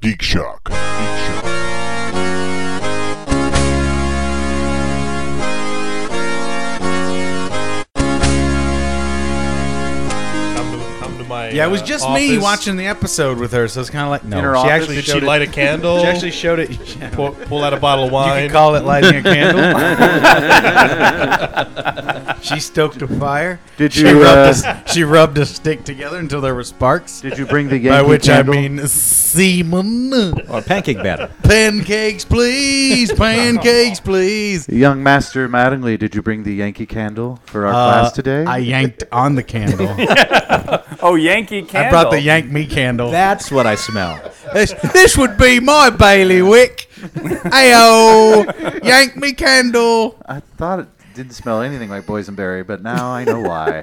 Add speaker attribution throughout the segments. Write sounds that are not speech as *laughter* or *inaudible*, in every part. Speaker 1: Geek Shock. Geek Shock.
Speaker 2: Come to, come to my.
Speaker 3: Yeah, it was
Speaker 2: uh,
Speaker 3: just me
Speaker 2: office.
Speaker 3: watching the episode with her, so it's kind of like no.
Speaker 4: In her
Speaker 3: she
Speaker 4: office?
Speaker 3: actually
Speaker 2: Did
Speaker 3: showed
Speaker 2: she
Speaker 3: it-
Speaker 2: light a candle?
Speaker 5: *laughs*
Speaker 3: She actually showed it. *laughs* Yeah.
Speaker 2: pull, pull out a bottle of
Speaker 3: You
Speaker 2: wine.
Speaker 3: could call it lighting a candle. she stoked a fire.
Speaker 4: Did
Speaker 3: She
Speaker 4: you,
Speaker 3: rubbed, a,
Speaker 4: uh,
Speaker 3: s- she rubbed a stick together until there were sparks.
Speaker 4: Did you bring the
Speaker 3: *laughs* By
Speaker 4: Yankee
Speaker 3: which
Speaker 4: candle?
Speaker 3: I mean semen.
Speaker 5: Or pancake batter. *laughs*
Speaker 3: Pancakes, please. Pancakes, please.
Speaker 4: Young Master Mattingly, did you bring the Yankee candle for our
Speaker 3: Uh,
Speaker 4: class today?
Speaker 3: I yanked on the candle.
Speaker 6: Oh, Yankee candle.
Speaker 3: I brought the yank me candle.
Speaker 5: That's what I smell.
Speaker 3: This, this would be my bailiwick. Ayo, yank me candle.
Speaker 4: I thought it didn't smell anything like boysenberry, but now I know
Speaker 3: *laughs*
Speaker 4: why.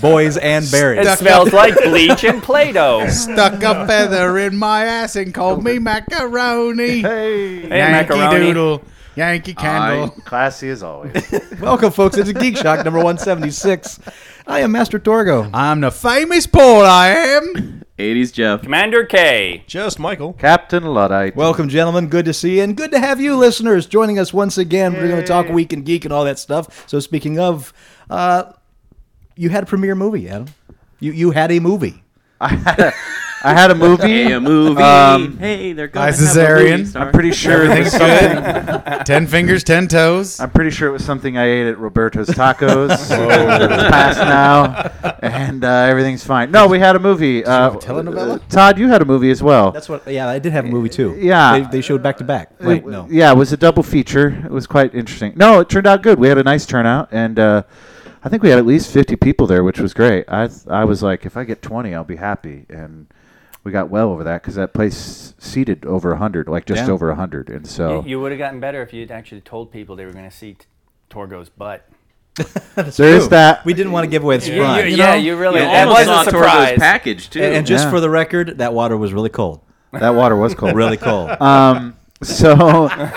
Speaker 5: Boys
Speaker 6: *laughs*
Speaker 5: and berries.
Speaker 6: It smells like bleach and Play-Doh. Hey,
Speaker 3: Stuck a feather in my ass and called me macaroni.
Speaker 4: hey,
Speaker 3: Yankee
Speaker 6: macaroni.
Speaker 3: doodle, Yankee
Speaker 4: I,
Speaker 3: candle.
Speaker 4: classy as always.
Speaker 7: *laughs*
Speaker 5: Welcome, folks. It's a Geek Shock number 176. I am Master Torgo.
Speaker 3: I, am the famous Paul. I am.
Speaker 7: 80s Jeff.
Speaker 6: Commander K.
Speaker 2: just Michael.
Speaker 4: Captain Luddite.
Speaker 5: Welcome, gentlemen. Good to see you, and good to have you, listeners, joining us once again. We're going to talk Week and Geek and all that stuff. So, speaking of, uh, you had a premiere movie, Adam. You you had a movie.
Speaker 4: I had a
Speaker 7: Hey,
Speaker 4: movie.
Speaker 7: a movie.
Speaker 4: Um,
Speaker 7: hey, they're
Speaker 3: Hi,
Speaker 7: going to have
Speaker 3: Cesarian.
Speaker 7: a movie star.
Speaker 4: I'm pretty sure it was something.
Speaker 3: ten fingers, ten toes.
Speaker 4: I'm pretty sure it was something I ate at Roberto's Tacos.
Speaker 3: *laughs*
Speaker 4: it's past now, and uh, everything's fine. No, we had a movie. Uh,
Speaker 5: telenovela?
Speaker 4: Todd, you had a movie as well.
Speaker 5: That's what. Yeah, I did have a movie too.
Speaker 4: Yeah.
Speaker 5: they, they showed back to back. Right?
Speaker 4: It-
Speaker 5: No.
Speaker 4: Yeah, it was a double feature. It was quite interesting. No, it turned out good. We had a nice turnout, and uh, I think we had at least 50 people there, which was great. I I was like, if I get 20, I'll be happy, and we got well over that because that place seated over 100, like just
Speaker 5: Yeah.
Speaker 4: over 100, and so
Speaker 6: You would have gotten better if you'd actually told people they were going to see t- Torgo's butt.
Speaker 4: there is that.
Speaker 5: We didn't want to give away its
Speaker 6: You-
Speaker 5: front.
Speaker 6: you-
Speaker 5: you
Speaker 6: yeah,
Speaker 5: know?
Speaker 6: you really.
Speaker 7: You
Speaker 6: that was
Speaker 7: almost saw
Speaker 6: a surprise.
Speaker 7: Torgo's package too.
Speaker 5: And, and just
Speaker 4: Yeah.
Speaker 5: for the record, that water was really cold.
Speaker 4: that water was
Speaker 5: *laughs*
Speaker 4: cold.
Speaker 5: Really
Speaker 4: *laughs*
Speaker 5: cold.
Speaker 4: Um, so *laughs* uh,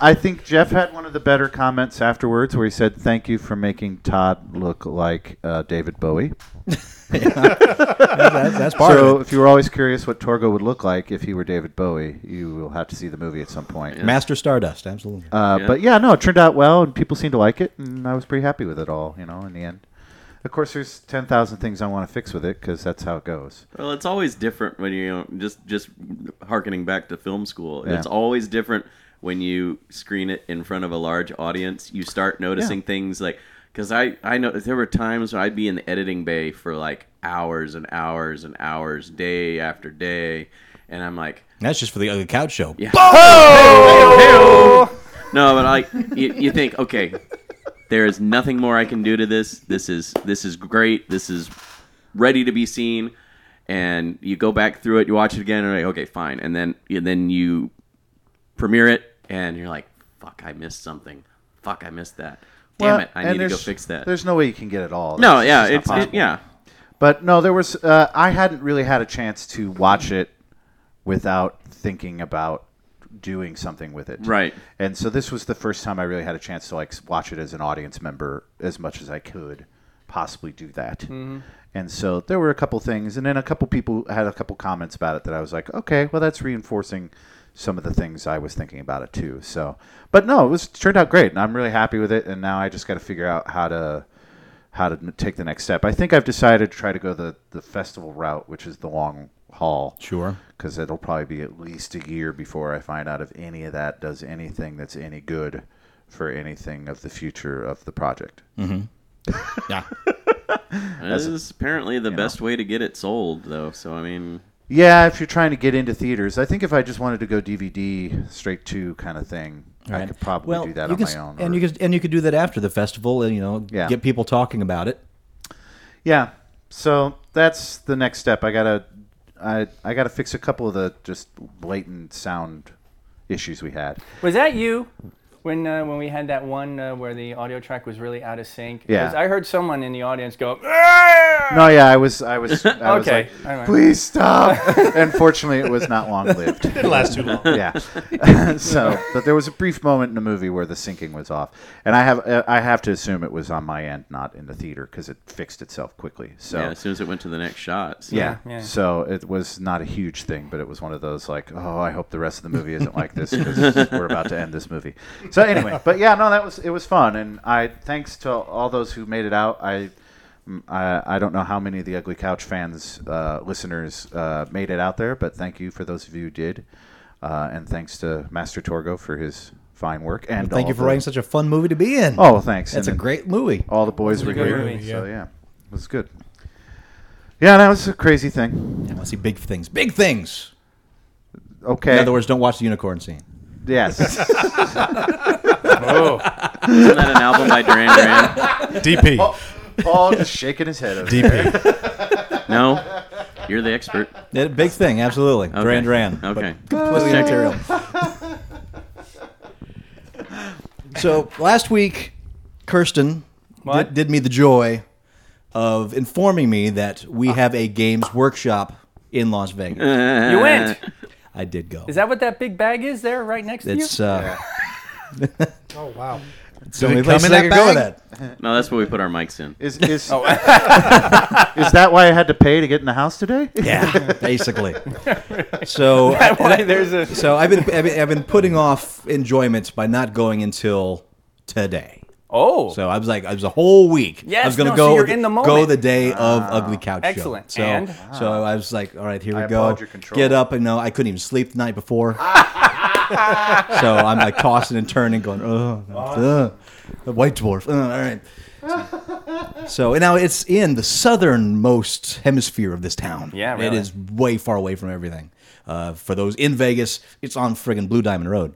Speaker 4: I think Jeff had one of the better comments afterwards where he said, Thank you for making Todd look like uh, David Bowie.
Speaker 5: that's, that's part
Speaker 4: so
Speaker 5: of it.
Speaker 4: if you were always curious what Torgo would look like if he were David Bowie, you will have to see the movie at some point.
Speaker 5: Master Stardust, absolutely.
Speaker 4: Uh,
Speaker 7: Yeah.
Speaker 4: But yeah, no, it turned out well, and people seemed to like it, and I was pretty happy with it all, you know, in the end. Of course, there's 10,000 things I want to fix with it because that's how it goes.
Speaker 7: well, it's always different when you know, just just harkening back to film school.
Speaker 4: Yeah.
Speaker 7: It's always different when you screen it in front of a large audience. You start noticing things like because I I know there were times when I'd be in the editing bay for like hours and hours and hours, day after day, and I'm like.
Speaker 5: That's just for the ugly couch show.
Speaker 7: Yeah. No, but like you, you think, okay, there is nothing more I can do to this. This is this is great. This is ready to be seen. And you go back through it, you watch it again, and you're like, okay, fine. And then and then you premiere it, and you're like, fuck, I missed something. Fuck, I missed that. Damn
Speaker 4: Well,
Speaker 7: it, I
Speaker 4: and
Speaker 7: need to go
Speaker 4: there's-
Speaker 7: fix that.
Speaker 4: There's no way you can get it all.
Speaker 7: No,
Speaker 4: That's
Speaker 7: yeah,
Speaker 4: just not
Speaker 7: it's it-
Speaker 4: possible.
Speaker 7: yeah.
Speaker 4: But no, there was. Uh, I hadn't really had a chance to watch it without thinking about doing something with it.
Speaker 7: Right.
Speaker 4: And so this was the first time I really had a chance to like s- watch it as an audience member as much as I could possibly do that. And so there were a couple things, and then a couple people had a couple comments about it that I was like, okay, well that's reinforcing some of the things I was thinking about it too. So, but no, it was turned out great, and I'm really happy with it. And now I just got to figure out how to how to n- take the next step. I think I've decided to try to go the, the festival route, which is the long haul.
Speaker 5: Sure.
Speaker 4: Because it'll probably be at least a year before I find out if any of that does anything that's any good for anything of the future of the project.
Speaker 5: Yeah.
Speaker 7: This is apparently the best way to get it sold, though. So I mean,
Speaker 4: Yeah, if you're trying to get into theaters, I think if I just wanted to go DVD straight to kind of thing, I could probably
Speaker 5: well,
Speaker 4: do that
Speaker 5: you
Speaker 4: on
Speaker 5: can,
Speaker 4: my
Speaker 5: s-
Speaker 4: own.
Speaker 5: And
Speaker 4: or-
Speaker 5: you could and you could do that after the festival, and you know,
Speaker 4: Yeah.
Speaker 5: get people talking about it.
Speaker 4: Yeah. So that's the next step. I gotta, I I gotta fix a couple of the just blatant sound issues we had.
Speaker 6: Was that you? When, uh, when we had that one uh, where the audio track was really out of sync,
Speaker 4: Yeah.
Speaker 6: 'Cause I heard someone in the audience go,
Speaker 4: No, yeah, I was, I was, I was
Speaker 6: Okay.
Speaker 4: like, please stop. *laughs* and fortunately, it was not long lived.
Speaker 5: *laughs*
Speaker 1: Didn't last too long.
Speaker 4: yeah. *laughs* so, but there was a brief moment in the movie where the syncing was off, and I have uh, I have to assume it was on my end, not in the theater, because it fixed itself quickly. So.
Speaker 7: Yeah, as soon as it went to the next shot. So.
Speaker 4: Yeah.
Speaker 6: Yeah, yeah.
Speaker 4: So it was not a huge thing, but it was one of those like, oh, I hope the rest of the movie isn't like this because we're about to end this movie.
Speaker 5: *laughs*
Speaker 4: So anyway, but yeah, no, that was it was fun, and I thanks to all those who made it out. I. I, I don't know how many of the Ugly Couch fans, uh, listeners, uh, made it out there, but thank you for those of you who did. Uh, and thanks to Master Torgo for his fine work. And
Speaker 5: Thank
Speaker 4: all
Speaker 5: you for
Speaker 4: the-
Speaker 5: writing such a fun movie to be in.
Speaker 4: Oh, well, thanks.
Speaker 5: that's a
Speaker 4: And then
Speaker 5: great movie.
Speaker 4: All the boys were
Speaker 6: good
Speaker 4: here.
Speaker 6: movie,
Speaker 4: So, yeah, it was good. Yeah, that was a crazy thing.
Speaker 5: I want to see big things. Big things.
Speaker 4: Okay.
Speaker 5: In other words, don't watch the unicorn scene.
Speaker 4: *laughs* Yes.
Speaker 7: Isn't that an album by Duran
Speaker 4: *laughs*
Speaker 7: Duran?
Speaker 1: DP.
Speaker 4: Paul just shaking his head. Over there.
Speaker 1: DP.
Speaker 7: No, you're the expert.
Speaker 5: Yeah, big thing, absolutely. Duran Duran. but
Speaker 7: Okay.
Speaker 5: Completely
Speaker 7: Just
Speaker 5: material. so last week, Kirsten
Speaker 6: What?
Speaker 5: did, did me the joy of informing me that we have a games workshop in Las Vegas.
Speaker 6: You went.
Speaker 5: I did go.
Speaker 6: Is that what that big bag is there right next to you?
Speaker 5: It's uh, *laughs*
Speaker 1: Oh wow.
Speaker 5: it's the only
Speaker 8: it come
Speaker 5: place
Speaker 8: in that
Speaker 5: I could go with
Speaker 8: bag?
Speaker 5: that.
Speaker 7: No, that's what we put our mics in.
Speaker 4: Is is, *laughs* is that why I had to pay to get in the house today?
Speaker 5: Yeah, basically. So
Speaker 6: *laughs* Why there's a
Speaker 5: so I've been, I've been I've been putting off enjoyment by not going until today.
Speaker 6: oh
Speaker 5: So I was like, I was a whole week. I
Speaker 6: Yes,
Speaker 5: was gonna
Speaker 6: no, so
Speaker 5: go
Speaker 6: you're in the
Speaker 5: go
Speaker 6: moment. Ah,
Speaker 5: the day of Ugly Couch. Show.
Speaker 6: Excellent.
Speaker 5: So
Speaker 6: And?
Speaker 5: so I was like, all right, here we
Speaker 4: I
Speaker 5: go.
Speaker 4: applaud your control.
Speaker 5: Get up and no, I couldn't even sleep the night
Speaker 4: *laughs*
Speaker 5: before. so I'm like tossing and turning, going, oh, white dwarf. Ugh, all right. So and now it's in the southernmost hemisphere of this town.
Speaker 6: Yeah,
Speaker 5: it
Speaker 6: really.
Speaker 5: is way far away from everything. Uh, for those in Vegas, it's on friggin' Blue Diamond Road.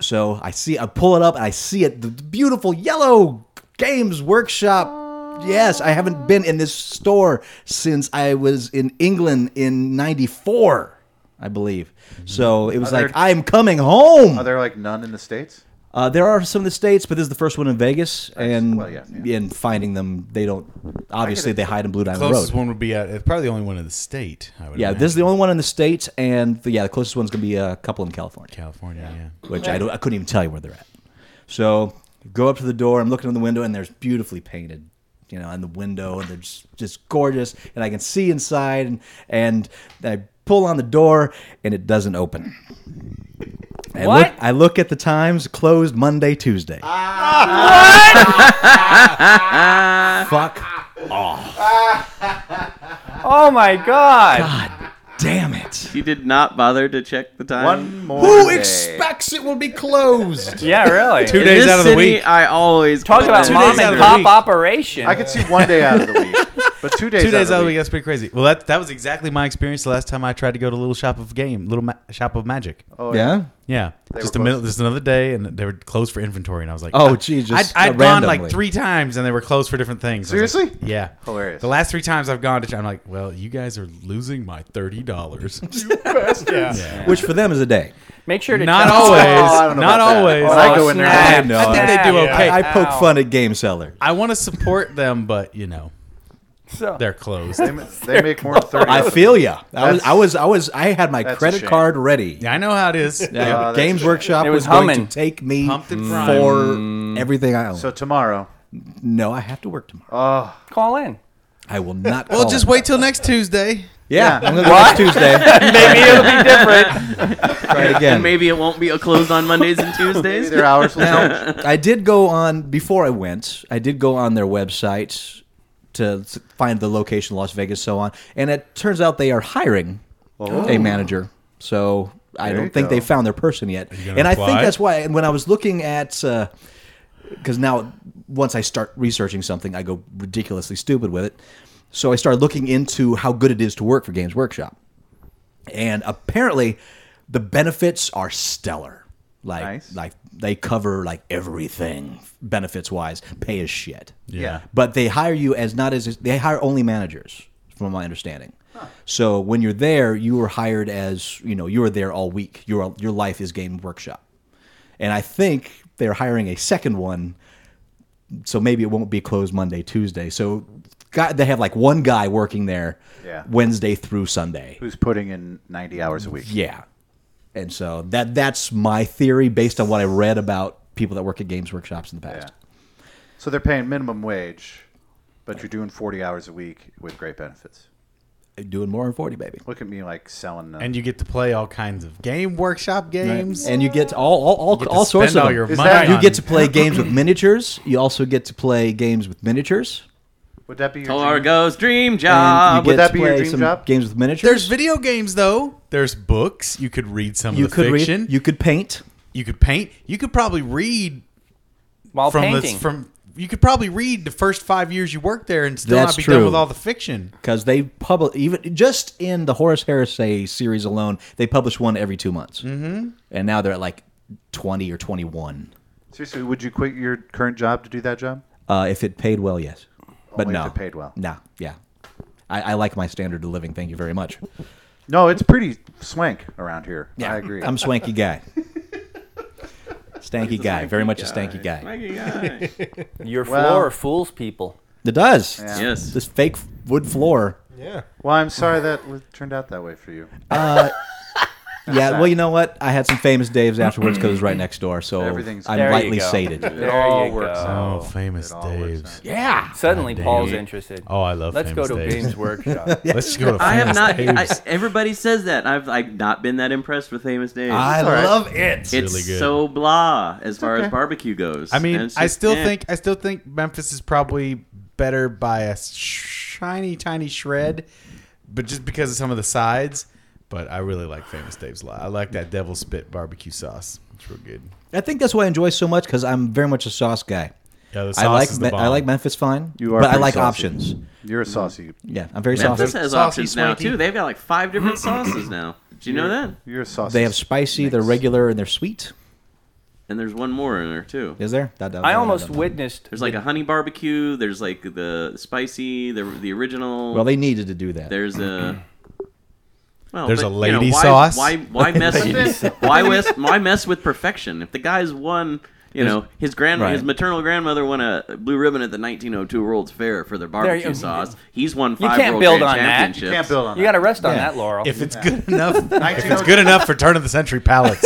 Speaker 5: So I see, I pull it up, and I see it, the beautiful yellow games workshop. Yes, I haven't been in this store since I was in England in '94, I believe. So it was
Speaker 4: Mm-hmm. Are
Speaker 5: like
Speaker 4: there-
Speaker 5: I'm coming home.
Speaker 4: Are there like none in the states?
Speaker 5: Uh, there are some in the states, but this is the first one in Vegas, and
Speaker 4: well, yeah, yeah.
Speaker 5: and finding them, they don't. Obviously, they hide in Blue Diamond Road.
Speaker 3: Closest one would be at it's probably the only one in the state. I would
Speaker 5: Yeah,
Speaker 3: imagine.
Speaker 5: this is the only one in the states, and the, yeah, the closest one's gonna be uh, a couple in California.
Speaker 3: California. Yeah.
Speaker 5: which I, don't, I couldn't even tell you where they're at. So go up to the door. I'm looking in the window, and there's beautifully painted, you know, in the window, and they're just, just gorgeous. And I can see inside, and, and I pull on the door, and it doesn't open. I
Speaker 6: What?
Speaker 5: Look, I look at the times. Closed Monday, Tuesday. *laughs* Fuck!
Speaker 6: oh my god.
Speaker 5: Damn it!
Speaker 7: You did not bother to check the time.
Speaker 4: One more.
Speaker 5: Who
Speaker 4: day.
Speaker 5: expects it will be closed?
Speaker 6: Yeah, really.
Speaker 1: Two
Speaker 7: In
Speaker 1: days
Speaker 7: this
Speaker 1: out of the
Speaker 7: city,
Speaker 1: week.
Speaker 7: I always
Speaker 6: Talk about
Speaker 7: Two
Speaker 6: mom
Speaker 7: days out
Speaker 6: and
Speaker 7: of
Speaker 6: pop
Speaker 7: the week.
Speaker 6: operation.
Speaker 4: I could see one day out of the week, but two days.
Speaker 3: Two days out of the week.
Speaker 4: week.
Speaker 3: That's pretty crazy. Well, that that was exactly my experience the last time I tried to go to Little Shop of Game, Little Ma- Shop of Magic.
Speaker 4: Oh,
Speaker 5: Yeah.
Speaker 3: Yeah, just a
Speaker 4: were
Speaker 3: minute. Just another day, and they were closed for inventory, and I was like,
Speaker 5: Oh,
Speaker 3: I-
Speaker 5: gee, just
Speaker 3: I'd, I'd gone
Speaker 5: randomly.
Speaker 3: like three times, and they were closed for different things. I was like,
Speaker 4: Seriously?
Speaker 3: yeah,
Speaker 4: Hilarious.
Speaker 3: The last three times I've gone to, try- I'm like, well, you guys are losing my thirty
Speaker 4: *laughs*
Speaker 3: dollars.
Speaker 5: Which for them is a day.
Speaker 6: Make sure to
Speaker 3: Not
Speaker 6: check-
Speaker 3: always,
Speaker 4: Oh, I don't know
Speaker 3: not
Speaker 4: about that.
Speaker 3: always.
Speaker 4: When I go in there, I
Speaker 6: snap.
Speaker 5: know.
Speaker 3: I think they do
Speaker 1: Yeah.
Speaker 3: okay.
Speaker 5: I
Speaker 3: I,
Speaker 5: poke fun at game sellers.
Speaker 3: want to support them, but you know,
Speaker 6: *laughs* So-
Speaker 3: they're closed.
Speaker 4: They, ma- they make more than thirty.
Speaker 5: I
Speaker 4: dollars.
Speaker 5: feel ya. I was,
Speaker 4: That's-
Speaker 5: I was, I was, I had my
Speaker 4: that's a
Speaker 5: credit
Speaker 4: shame.
Speaker 5: card ready.
Speaker 3: Yeah, I know how it is.
Speaker 5: Uh,
Speaker 4: Yeah, that's
Speaker 5: Games
Speaker 4: a
Speaker 5: Workshop
Speaker 6: It
Speaker 5: was,
Speaker 6: was
Speaker 5: going
Speaker 6: humming.
Speaker 5: to take me
Speaker 3: Pumped and
Speaker 5: for everything I own.
Speaker 4: So tomorrow.
Speaker 5: no, I have to work tomorrow.
Speaker 6: Call in.
Speaker 4: Oh.
Speaker 5: I will not.
Speaker 3: Well,
Speaker 5: call
Speaker 3: just
Speaker 5: it.
Speaker 3: wait till next Tuesday.
Speaker 5: Yeah, I'm gonna go
Speaker 6: *laughs*
Speaker 5: next Tuesday.
Speaker 6: Maybe it'll be different.
Speaker 5: Try it
Speaker 7: And
Speaker 5: again.
Speaker 7: maybe it won't be closed on Mondays and Tuesdays.
Speaker 4: Their hours will change.
Speaker 5: I did go on before I went. I did go on their website to s- find the location, Las Vegas, so on. And it turns out they are hiring a manager. So I
Speaker 4: Oh. There you
Speaker 5: don't think they
Speaker 4: go.
Speaker 5: found their person yet.
Speaker 3: gonna
Speaker 5: And I
Speaker 3: apply?
Speaker 5: think that's why. And when I was looking at. Uh, because now once I start researching something, I go ridiculously stupid with it. So I started looking into how good it is to work for Games Workshop, and apparently, the benefits are stellar. Like,
Speaker 4: Nice.
Speaker 5: like they cover like everything benefits wise. Pay is shit.
Speaker 4: Yeah.
Speaker 5: But they hire you as not as they hire only managers, from my understanding. So when you're there, you were hired as you know you were there all week. Your your life is game workshop, and I think they're hiring a second one. So maybe it won't be closed Monday, Tuesday. So guy. They have like one guy working there
Speaker 4: Yeah.
Speaker 5: Wednesday through Sunday.
Speaker 4: Who's putting in 90 hours a week?
Speaker 5: Yeah, and so that that's my theory based on what I read about people that work at Games Workshops in the past.
Speaker 4: So they're paying minimum wage, but you're doing 40 hours a week with great benefits.
Speaker 5: Doing more than forty, baby.
Speaker 4: Look at me like selling them.
Speaker 3: And you get to play all kinds of game workshop games.
Speaker 5: And you get all all all,
Speaker 3: get to
Speaker 5: all sorts
Speaker 3: spend
Speaker 5: of
Speaker 3: all
Speaker 5: them.
Speaker 3: your
Speaker 4: Is
Speaker 3: money.
Speaker 4: that-
Speaker 5: You
Speaker 3: on-
Speaker 5: get to play games with miniatures. You also get to play games with miniatures.
Speaker 4: Would that be your dream?
Speaker 7: Largo's dream
Speaker 5: And you
Speaker 7: job.
Speaker 5: get
Speaker 4: Ah, would that
Speaker 5: to
Speaker 4: be your
Speaker 5: play
Speaker 4: dream
Speaker 5: some
Speaker 4: job?
Speaker 5: games with miniatures.
Speaker 3: There's video games though. There's books. You could read some
Speaker 5: you
Speaker 3: of the
Speaker 5: could
Speaker 3: fiction.
Speaker 5: read.
Speaker 3: you,
Speaker 5: You could paint.
Speaker 3: could paint. You could probably read
Speaker 6: While
Speaker 3: from the
Speaker 6: Oh, painting.
Speaker 3: from. You could probably read the first five years you worked there and still
Speaker 5: That's
Speaker 3: not be done
Speaker 5: true.
Speaker 3: with all the fiction.
Speaker 5: because they publish even just in the Horace Harris Say series alone, they publish one every two months, mm-hmm. and now they're at like twenty or twenty one.
Speaker 4: Seriously, would you quit your current job to do that job?
Speaker 5: Uh, if it paid well, yes, but
Speaker 4: Only if
Speaker 5: no,
Speaker 4: it paid well.
Speaker 5: Nah, yeah, I, I like my standard of living. Thank you very much.
Speaker 4: No, it's pretty swank around here.
Speaker 5: *laughs*
Speaker 4: I agree.
Speaker 5: I'm a swanky guy, stanky guy, very much a stanky guy.
Speaker 7: Swanky guy.
Speaker 6: Your
Speaker 4: Well-
Speaker 6: floor fools people.
Speaker 5: It does.
Speaker 7: yes.
Speaker 5: This fake wood floor.
Speaker 9: Yeah.
Speaker 4: well, I'm sorry that w- turned out that way for you.
Speaker 5: Yeah, well, you know what? I had some famous Days afterwards because it was right next door, so
Speaker 4: Everything's-
Speaker 5: Oh, I'm
Speaker 6: There you
Speaker 5: lightly
Speaker 6: go.
Speaker 4: *laughs*
Speaker 5: sated.
Speaker 6: There
Speaker 4: all
Speaker 6: you
Speaker 4: works
Speaker 6: go.
Speaker 3: Oh,
Speaker 4: out.
Speaker 3: famous
Speaker 4: It all works
Speaker 3: Dave's.
Speaker 4: out.
Speaker 5: Yeah.
Speaker 6: Suddenly,
Speaker 3: God,
Speaker 6: Paul's
Speaker 3: Dave.
Speaker 6: interested.
Speaker 3: Oh, I love
Speaker 6: Let's
Speaker 3: Famous
Speaker 6: go to
Speaker 3: Dave's.
Speaker 5: *laughs*
Speaker 6: Games Workshop.
Speaker 3: *laughs* Let's go to.
Speaker 7: I have
Speaker 3: Famous
Speaker 7: not. I,
Speaker 3: Dave's.
Speaker 7: everybody says that. I've like not been that impressed with Famous Dave.
Speaker 5: I
Speaker 4: all right.
Speaker 5: love it.
Speaker 7: it's
Speaker 3: really good.
Speaker 7: so blah as far
Speaker 4: okay.
Speaker 7: as barbecue goes.
Speaker 3: I mean,
Speaker 7: And it's
Speaker 3: I
Speaker 7: just,
Speaker 3: still
Speaker 7: eh.
Speaker 3: think I still think Memphis is probably better by a shiny, tiny shred, but just because of some of the sides. But I really like Famous Dave's a lot. I like that devil spit barbecue sauce. It's real good.
Speaker 5: I think that's why I enjoy so much because I'm very much a sauce guy.
Speaker 3: Yeah, the
Speaker 5: I
Speaker 3: sauce
Speaker 5: like
Speaker 3: is the
Speaker 5: Me- I
Speaker 3: bomb.
Speaker 5: like Memphis fine,
Speaker 4: You are
Speaker 5: but I
Speaker 4: pretty
Speaker 5: like
Speaker 4: saucy.
Speaker 5: options.
Speaker 4: You're a saucy.
Speaker 5: Yeah, I'm very
Speaker 7: Memphis
Speaker 5: saucy.
Speaker 7: has
Speaker 3: Saucy,
Speaker 7: options now
Speaker 3: swanky.
Speaker 7: too. They've got like five different sauces now. Did you know that?
Speaker 4: You're a saucy.
Speaker 5: They have spicy, they're regular, and they're sweet.
Speaker 7: And there's one more in there too.
Speaker 5: Is there? Da- da- da-
Speaker 6: I
Speaker 5: da-
Speaker 6: almost
Speaker 5: da- da-
Speaker 6: witnessed.
Speaker 7: There's like a honey barbecue. There's like the spicy, the the original.
Speaker 5: Well, they needed to do that.
Speaker 7: there's a. Well,
Speaker 3: There's
Speaker 7: but,
Speaker 3: a
Speaker 7: you know,
Speaker 3: lady
Speaker 7: why,
Speaker 3: sauce.
Speaker 7: Why why mess
Speaker 4: sauce.
Speaker 7: why mess why mess with perfection? If the guy's won, you know his grand
Speaker 5: Right.
Speaker 7: his maternal grandmother won a blue ribbon at the 1902 World's Fair for their barbecue
Speaker 6: you-
Speaker 7: sauce. He's won
Speaker 6: You
Speaker 7: five
Speaker 6: can't
Speaker 7: World
Speaker 6: build on
Speaker 7: Grand
Speaker 6: that.
Speaker 7: championships.
Speaker 4: You can't build on
Speaker 6: you got
Speaker 4: that.
Speaker 6: to rest on
Speaker 5: Yeah.
Speaker 6: that, Laurel. *laughs*
Speaker 3: If it's good enough, if it's
Speaker 4: 1902
Speaker 3: good enough for turn of the century palates,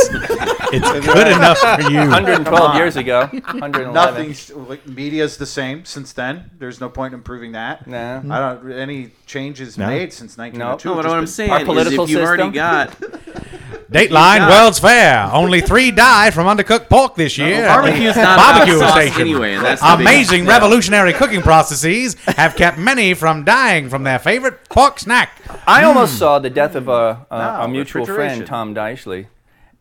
Speaker 3: it's good enough for
Speaker 6: *laughs*
Speaker 3: you.
Speaker 6: 112 years ago, 111.
Speaker 4: Nothing's like, media's the same since then. There's no point in improving that.
Speaker 6: No.
Speaker 4: I don't any changes made since 1902.
Speaker 7: No, but what I'm
Speaker 4: Just
Speaker 7: saying
Speaker 6: Our
Speaker 7: is if
Speaker 6: political
Speaker 7: you've already
Speaker 6: system?
Speaker 7: got
Speaker 6: *laughs*
Speaker 3: Dateline
Speaker 7: got-
Speaker 3: World's Fair. Only three died from undercooked pork this year.
Speaker 7: barbecue's not about
Speaker 3: barbecue
Speaker 7: sauce
Speaker 3: station.
Speaker 7: anyway. and That's the big-
Speaker 3: Amazing revolutionary cooking processes have kept many from dying from their favorite pork snack.
Speaker 6: I almost saw the death of a, a,
Speaker 4: Wow,
Speaker 6: a mutual
Speaker 4: refrigeration.
Speaker 6: friend, Tom Deishley,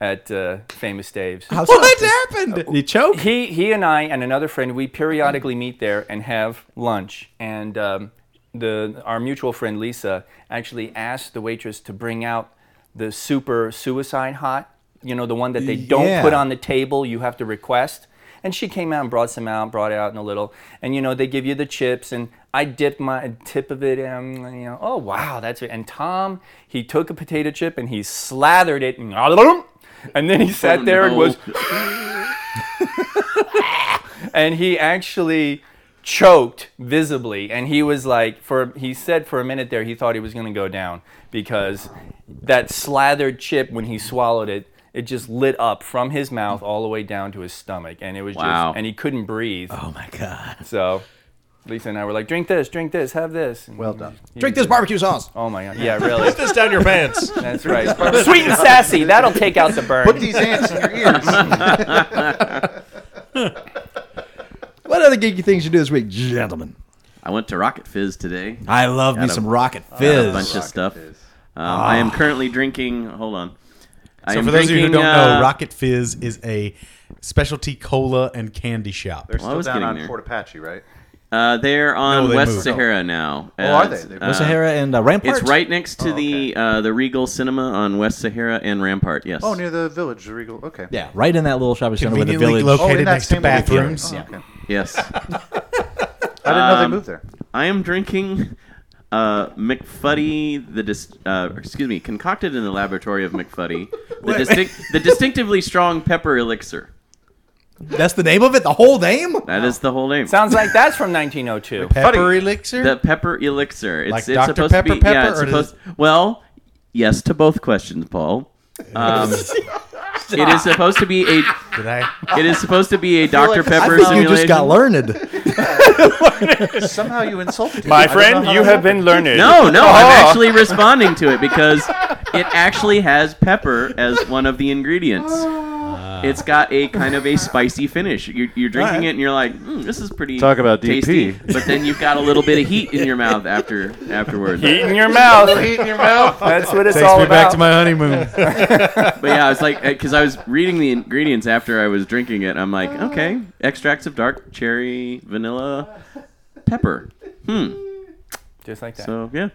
Speaker 6: at uh, Famous Dave's.
Speaker 5: How
Speaker 3: What
Speaker 5: saucy.
Speaker 3: happened?
Speaker 5: You choke?
Speaker 6: He he and I and another friend we periodically meet there and have lunch. And um, the our mutual friend Lisa actually asked the waitress to bring out the super suicide hot. You know the one that they don't
Speaker 5: Yeah.
Speaker 6: put on the table. You have to request. And she came out and brought some out, brought out in a little. And you know they give you the chips and. I dipped my tip of it, and you know, oh wow, that's it. And Tom, he took a potato chip and he slathered it, and, and then he sat
Speaker 7: Oh,
Speaker 6: there and
Speaker 7: no.
Speaker 6: was and he actually choked visibly and he was like for he said for a minute there he thought he was going to go down because that slathered chip when he swallowed it it just lit up from his mouth all the way down to his stomach and it was
Speaker 7: Wow.
Speaker 6: just and he couldn't breathe
Speaker 5: Oh my god!
Speaker 6: so Lisa and I were like drink this drink this have this And
Speaker 4: Well done.
Speaker 6: he
Speaker 5: Drink
Speaker 6: was
Speaker 5: this barbecue sauce.
Speaker 6: like, oh my god yeah really
Speaker 9: This down your pants.
Speaker 6: that's right sweet and sassy that'll take out the burn
Speaker 4: Put these ants in your ears.
Speaker 5: *laughs* What other geeky things you do this week, gentlemen?
Speaker 7: I went to Rocket Fizz today.
Speaker 5: I love me
Speaker 7: a-
Speaker 5: some rocket
Speaker 7: Got a
Speaker 5: fizz.
Speaker 7: bunch of stuff. Um,
Speaker 4: Fizz.
Speaker 7: I am currently drinking. Hold on. I
Speaker 3: Ah. So
Speaker 7: am
Speaker 3: for those of you who
Speaker 7: drinking,
Speaker 3: don't
Speaker 7: uh,
Speaker 3: know, Rocket Fizz is a specialty cola and candy shop.
Speaker 4: They're
Speaker 7: I
Speaker 4: still
Speaker 7: was
Speaker 4: down
Speaker 7: getting
Speaker 4: on
Speaker 7: there.
Speaker 4: Fort Apache, right?
Speaker 7: uh, they're on
Speaker 3: No, they
Speaker 7: West
Speaker 3: moved.
Speaker 7: Sahara now.
Speaker 4: Oh, are they?
Speaker 7: It's,
Speaker 4: They
Speaker 7: uh,
Speaker 4: moved.
Speaker 5: Sahara and uh, Rampart.
Speaker 7: It's right next to
Speaker 4: Oh, okay.
Speaker 7: the uh, the Regal Cinema on West Sahara and Rampart. Yes.
Speaker 4: Oh, near the village, the Regal. Okay.
Speaker 5: Yeah, right in that little shopping center with the
Speaker 3: Conveniently
Speaker 5: village.
Speaker 4: Oh, in
Speaker 3: located
Speaker 4: that
Speaker 3: next to
Speaker 4: same little village.
Speaker 3: bathrooms.
Speaker 4: Oh, okay.
Speaker 3: *laughs*
Speaker 7: Yes.
Speaker 4: I didn't know they
Speaker 7: Um,
Speaker 4: moved there.
Speaker 7: I am drinking uh, McFuddy, the dis- uh, excuse me,
Speaker 3: *laughs*
Speaker 7: concocted in the laboratory of McFuddy, the, distinct- the distinctively strong pepper elixir.
Speaker 10: That's the name of it. The whole name.
Speaker 7: That is the whole name.
Speaker 6: Sounds like that's from 1902.
Speaker 3: Pepper elixir.
Speaker 7: the pepper elixir. It's,
Speaker 3: Like
Speaker 7: it's
Speaker 3: Dr.
Speaker 7: supposed
Speaker 3: Pepper
Speaker 7: to be. yeah,
Speaker 3: pepper,
Speaker 7: it's
Speaker 3: or does-
Speaker 7: supposed. Well, yes to both questions, Paul. Um, it is supposed to be a.
Speaker 3: Did I?
Speaker 7: It is supposed to be a Dr. Pepper
Speaker 10: I thought you
Speaker 7: simulation.
Speaker 10: just got learned.
Speaker 4: Somehow you insulted me. I
Speaker 6: My
Speaker 4: don't know
Speaker 6: friend,
Speaker 4: how
Speaker 6: you
Speaker 4: that
Speaker 6: have been learned.
Speaker 7: no, no, I'm actually responding to it because it actually has pepper as one of the ingredients. It's got a kind of a spicy finish. You're, you're drinking it and you're like, mm, "This is pretty."
Speaker 4: Talk about DP.
Speaker 7: tasty. But then you've got a little bit of heat in your mouth after afterwards.
Speaker 6: Heat in your mouth. Heat in your mouth. That's what it's
Speaker 3: Takes
Speaker 6: all
Speaker 3: me
Speaker 6: about.
Speaker 3: back to my honeymoon.
Speaker 7: But yeah, I was like, because I was reading the ingredients after I was drinking it. I'm like, okay, extracts of dark cherry, vanilla, pepper. Hmm.
Speaker 6: Just like that.
Speaker 7: So yeah.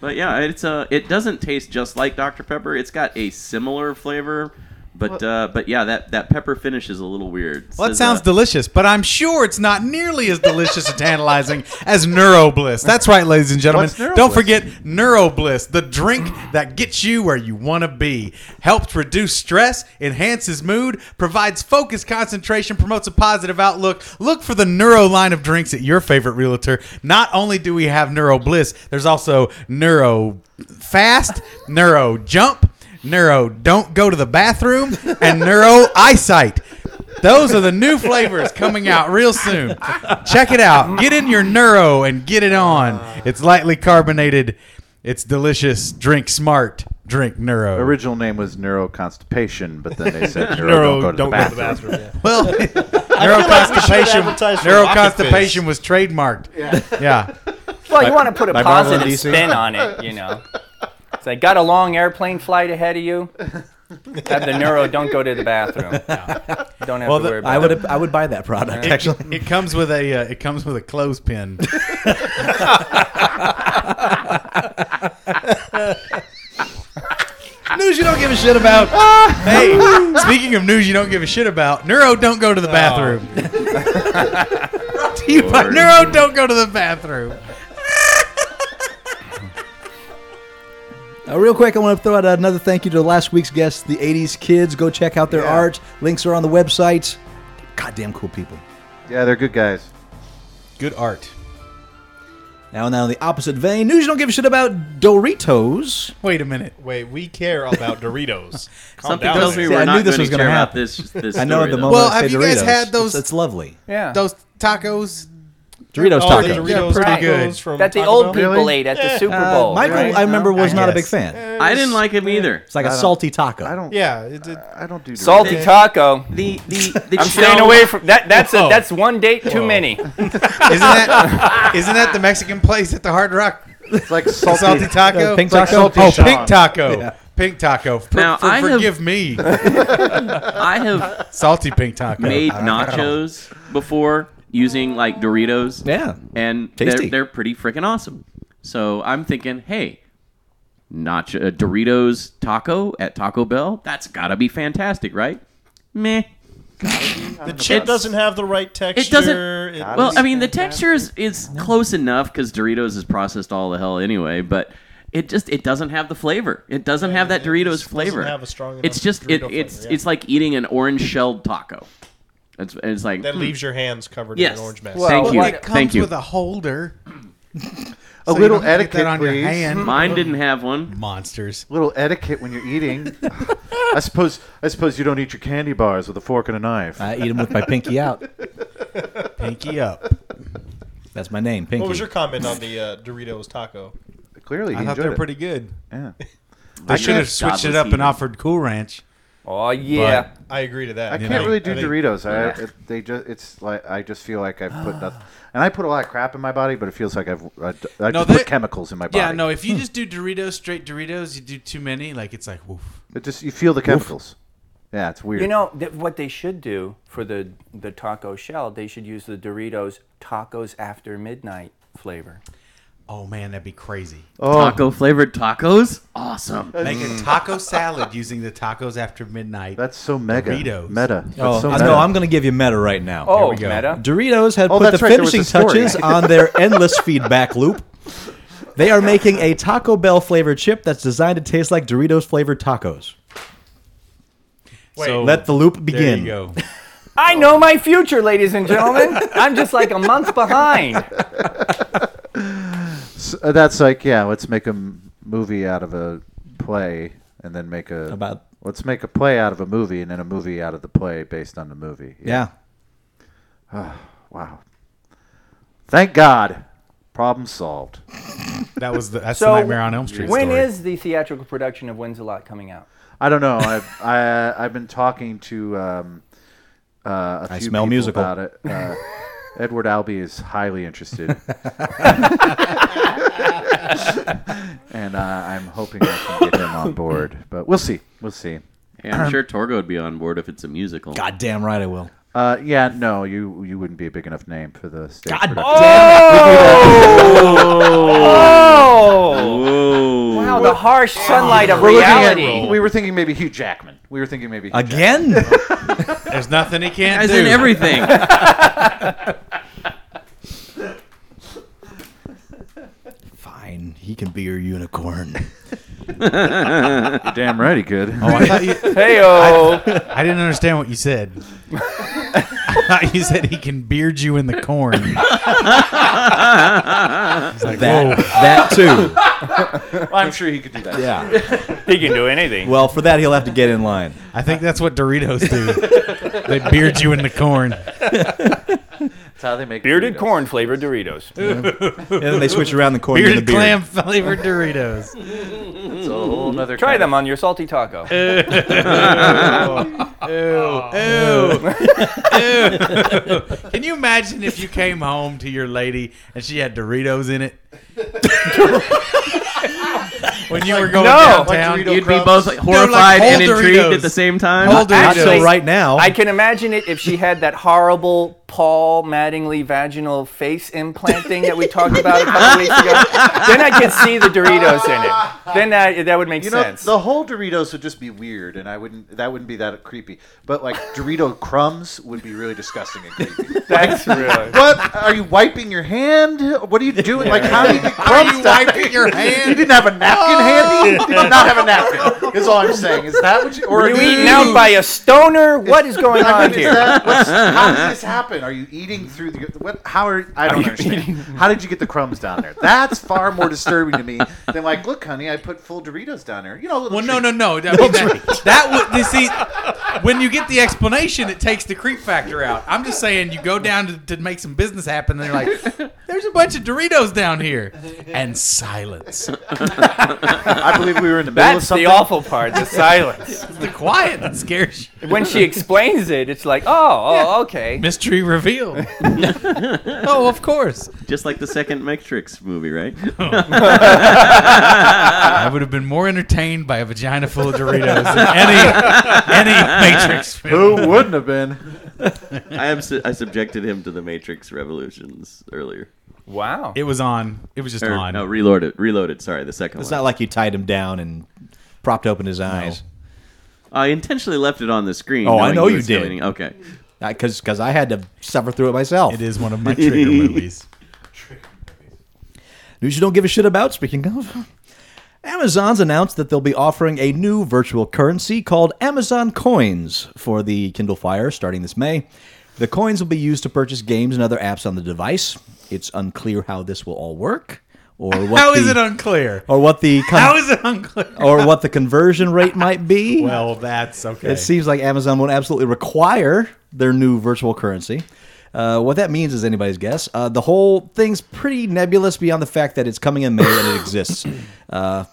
Speaker 7: But yeah, it's uh, it doesn't taste just like Dr Pepper. It's got a similar flavor, but uh, but yeah, that that pepper finish is a little weird.
Speaker 3: Well, that
Speaker 7: Says,
Speaker 3: sounds
Speaker 7: uh,
Speaker 3: delicious, but I'm sure it's not nearly as delicious and tantalizing as NeuroBliss. That's right, ladies and gentlemen.
Speaker 4: What's Neurobliss?
Speaker 3: Don't forget NeuroBliss, the drink that gets you where you want to be. Helps reduce stress, enhances mood, provides focus, concentration, promotes a positive outlook. Look for the Neuro line of drinks at your favorite realtor. Not only do we have NeuroBliss, there's also Neuro Fast, Neuro Jump, Neuro Don't Go to the Bathroom, and Neuro Eyesight. Those are the new flavors coming out real soon. Check it out. Get in your neuro and get it on. It's lightly carbonated. It's delicious. Drink smart. Drink neuro.
Speaker 4: Original name was neuroconstipation, but then they said neuro,
Speaker 5: Neuro,
Speaker 4: don't go to the bathroom.
Speaker 5: bathroom.
Speaker 3: *laughs* well, neuroconstipation. neuroconstipation was trademarked. Yeah.
Speaker 6: Well, you want to put a
Speaker 5: by Marvel and
Speaker 6: positive
Speaker 5: DC.
Speaker 6: spin on it, you know. It's like got a long airplane flight ahead of you. Have the neuro. Don't go to the bathroom.
Speaker 3: *laughs*
Speaker 6: Don't have
Speaker 3: Well,
Speaker 6: to
Speaker 3: the-
Speaker 6: worry about
Speaker 10: I would I would buy that product actually.
Speaker 3: It comes with a. Uh, it comes with a *laughs* clothespin.
Speaker 10: News you don't give a shit about.
Speaker 3: hey, speaking of news you don't give a shit about, neuro don't go to the *laughs* bathroom. Brought to you by
Speaker 7: Lord.
Speaker 3: neuro don't go to the bathroom.
Speaker 10: Uh, real quick, I want to throw out another thank you to last week's guest, the '80s Kids. Go check out their art. Links are on the website. Goddamn cool people.
Speaker 4: Yeah, they're good guys.
Speaker 3: Good art.
Speaker 10: Now, now, in the opposite vein, news you don't give a shit about Doritos.
Speaker 3: Wait a minute.
Speaker 5: Wait, we care about Doritos. Calm
Speaker 7: something
Speaker 5: down
Speaker 7: tells
Speaker 5: there.
Speaker 7: me
Speaker 10: See,
Speaker 7: we're
Speaker 10: I knew
Speaker 7: not
Speaker 10: this
Speaker 7: going
Speaker 10: was
Speaker 7: to
Speaker 10: gonna
Speaker 7: care about
Speaker 10: happen.
Speaker 7: this. This
Speaker 10: *laughs* I know
Speaker 7: story,
Speaker 10: at the
Speaker 7: though.
Speaker 10: moment.
Speaker 3: Well,
Speaker 10: I say
Speaker 3: have you guys
Speaker 10: Doritos.
Speaker 3: had
Speaker 10: It's-
Speaker 3: those-
Speaker 10: It's, lovely. Oh,
Speaker 6: Yeah.
Speaker 3: Those tacos.
Speaker 10: Doritos
Speaker 5: All the
Speaker 10: tacos.
Speaker 5: Doritos
Speaker 3: Yeah, pretty
Speaker 5: tacos
Speaker 3: good.
Speaker 5: From
Speaker 6: that the
Speaker 5: Taco
Speaker 6: old
Speaker 5: Bell?
Speaker 6: people ate at the Super
Speaker 10: Uh,
Speaker 6: Bowl.
Speaker 10: Michael,
Speaker 6: right?
Speaker 10: I remember was
Speaker 3: I
Speaker 10: not a
Speaker 3: guess.
Speaker 10: big fan.
Speaker 7: I didn't like him either.
Speaker 10: It's like a
Speaker 4: don't-
Speaker 10: salty taco.
Speaker 4: I don't.
Speaker 5: Yeah, it, it,
Speaker 4: I don't do
Speaker 6: Salty
Speaker 4: Doritos.
Speaker 6: taco.
Speaker 7: The the the
Speaker 6: I'm staying
Speaker 7: shell-
Speaker 6: away from that. That's
Speaker 3: Oh.
Speaker 6: a,
Speaker 5: Whoa.
Speaker 6: that's one date too many.
Speaker 3: *laughs* Isn't that *laughs* isn't that the Mexican place at the Hard Rock?
Speaker 4: It's
Speaker 3: *laughs*
Speaker 4: like
Speaker 3: The
Speaker 4: salty,
Speaker 3: salty taco.
Speaker 10: Pink
Speaker 3: It's like
Speaker 10: taco?
Speaker 3: salty- Oh,
Speaker 4: Sean.
Speaker 3: pink taco. Pink taco. For,
Speaker 7: Now,
Speaker 3: for-
Speaker 7: I have-
Speaker 3: forgive me.
Speaker 7: I have
Speaker 3: Salty pink taco.
Speaker 7: made *laughs* nachos before using like Doritos.
Speaker 10: Yeah.
Speaker 7: and they're,
Speaker 10: Tasty.
Speaker 7: they're pretty freaking awesome. So I'm thinking, hey, nacho uh, Doritos taco at Taco Bell. That's gotta be fantastic, right? Meh.
Speaker 5: the chip doesn't have the right texture.
Speaker 7: It doesn't.
Speaker 5: It-
Speaker 7: well, I mean, the texture is, is close enough because Doritos is processed all the hell anyway, but. It just it doesn't have the flavor. It doesn't have that
Speaker 5: it
Speaker 7: Doritos
Speaker 5: just doesn't
Speaker 7: flavor.
Speaker 5: have a strong enough
Speaker 7: it's just it,
Speaker 5: Dorito
Speaker 7: it's
Speaker 5: flavor, yeah.
Speaker 7: it's like eating an orange shelled taco. It's it's like
Speaker 5: that
Speaker 7: hmm,
Speaker 5: leaves your hands covered
Speaker 7: yes.
Speaker 5: in an orange mess.
Speaker 7: Thank
Speaker 6: Well,
Speaker 7: you.
Speaker 3: It Oh, comes
Speaker 7: Thank you.
Speaker 3: with a holder.
Speaker 4: A
Speaker 3: so you
Speaker 4: little
Speaker 3: don't have to get
Speaker 4: etiquette,
Speaker 3: that on
Speaker 4: please.
Speaker 3: your hand.
Speaker 7: Mine didn't have one.
Speaker 3: Monsters.
Speaker 4: *laughs* little etiquette when you're eating. *laughs* I suppose. I suppose you don't eat your candy bars with a fork and a knife.
Speaker 10: I eat them with my pinky out.
Speaker 3: Pinky up.
Speaker 10: That's my name, Pinky.
Speaker 5: What was your comment on the uh, Doritos taco?
Speaker 4: Clearly, he
Speaker 3: I thought
Speaker 4: enjoyed
Speaker 3: they were
Speaker 4: it.
Speaker 3: pretty good.
Speaker 4: Yeah.
Speaker 3: I should have switched it up
Speaker 7: Godless
Speaker 3: and offered Cool Ranch.
Speaker 6: Oh yeah.
Speaker 5: I agree to that.
Speaker 4: I
Speaker 5: You
Speaker 4: can't
Speaker 5: know,
Speaker 4: really do
Speaker 5: I think-
Speaker 4: Doritos. I, it, they just. It's like I just feel like I've put nothing. And I put a lot of crap in my body, but it feels like I've I,
Speaker 3: No,
Speaker 4: I just
Speaker 3: they-
Speaker 4: put chemicals in my body.
Speaker 3: Yeah, no. If
Speaker 4: *laughs*
Speaker 3: you just do Doritos, straight Doritos, you do too many. Like it's like woof.
Speaker 4: It just you feel the chemicals. Yeah, it's weird.
Speaker 6: You know th- what they should do for the the taco shell? They should use the Doritos tacos after midnight flavor.
Speaker 3: Oh man, that'd be crazy.
Speaker 4: Oh.
Speaker 10: Oh.
Speaker 7: Taco flavored tacos? Awesome.
Speaker 3: Make a taco salad using the tacos after midnight.
Speaker 4: that's so mega
Speaker 3: Doritos.
Speaker 4: meta. That's
Speaker 10: Oh,
Speaker 4: so
Speaker 10: I-
Speaker 4: meta.
Speaker 10: no, I'm going to give you meta right now.
Speaker 6: Oh,
Speaker 3: we go.
Speaker 6: meta.
Speaker 10: Doritos had
Speaker 4: Oh,
Speaker 10: put the
Speaker 4: that's right, there was
Speaker 10: finishing
Speaker 4: a story. *laughs*
Speaker 10: touches on their endless feedback loop. They are making a Taco Bell flavored chip that's designed to taste like Doritos flavored tacos.
Speaker 5: Wait,
Speaker 3: So-
Speaker 10: Let the loop
Speaker 3: there
Speaker 10: begin.
Speaker 3: you go.
Speaker 6: I know my future, ladies and gentlemen. I'm just like a month behind.
Speaker 4: S- uh, that's like yeah. Let's make a m- movie out of a play, and then make a
Speaker 10: About-
Speaker 4: Let's make a play out of a movie, and then a movie out of the play based on the movie.
Speaker 10: Yeah.
Speaker 4: Wow. Thank God. Problem solved.
Speaker 3: That was the,
Speaker 4: *laughs*
Speaker 3: that's
Speaker 6: So
Speaker 3: the Nightmare on Elm Street
Speaker 6: When
Speaker 3: story.
Speaker 6: is the theatrical production of When's a Lot coming out?
Speaker 4: I don't know. I've *laughs* I, I've been talking to um, uh, a few
Speaker 10: smell
Speaker 4: people
Speaker 10: musical.
Speaker 4: about it.
Speaker 10: *laughs*
Speaker 4: Uh, Edward Albee is highly interested, and uh, I'm hoping I can get him on board. But we'll see. We'll see.
Speaker 7: Hey, I'm sure Torgo would be on board if it's a musical.
Speaker 10: God damn right I will.
Speaker 4: Uh, yeah, no, you you wouldn't be a big enough name for the stage.
Speaker 10: God
Speaker 4: production.
Speaker 6: Oh!
Speaker 7: Whoa.
Speaker 6: Wow, the harsh sunlight of
Speaker 4: We're looking at-
Speaker 6: reality.
Speaker 4: we were thinking maybe Hugh Jackman. We were thinking maybe Hugh Jackman.
Speaker 10: Again?
Speaker 3: There's nothing he can't
Speaker 7: As
Speaker 3: do.
Speaker 7: in everything.
Speaker 10: Fine. He can be your unicorn.
Speaker 4: You're damn right he could.
Speaker 3: Oh, I, thought you,
Speaker 6: Hey, oh.
Speaker 3: I didn't understand what you said. I thought you said he can beard you in the corn. It's like,
Speaker 10: That,
Speaker 3: whoa.
Speaker 10: that too.
Speaker 4: *laughs* I'm sure he could do that.
Speaker 10: Yeah.
Speaker 6: He can do anything.
Speaker 10: Well, for that, he'll have to get in line.
Speaker 3: I think that's what Doritos do. they beard you in the corn.
Speaker 4: That's how they make
Speaker 6: Bearded
Speaker 4: burritos.
Speaker 6: corn flavored Doritos.
Speaker 10: And then they switch around the corner to the
Speaker 3: Bearded
Speaker 10: beard.
Speaker 3: clam flavored Doritos.
Speaker 4: It's a whole nother
Speaker 6: Try
Speaker 4: kind
Speaker 6: them on your salty taco.
Speaker 3: Can you imagine if you came home to your lady and she had Doritos in it? when you were going
Speaker 6: no.
Speaker 3: downtown,
Speaker 5: Like Dorito
Speaker 7: *laughs* You'd be
Speaker 5: crumbs.
Speaker 7: both horrified
Speaker 3: whole
Speaker 7: and intrigued
Speaker 3: Doritos.
Speaker 7: at the same time.
Speaker 3: Whole Doritos.
Speaker 10: Not till right now.
Speaker 6: I can imagine it if she had that horrible Paul Mattingly vaginal face implant thing that we talked about a couple weeks ago. Then I could see the Doritos in it. Then that, that would make
Speaker 4: You know,
Speaker 6: sense.
Speaker 4: the whole Doritos would just be weird, and I wouldn't. That wouldn't be that creepy. But like Dorito crumbs would be really disgusting and creepy.
Speaker 6: That's
Speaker 4: *laughs*
Speaker 6: really.
Speaker 4: what are you wiping your hand? What are you doing? Like how do you get crumbs? Are you wiping your hand? You didn't have a napkin handy. You did not have a napkin. Is all I'm saying. Is that what you? Or
Speaker 6: Were you eaten out by a stoner? What is going
Speaker 4: I *laughs*
Speaker 6: on
Speaker 4: mean, *laughs* is
Speaker 6: here?
Speaker 4: that, what's, how did this happen? Are you eating through the? What? How are? I don't understand. How did you get the crumbs down there? That's far more disturbing to me than like, look, honey, I put full Doritos down there. You know, a little
Speaker 3: Well, no,
Speaker 4: treat.
Speaker 3: no, no. I mean, that, *laughs* that would you see when you get the explanation, it takes the creep factor out. I'm just saying, you go down to, to make some business happen, and they're like, "There's a bunch of Doritos down here," and silence,
Speaker 4: I believe we were in the middle of
Speaker 6: That's
Speaker 4: something.
Speaker 6: the awful part, the silence.
Speaker 3: the quiet that scares you.
Speaker 6: When she explains it, it's like, oh, oh, okay.
Speaker 3: Mystery revealed. *laughs* oh, of course.
Speaker 10: Uh,
Speaker 7: Just like the second Matrix movie, *laughs* right?
Speaker 3: I would have been more entertained by a vagina full of Doritos than any any Matrix film.
Speaker 4: Who wouldn't have been?
Speaker 7: I am su- I subjected him to the Matrix Revolutions earlier.
Speaker 6: Wow.
Speaker 3: It was on. It was just
Speaker 7: Or,
Speaker 3: on.
Speaker 7: no, reloaded. Reloaded. Sorry, the second
Speaker 10: It's
Speaker 7: one.
Speaker 10: not like you tied him down and propped open his eyes.
Speaker 7: I intentionally left it on the screen.
Speaker 10: Oh, I
Speaker 7: knowing
Speaker 10: know
Speaker 7: he
Speaker 10: you
Speaker 7: was
Speaker 10: did.
Speaker 7: coming in. Okay.
Speaker 10: Because I had to suffer through it myself.
Speaker 3: It is one of my trigger movies.
Speaker 10: News you don't give a shit about, speaking of. Amazon's announced that they'll be offering a new virtual currency called Amazon Coins for the Kindle Fire starting this May. The coins will be used to purchase games and other apps on the device. It's unclear how this will all work or what
Speaker 3: How
Speaker 10: the,
Speaker 3: is it unclear?
Speaker 10: or what the
Speaker 3: *laughs*
Speaker 10: con-
Speaker 3: How is it unclear?
Speaker 10: or what the conversion rate might be.
Speaker 3: Well, that's okay.
Speaker 10: It seems like Amazon won't absolutely require their new virtual currency. Uh, what that means is anybody's guess. Uh, the whole thing's pretty nebulous beyond the fact that it's coming in May and it exists. Uh,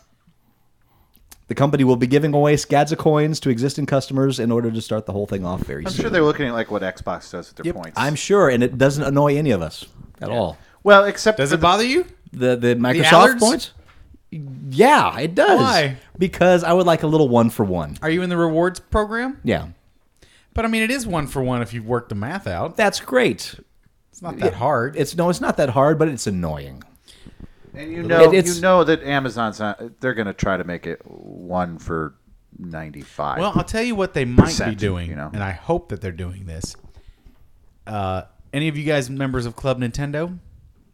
Speaker 10: the company will be giving away Skadza coins to existing customers in order to start the whole thing off very
Speaker 4: I'm
Speaker 10: soon.
Speaker 4: sure they're looking at like what Xbox does with their points.
Speaker 10: I'm sure, and it doesn't annoy any of us at all.
Speaker 4: well, except
Speaker 3: Does
Speaker 4: for
Speaker 3: it bother you?
Speaker 10: The the Microsoft
Speaker 3: Allards?
Speaker 10: points. Yeah, it does.
Speaker 3: Why?
Speaker 10: Because I would like a little one for one.
Speaker 3: Are you in the rewards program?
Speaker 10: Yeah,
Speaker 3: But I mean, it is one for one if you work the math out.
Speaker 10: that's great.
Speaker 3: It's not that hard.
Speaker 10: It's no, it's not that hard, but it's annoying.
Speaker 4: the- and you know,
Speaker 10: It- it's-
Speaker 4: you know that Amazon's not. They're going to try to make it one for ninety-five.
Speaker 3: well, I'll tell you what they might be
Speaker 4: Percent,
Speaker 3: doing,
Speaker 4: you know.
Speaker 3: and I hope that they're doing this. Uh, any of you guys members of Club Nintendo?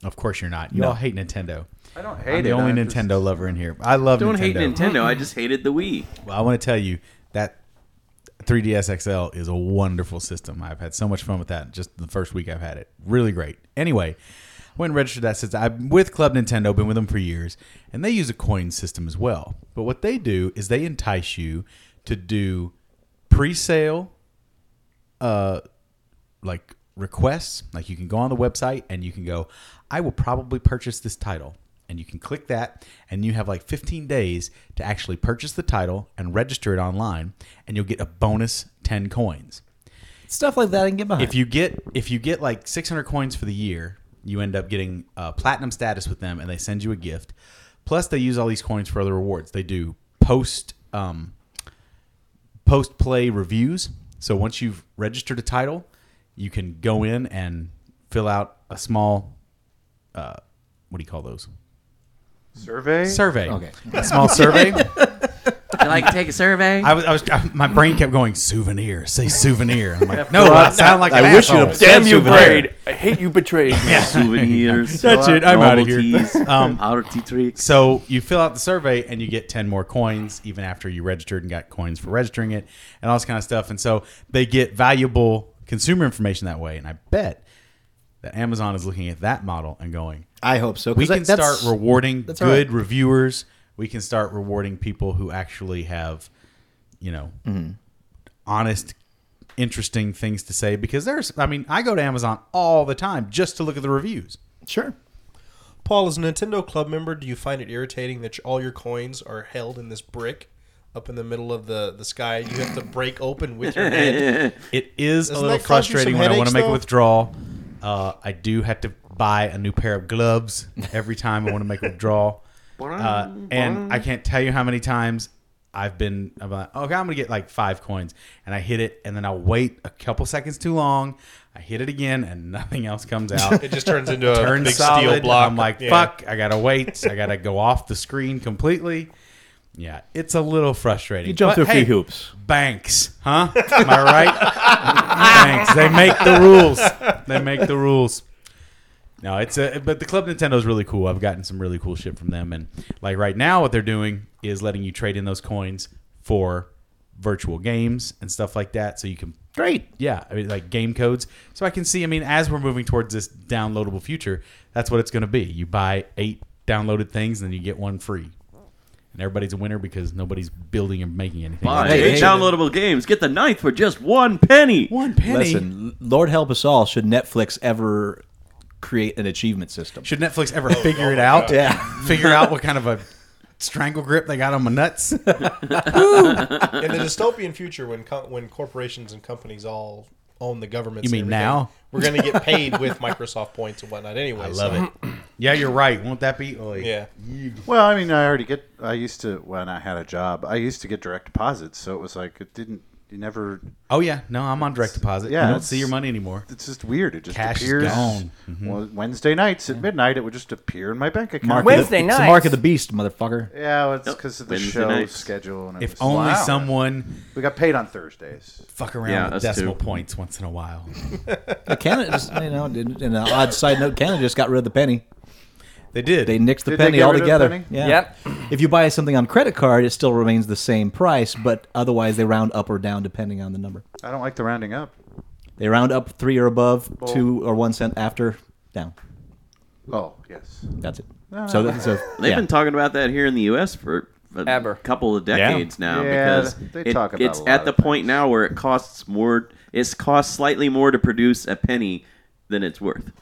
Speaker 3: Of course you're not. You all hate Nintendo.
Speaker 4: I don't hate
Speaker 3: I'm the
Speaker 4: it.
Speaker 3: only
Speaker 4: I just-
Speaker 3: Nintendo lover in here. I love
Speaker 7: Don't
Speaker 3: Nintendo.
Speaker 7: hate Nintendo. I just hated the Wii.
Speaker 3: Well, I want to tell you that 3DS XL is a wonderful system. I've had so much fun with that. Just the first week I've had it, really great. Anyway, went and registered that system. I'm with Club Nintendo, been with them for years, and they use a coin system as well. But what they do is they entice you to do pre-sale like requests. Like you can go on the website and you can go, I will probably purchase this title. And you can click that, and you have like 15 days to actually purchase the title and register it online, and you'll get a bonus 10 coins.
Speaker 10: Stuff like that I can get behind.
Speaker 3: If you get if you get like 600 coins for the year, you end up getting uh, platinum status with them, and they send you a gift. Plus, they use all these coins for other rewards. They do post um, post play reviews. So once you've registered a title, you can go in and fill out a small uh, what do you call those
Speaker 4: Survey?
Speaker 3: survey? Okay, a small survey.
Speaker 7: I like to take a survey.
Speaker 3: I was, I was my brain kept going souvenir. Say souvenir. I'm like, no, I sound like an
Speaker 10: I wish you'd
Speaker 3: asshole.
Speaker 10: have
Speaker 6: Damn you,
Speaker 10: Souvenir. *laughs*
Speaker 6: Braid! I hate you, betrayed. me.
Speaker 7: Souvenirs.
Speaker 3: That's it, I'm outta here. *laughs*
Speaker 7: novelties,
Speaker 3: Um,
Speaker 7: oddity tricks.
Speaker 3: So you fill out the survey and you get 10 more coins even after you registered and got coins for registering it and all this kind of stuff. And so they get valuable consumer information that way. And I bet that Amazon is looking at that model and going,
Speaker 10: I hope so. Oh, 'cause
Speaker 3: we
Speaker 10: that-
Speaker 3: can
Speaker 10: that's-
Speaker 3: start rewarding
Speaker 10: that's
Speaker 3: good
Speaker 10: all right.
Speaker 3: reviewers. We can start rewarding people who actually have, you know,
Speaker 10: Mm-hmm.
Speaker 3: honest, interesting things to say because there's, I mean, I go to Amazon all the time just to look at the reviews.
Speaker 10: Sure.
Speaker 5: Paul, as a Nintendo Club member, do you find it irritating that all your coins are held in this brick up in the middle of the, the sky? You have to break open with your hand.
Speaker 3: It is
Speaker 5: Doesn't
Speaker 3: a little
Speaker 5: that cause you
Speaker 3: frustrating
Speaker 5: some
Speaker 3: when I want
Speaker 5: headaches,
Speaker 3: to make a
Speaker 5: though?
Speaker 3: withdrawal. Uh, I do have to buy a new pair of gloves every time I want to make
Speaker 5: *laughs*
Speaker 3: a withdrawal. Uh, and I can't tell you how many times I've been I'm like, okay, I'm gonna get like five coins, and I hit it, and then I'll wait a couple seconds too long. I hit it again, and *laughs* nothing else comes out.
Speaker 5: It just turns into a
Speaker 3: Turn
Speaker 5: big
Speaker 3: solid.
Speaker 5: steel block.
Speaker 3: I'm like,
Speaker 5: Yeah.
Speaker 3: fuck, I gotta wait. I gotta go off the screen completely. Yeah, it's a little frustrating.
Speaker 10: You
Speaker 3: But
Speaker 10: jump through a few
Speaker 3: hey,
Speaker 10: hoops.
Speaker 3: Banks, huh? Am I right? *laughs* banks. They make the rules. They make the rules. No, it's a but the Club Nintendo is really cool. I've gotten some really cool shit from them, and like right now, what they're doing is letting you trade in those coins for virtual games and stuff like that, so you can
Speaker 10: Great.
Speaker 3: yeah, I mean, like game codes. So I can see. I mean, as we're moving towards this downloadable future, that's what it's going to be. You buy eight downloaded things, and then you get one free, and everybody's a winner because nobody's building and making anything.
Speaker 7: Buy
Speaker 10: Hey,
Speaker 7: eight
Speaker 10: hey.
Speaker 7: downloadable games. Get the ninth for just one penny.
Speaker 3: One penny.
Speaker 10: Listen, Lord help us all. Should Netflix ever create an achievement system?
Speaker 3: Should Netflix
Speaker 10: Oh,
Speaker 3: ever figure it out?
Speaker 10: Yeah.
Speaker 3: figure out what kind of a strangle grip they got on my nuts.
Speaker 5: In the dystopian future, when co- when corporations and companies all own the government,
Speaker 3: You mean now?
Speaker 5: We're going to get paid with Microsoft points and whatnot. Anyway, I love it.
Speaker 3: yeah, you're right. Won't that be? Like,
Speaker 5: Yeah,
Speaker 4: Well, I mean, I already get. I used to when I had a job. I used to get direct deposits, so it was like it didn't. You never.
Speaker 3: Oh yeah. No, I'm on direct deposit.
Speaker 4: Yeah,
Speaker 3: Yeah, you don't
Speaker 4: it's-
Speaker 3: see your money anymore.
Speaker 4: It's just weird. It just
Speaker 3: Cash is
Speaker 4: appears.
Speaker 3: gone. Mm-hmm.
Speaker 4: Well, Wednesday nights at midnight, it would just appear in my bank account.
Speaker 6: Wednesday
Speaker 10: It's the
Speaker 6: night.
Speaker 10: mark of the beast, motherfucker.
Speaker 4: Yeah, well, it's because of the
Speaker 7: Wednesday
Speaker 4: show
Speaker 7: nights.
Speaker 4: schedule. And it
Speaker 3: If
Speaker 4: was-
Speaker 3: only
Speaker 4: Wow.
Speaker 3: someone
Speaker 4: we got paid on Thursdays.
Speaker 3: fuck around
Speaker 7: Yeah,
Speaker 3: with
Speaker 7: us
Speaker 3: decimal
Speaker 7: too.
Speaker 3: points once in a while.
Speaker 10: But Canada, just, you know, in an odd side note, Canada just got rid of the penny.
Speaker 3: They did.
Speaker 10: They nixed the
Speaker 4: Did they
Speaker 10: penny
Speaker 4: get rid of the
Speaker 10: altogether.
Speaker 4: penny?
Speaker 10: Yeah.
Speaker 6: Yep.
Speaker 10: If you buy something on credit card, it still remains the same price, but otherwise they round up or down depending on the number.
Speaker 4: I don't like the rounding up.
Speaker 10: They round up three or above, two or one cent after, down.
Speaker 4: Oh yes.
Speaker 10: That's it. So that's a
Speaker 7: They've
Speaker 10: yeah.
Speaker 7: been talking about that here in the U.S. for a
Speaker 6: Ever.
Speaker 7: couple of decades now
Speaker 4: Yeah,
Speaker 7: because
Speaker 4: they
Speaker 7: it-
Speaker 4: talk about
Speaker 7: it's
Speaker 4: a lot
Speaker 7: at the
Speaker 4: of
Speaker 7: point now where it costs more. It's cost slightly more to produce a penny than it's worth.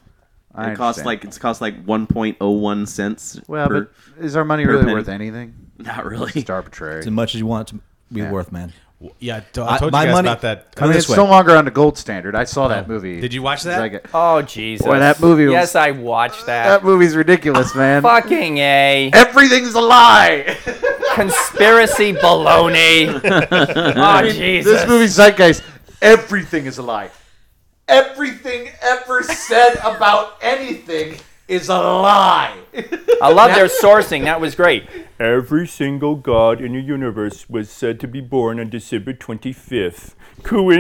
Speaker 4: I
Speaker 7: it costs
Speaker 4: understand.
Speaker 7: like it's cost like 1.01 cents.
Speaker 4: Well,
Speaker 7: per,
Speaker 4: but is our money
Speaker 7: per
Speaker 4: really
Speaker 7: penny.
Speaker 4: worth anything?
Speaker 7: *laughs* not really.
Speaker 4: It's arbitrary.
Speaker 10: as much as you want it to be worth, man.
Speaker 3: yeah, I to- I
Speaker 10: I-
Speaker 3: told
Speaker 10: my
Speaker 3: you guys
Speaker 10: money-
Speaker 3: about that.
Speaker 10: I
Speaker 4: I mean,
Speaker 10: this
Speaker 4: it's
Speaker 10: way.
Speaker 4: no longer on the gold standard. I saw
Speaker 7: Oh.
Speaker 4: that movie.
Speaker 3: Did you watch
Speaker 4: It's
Speaker 3: that?
Speaker 4: like a-
Speaker 6: Oh Jesus!
Speaker 4: Boy, that movie was-
Speaker 6: Yes, I watched that.
Speaker 4: that movie's ridiculous,
Speaker 7: Oh,
Speaker 4: man.
Speaker 6: Fucking a
Speaker 4: Everything's a lie.
Speaker 6: conspiracy baloney. *laughs* oh Jesus!
Speaker 4: This movie Zeitgeist, everything is a lie. Everything ever said about anything is a lie.
Speaker 6: I love their sourcing. That was great. Every single god in the universe was said to be born on December 25th.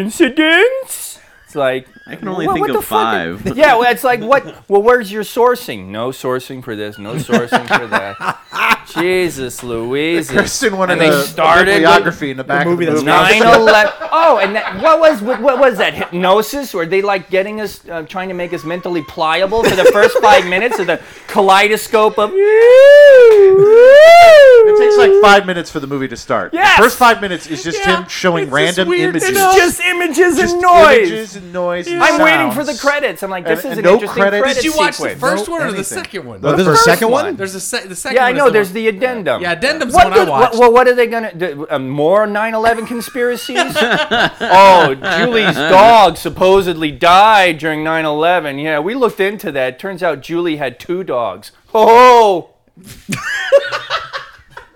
Speaker 6: Coincidence? It's like
Speaker 7: I can only
Speaker 6: what-
Speaker 7: think
Speaker 6: what
Speaker 7: of
Speaker 6: the
Speaker 4: *laughs*
Speaker 6: fuck-
Speaker 7: five.
Speaker 6: yeah, well, it's like what? Well, where's your sourcing? No sourcing for this. No sourcing for that. *laughs* Jesus Louise.
Speaker 4: Kristen wanted
Speaker 6: and they
Speaker 4: a
Speaker 6: started with
Speaker 4: bibliography in the back
Speaker 10: movie
Speaker 4: of the
Speaker 10: that's
Speaker 4: movie.
Speaker 6: 9 11. Oh, and that, what was what was that hypnosis? Were they like getting us, uh, trying to make us mentally pliable for the first five minutes of the kaleidoscope of.
Speaker 4: It takes like five minutes for the movie to start.
Speaker 6: Yes!
Speaker 4: The first five minutes is just him showing random images.
Speaker 6: It's just images
Speaker 4: Just
Speaker 6: and noise.
Speaker 4: images and noise. and
Speaker 6: I'm waiting for the
Speaker 4: sounds.
Speaker 6: credits. I'm like, this
Speaker 4: And-
Speaker 6: is
Speaker 4: and
Speaker 6: an
Speaker 4: no
Speaker 6: interesting
Speaker 4: credits.
Speaker 6: credit
Speaker 4: Did
Speaker 3: Did you watch the
Speaker 6: sequence.
Speaker 3: first one or the
Speaker 4: anything.
Speaker 3: second one?
Speaker 10: there's a
Speaker 4: first
Speaker 10: second one?
Speaker 3: Oh, There's a se- the second.
Speaker 6: Yeah, I
Speaker 3: one is
Speaker 6: know. There's
Speaker 3: one-
Speaker 6: the addendum.
Speaker 3: Yeah, addendum's
Speaker 6: What
Speaker 3: the one
Speaker 6: did-
Speaker 3: I watched.
Speaker 6: What, well, what are they gonna do? Uh, more 9/11
Speaker 3: *laughs*
Speaker 6: conspiracies? oh, Julie's dog supposedly died during 9/11. Yeah, we looked into that. Turns out Julie had two dogs. Oh. *laughs*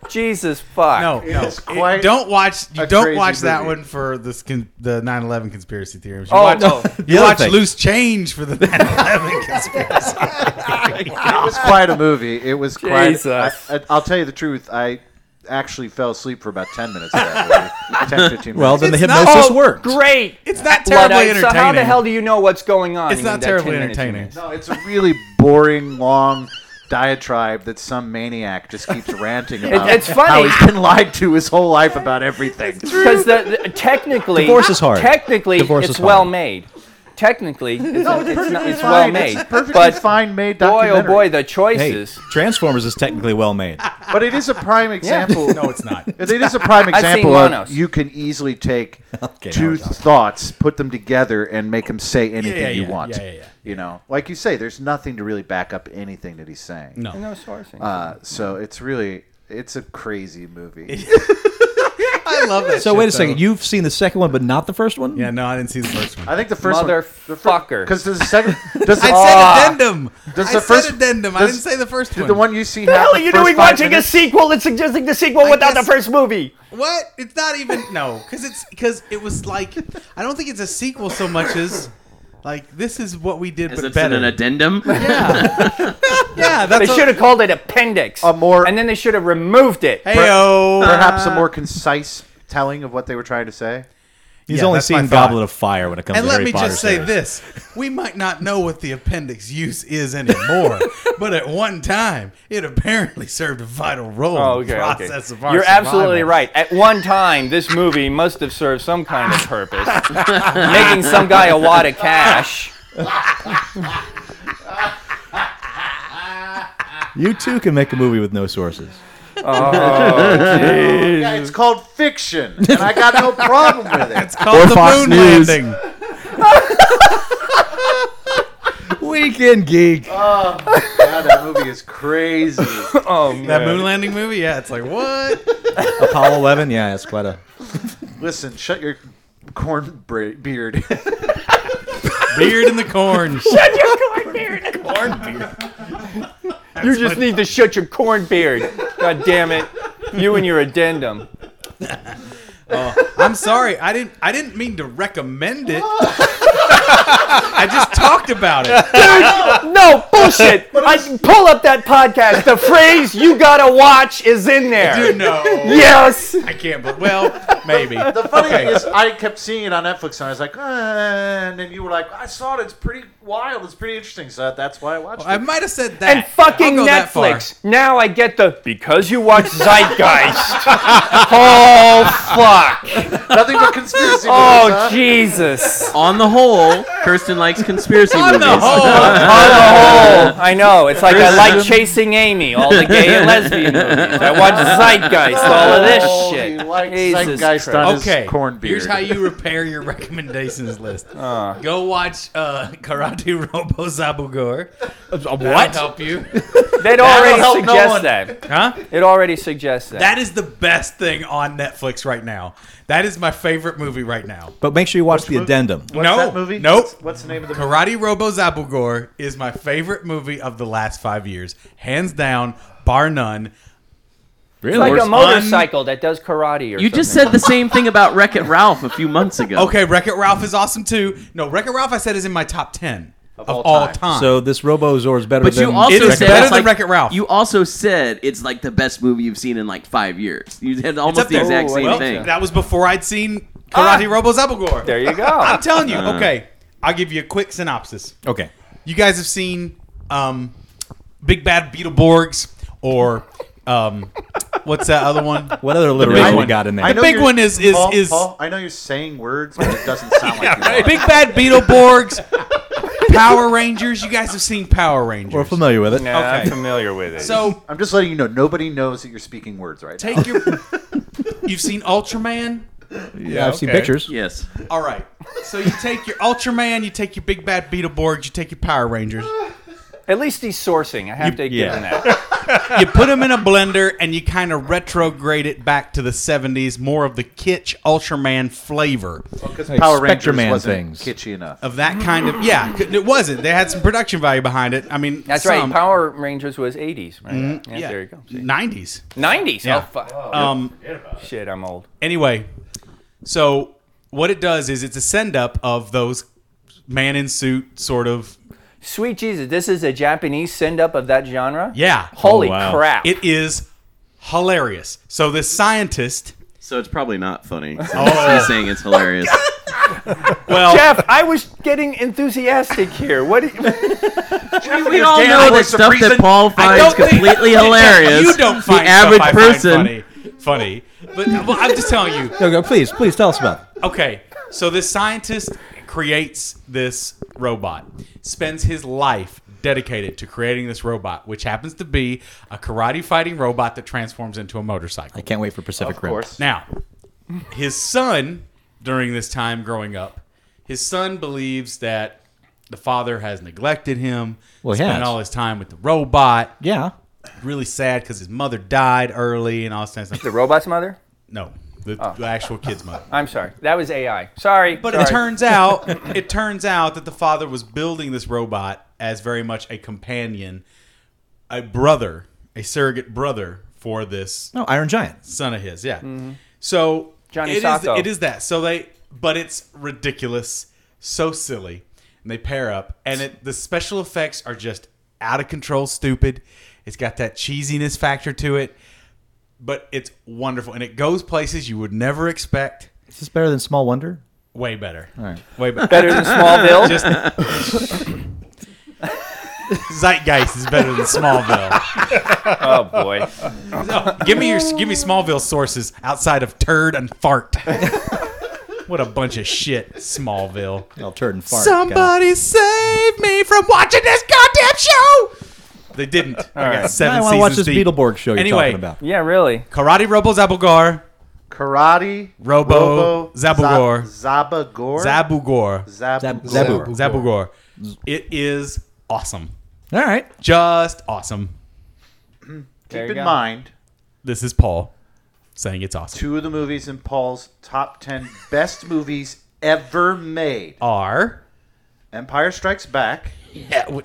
Speaker 6: Jesus fuck.
Speaker 3: no, no.
Speaker 4: is quite
Speaker 3: It- don't watch. You
Speaker 4: a
Speaker 3: don't
Speaker 4: crazy
Speaker 3: watch that
Speaker 4: movie.
Speaker 3: one for this con- the 9/11 conspiracy theories. You
Speaker 6: Oh,
Speaker 3: watch,
Speaker 6: no.
Speaker 3: you
Speaker 10: other
Speaker 3: watch
Speaker 10: thing.
Speaker 3: Loose Change for the *laughs* 9/11 conspiracy.
Speaker 4: It was quite a movie. It was quite.
Speaker 6: Jesus.
Speaker 4: I, I, I'll tell you the truth. I actually fell asleep for about 10 minutes of that movie. *laughs* 10, 15 minutes.
Speaker 10: Well, then
Speaker 3: It's
Speaker 10: the
Speaker 3: not-
Speaker 10: hypnosis
Speaker 6: Oh,
Speaker 10: worked.
Speaker 6: Great.
Speaker 3: It's not
Speaker 6: Blood
Speaker 3: terribly
Speaker 6: Ice. uh, So how the
Speaker 3: entertaining.
Speaker 6: hell do you know what's going on?
Speaker 3: It's
Speaker 6: in
Speaker 3: not
Speaker 6: that
Speaker 3: terribly
Speaker 6: 10 minutes you
Speaker 3: entertaining.
Speaker 6: missed?
Speaker 4: No, it's a really boring, long diatribe that some maniac just keeps ranting about.
Speaker 6: it's funny.
Speaker 4: How he's been lied to his whole life about everything.
Speaker 6: Because the, the- technically,
Speaker 10: Divorce is hard.
Speaker 6: Technically,
Speaker 10: Divorce
Speaker 6: it's
Speaker 10: is
Speaker 6: well
Speaker 10: hard.
Speaker 6: made. Technically, it's, it's, not- it's
Speaker 4: fine.
Speaker 6: well
Speaker 4: It's
Speaker 6: made.
Speaker 4: perfectly
Speaker 6: but
Speaker 4: fine made
Speaker 6: boy, oh
Speaker 4: documentary.
Speaker 6: boy, the
Speaker 10: Hey,
Speaker 6: choices.
Speaker 10: Transformers is technically well made.
Speaker 3: Ah,
Speaker 4: But it is a prime example.
Speaker 3: no, it's not.
Speaker 4: It is a prime
Speaker 6: I've seen
Speaker 4: example of
Speaker 6: Manos.
Speaker 4: you can easily take
Speaker 10: Okay, now
Speaker 4: two
Speaker 10: we're talking.
Speaker 4: thoughts, put them together, and make them say anything
Speaker 3: yeah,
Speaker 4: you
Speaker 3: yeah,
Speaker 4: want.
Speaker 3: yeah, yeah, yeah.
Speaker 4: You know, like you say, there's nothing to really back up anything that he's saying.
Speaker 3: No.
Speaker 6: No sourcing.
Speaker 4: Uh, so it's really it's a crazy movie.
Speaker 3: I love that.
Speaker 10: So
Speaker 3: shit,
Speaker 10: wait a
Speaker 3: though.
Speaker 10: second. You've seen the second one, but not the first one.
Speaker 3: Yeah, no, I didn't see the first one.
Speaker 4: I think the first
Speaker 6: Motherfucker.
Speaker 4: because the second does the,
Speaker 3: *laughs* I said addendum.
Speaker 4: Ah. Does
Speaker 3: I
Speaker 4: the
Speaker 3: said
Speaker 4: first-
Speaker 3: addendum. I
Speaker 4: does-
Speaker 3: didn't say the first
Speaker 4: did
Speaker 3: one.
Speaker 4: the one you see.
Speaker 6: the hell are you doing watching a sequel and suggesting the sequel without
Speaker 3: guess-
Speaker 6: the first movie?
Speaker 3: What? It's not even no, because it's because it was like I don't think it's a sequel so much as like this is what we did,
Speaker 7: As
Speaker 3: but
Speaker 7: it's in
Speaker 3: better.
Speaker 7: an addendum.
Speaker 3: yeah, yeah.
Speaker 6: They
Speaker 3: That's
Speaker 6: should have called it appendix.
Speaker 4: A more-
Speaker 6: and then they should have removed it.
Speaker 3: Heyo.
Speaker 4: Perhaps a more concise telling of what they were trying to say.
Speaker 10: He's
Speaker 3: Yeah,
Speaker 10: only
Speaker 3: that's my
Speaker 10: seen
Speaker 3: thought.
Speaker 10: Goblet of Fire when it comes
Speaker 3: And
Speaker 10: to
Speaker 3: let
Speaker 10: Harry
Speaker 3: me
Speaker 10: Potter
Speaker 3: just say
Speaker 10: series.
Speaker 3: this: we might not know what the appendix use is anymore, but at one time it apparently served a vital role
Speaker 6: Oh,
Speaker 3: in
Speaker 6: okay,
Speaker 3: the
Speaker 6: okay.
Speaker 3: process of our
Speaker 6: You're
Speaker 3: survival.
Speaker 6: absolutely right. At one time, this movie must have served some kind of purpose, *laughs* making some guy a wad of cash.
Speaker 10: You too can make a movie with no sources.
Speaker 4: Yeah, it's called fiction, and I got no problem with it.
Speaker 3: Called the
Speaker 7: Fox
Speaker 3: moon
Speaker 7: News.
Speaker 3: landing.
Speaker 10: Weekend geek.
Speaker 4: God, that movie is crazy.
Speaker 6: Oh man.
Speaker 3: That moon landing movie. Yeah, it's like what?
Speaker 10: Apollo 11. Yeah, it's quite a.
Speaker 4: Listen, shut your corn bra- beard. *laughs*
Speaker 3: Beard in the corn.
Speaker 6: You just need to shut your corn beard. God damn it. You and your addendum.
Speaker 4: *laughs*
Speaker 3: I'm sorry, I didn't. I didn't mean to recommend it. I just talked about it.
Speaker 6: No, bullshit. I pull up that podcast. The phrase you gotta watch is in there.
Speaker 3: No,
Speaker 6: Yes.
Speaker 3: I can't. But well, maybe.
Speaker 4: The funny thing is, I kept seeing it on Netflix, and I was like, "Uh," and then you were like, "I saw it. It's pretty wild. It's pretty interesting." So that's why I watched
Speaker 3: I
Speaker 4: it.
Speaker 3: might have said that.
Speaker 6: And fucking
Speaker 3: I'll go that far.
Speaker 6: Netflix. Now I get the because you watch Zeitgeist. *laughs* oh fuck.
Speaker 4: Nothing
Speaker 3: *laughs*
Speaker 4: but conspiracy. movies, huh?
Speaker 6: Oh Jesus.
Speaker 7: On the whole, Kirsten likes conspiracy movies.
Speaker 6: Oh, I know. It's like I like chasing Amy, all the gay and lesbian movies. I watch Zeitgeist, all of this
Speaker 4: Oh,
Speaker 6: shit.
Speaker 4: he likes
Speaker 6: Jesus
Speaker 4: Zeitgeist
Speaker 6: Christ.
Speaker 4: on his
Speaker 3: Okay.
Speaker 4: corn beard.
Speaker 3: Here's how you repair your recommendations list. Go watch uh, Karate Robo Zabugor. What? That'll help you?
Speaker 6: That
Speaker 4: That'll help
Speaker 6: already
Speaker 4: no
Speaker 6: suggests
Speaker 4: one.
Speaker 6: that.
Speaker 3: Huh?
Speaker 6: It already suggests that.
Speaker 3: That is the best thing on Netflix right now. That is my favorite movie right now.
Speaker 10: But make sure you watch the addendum.
Speaker 4: What's
Speaker 3: no,
Speaker 4: that movie?
Speaker 3: Oh, nope.
Speaker 4: What's, what's the name of the movie?
Speaker 3: Karate Robo Zabugor is my favorite movie of the last five years, hands down, bar none.
Speaker 6: It's like
Speaker 7: Or
Speaker 6: a motorcycle that does karate or
Speaker 7: You just
Speaker 6: something.
Speaker 7: *laughs* said the same thing about Wreck It Ralph a few months ago.
Speaker 3: Okay, Wreck It Ralph is awesome too. No, Wreck It Ralph I said is in my top ten of, all,
Speaker 4: all
Speaker 3: time.
Speaker 4: time.
Speaker 10: So this RoboZor is better
Speaker 7: But
Speaker 10: than.
Speaker 7: you also
Speaker 3: It is
Speaker 7: said
Speaker 3: better
Speaker 7: it's
Speaker 3: than
Speaker 7: like-
Speaker 3: Wreck-It Ralph.
Speaker 7: You also said it's like the best movie you've seen in like five years. You did almost the
Speaker 3: there.
Speaker 7: exact
Speaker 6: Oh,
Speaker 7: same
Speaker 6: well,
Speaker 7: thing.
Speaker 3: that was before I'd seen Karate Robo Zabugor.
Speaker 6: There you go.
Speaker 3: I'm telling you. *laughs* Okay, I'll give you a quick synopsis.
Speaker 10: okay.
Speaker 3: You guys have seen um, Big Bad Beetleborgs or Um, what's that other one?
Speaker 10: What other alliteration we
Speaker 4: one.
Speaker 10: got in there?
Speaker 4: I know
Speaker 3: big
Speaker 4: you're-
Speaker 3: one is- is-
Speaker 4: Paul,
Speaker 3: is-
Speaker 4: Paul, I know you're saying words, but it doesn't
Speaker 3: *laughs*
Speaker 4: sound like you are.
Speaker 3: Big Bad Beetleborgs, Power Rangers. You guys have seen Power Rangers.
Speaker 10: We're familiar with it.
Speaker 6: Nah, I'm
Speaker 3: Okay.
Speaker 6: familiar with it.
Speaker 3: So
Speaker 4: I'm just letting you know nobody knows that you're speaking words right now.
Speaker 3: take your. You've seen Ultraman.
Speaker 10: Yeah, I've seen
Speaker 5: okay.
Speaker 10: pictures.
Speaker 7: Yes.
Speaker 3: All right. So you take your Ultraman, you take your Big Bad Beetleborgs, you take your Power Rangers.
Speaker 6: at least he's sourcing. I have to give him that.
Speaker 3: You put them in a blender and you kind of retrograde it back to the 70s, more of the kitsch Ultraman flavor.
Speaker 4: Because
Speaker 10: Like
Speaker 4: Power
Speaker 10: Spectre
Speaker 4: Rangers
Speaker 10: Man
Speaker 4: wasn't
Speaker 10: things.
Speaker 4: kitschy enough.
Speaker 3: Of that kind of, yeah, it wasn't. They had some production value behind it. I mean,
Speaker 6: That's
Speaker 3: some. Mm-hmm.
Speaker 6: right. Power Rangers was 80s, right? yeah,
Speaker 3: Yeah.
Speaker 6: There you go. See?
Speaker 3: 90s.
Speaker 6: 90s.
Speaker 3: Yeah.
Speaker 6: Oh fuck.
Speaker 3: Um,
Speaker 6: Shit, I'm old.
Speaker 3: anyway, so what it does is it's a send up of those man in suit sort of.
Speaker 6: Sweet Jesus, this is a Japanese send up of that genre?
Speaker 3: Yeah.
Speaker 6: Holy
Speaker 10: Oh, wow.
Speaker 6: crap.
Speaker 3: It is hilarious. So this scientist.
Speaker 7: So it's probably
Speaker 3: *laughs*
Speaker 7: not funny. Oh. He's saying it's *laughs* hilarious.
Speaker 3: Well,
Speaker 6: Jeff, I was getting enthusiastic here. What? do-
Speaker 7: we all know that Oh, stuff that Paul finds
Speaker 3: *laughs*
Speaker 7: completely hilarious.
Speaker 3: You don't find
Speaker 7: the average
Speaker 3: stuff I find
Speaker 7: person.
Speaker 3: funny, funny. But well, I'm just telling you.
Speaker 10: No, go, please, please tell
Speaker 3: *laughs*
Speaker 10: us about it.
Speaker 3: Okay, so this scientist creates this robot, spends his life dedicated to creating this robot, which happens to be a karate fighting robot that transforms into a motorcycle.
Speaker 10: I can't wait for Pacific Rim.
Speaker 3: Now, his son, during this time growing up, his son believes that the father has neglected him,
Speaker 10: Well, he
Speaker 3: spent
Speaker 10: has.
Speaker 3: all his time with the robot,
Speaker 10: Yeah.
Speaker 3: really sad because his mother died early and all this kind of
Speaker 6: *laughs* the
Speaker 3: stuff.
Speaker 6: robot's mother?
Speaker 3: No, the, the actual kid's
Speaker 6: *laughs*
Speaker 3: mother.
Speaker 6: I'm sorry. That was AI. Sorry.
Speaker 3: But
Speaker 6: sorry.
Speaker 3: it turns out, it turns out that the father was building this robot as very much a companion, a brother, a surrogate brother for this
Speaker 10: No, Iron Giant.
Speaker 3: son of his. Yeah. So
Speaker 6: Mm-hmm. Johnny
Speaker 3: it is-
Speaker 6: Sacco.
Speaker 3: it is that. So they, but it's ridiculous, so silly, and they pair up, and it, the special effects are just out of control, stupid. It's got that cheesiness factor to it, but it's wonderful, and it goes places you would never expect.
Speaker 10: Is this better than Small Wonder?
Speaker 3: Way better.
Speaker 10: right.
Speaker 3: Way better.
Speaker 6: better than Smallville.
Speaker 3: *laughs* Just *laughs* Zeitgeist is better than
Speaker 6: *laughs*
Speaker 3: Smallville.
Speaker 6: oh boy.
Speaker 3: No, give me your give me Smallville sources outside of turd and fart. *laughs* what a bunch of shit, Smallville.
Speaker 10: I'll turn and
Speaker 3: uh,
Speaker 10: fart.
Speaker 3: Somebody save me from watching this goddamn show. They didn't. I got
Speaker 6: right.
Speaker 3: seven
Speaker 10: I want
Speaker 3: seasons
Speaker 10: to watch this
Speaker 3: deep.
Speaker 10: Beetleborg show you're
Speaker 3: Anyway,
Speaker 10: talking about.
Speaker 6: Yeah, really.
Speaker 3: Karate Robo Zabulgar,
Speaker 4: Karate.
Speaker 3: Robo, Zabugor.
Speaker 4: Zab- Zabugor.
Speaker 3: Zabugor,
Speaker 4: Zabugor.
Speaker 10: Zabu.
Speaker 3: Zabugor. It is awesome,
Speaker 10: All right.
Speaker 3: just awesome.
Speaker 6: There you
Speaker 4: Keep in
Speaker 6: go.
Speaker 4: mind,
Speaker 3: This is Paul saying it's awesome.
Speaker 4: two of the movies in Paul's top 10 best movies ever made
Speaker 3: Are
Speaker 4: Empire Strikes Back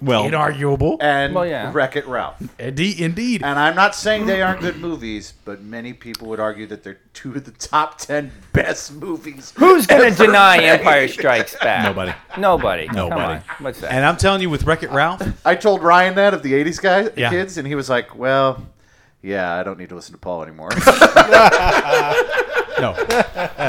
Speaker 10: Well,
Speaker 3: inarguable.
Speaker 4: and
Speaker 6: Well, yeah.
Speaker 4: Wreck It Ralph.
Speaker 3: Indeed, indeed.
Speaker 4: And I'm not saying they aren't good movies, but many people would argue that they're two of the top 10 best movies.
Speaker 3: *laughs*
Speaker 6: Who's gonna
Speaker 4: ever
Speaker 6: deny
Speaker 4: made.
Speaker 6: Empire Strikes Back?
Speaker 10: Nobody.
Speaker 6: Nobody. Come
Speaker 10: Nobody.
Speaker 6: on. What's that?
Speaker 3: And I'm telling you, with Wreck It Ralph,
Speaker 4: I told Ryan that of the 80s guy,
Speaker 3: Yeah.
Speaker 4: kids, and he was like, well, yeah, I don't need to listen to Paul
Speaker 10: *laughs*
Speaker 4: anymore.
Speaker 3: no.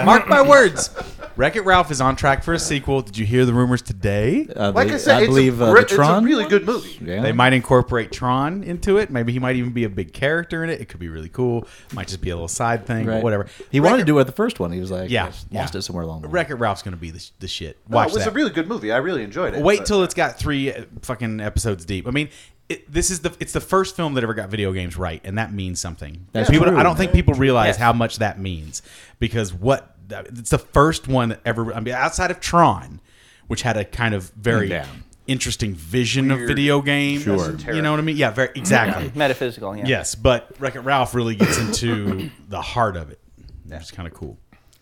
Speaker 3: Mark my words. Wreck It Ralph is on track for a sequel. Did you hear the rumors today?
Speaker 10: uh,
Speaker 4: like I
Speaker 10: the-
Speaker 4: said,
Speaker 10: I believe
Speaker 4: it's, a,
Speaker 10: uh,
Speaker 4: gr-
Speaker 10: the
Speaker 4: it's
Speaker 10: Tron.
Speaker 4: a really good movie.
Speaker 10: yeah.
Speaker 3: They might incorporate Tron into it. Maybe he might even be a big character in it. It could be really cool. Might just be a little side thing,
Speaker 10: Right.
Speaker 3: whatever.
Speaker 10: He wanted to do it with the first one. He was like,
Speaker 3: Yeah,
Speaker 10: yeah, lost
Speaker 3: yeah.
Speaker 10: it somewhere along the way.
Speaker 3: Wreck It Ralph's going to be the, sh- the shit.
Speaker 4: No,
Speaker 3: Watch
Speaker 4: it was
Speaker 3: that.
Speaker 4: a really good movie. I really enjoyed it.
Speaker 3: Wait
Speaker 4: but-
Speaker 3: till it's got three uh, fucking episodes deep. I mean, it, this is the it's the first film that ever got video games right, and that means something.
Speaker 10: That's
Speaker 3: people,
Speaker 10: true.
Speaker 3: I don't think people realize
Speaker 6: Yes.
Speaker 3: how much that means because what it's the first one that ever. I mean, outside of Tron, which had a kind of very
Speaker 10: Yeah.
Speaker 3: interesting vision of video game.
Speaker 4: Sure.
Speaker 3: you know what I mean? Yeah, very exactly.
Speaker 6: Metaphysical. Yeah.
Speaker 3: yes, but Wreck It Ralph really gets into *coughs* the heart of it. That's kind of cool.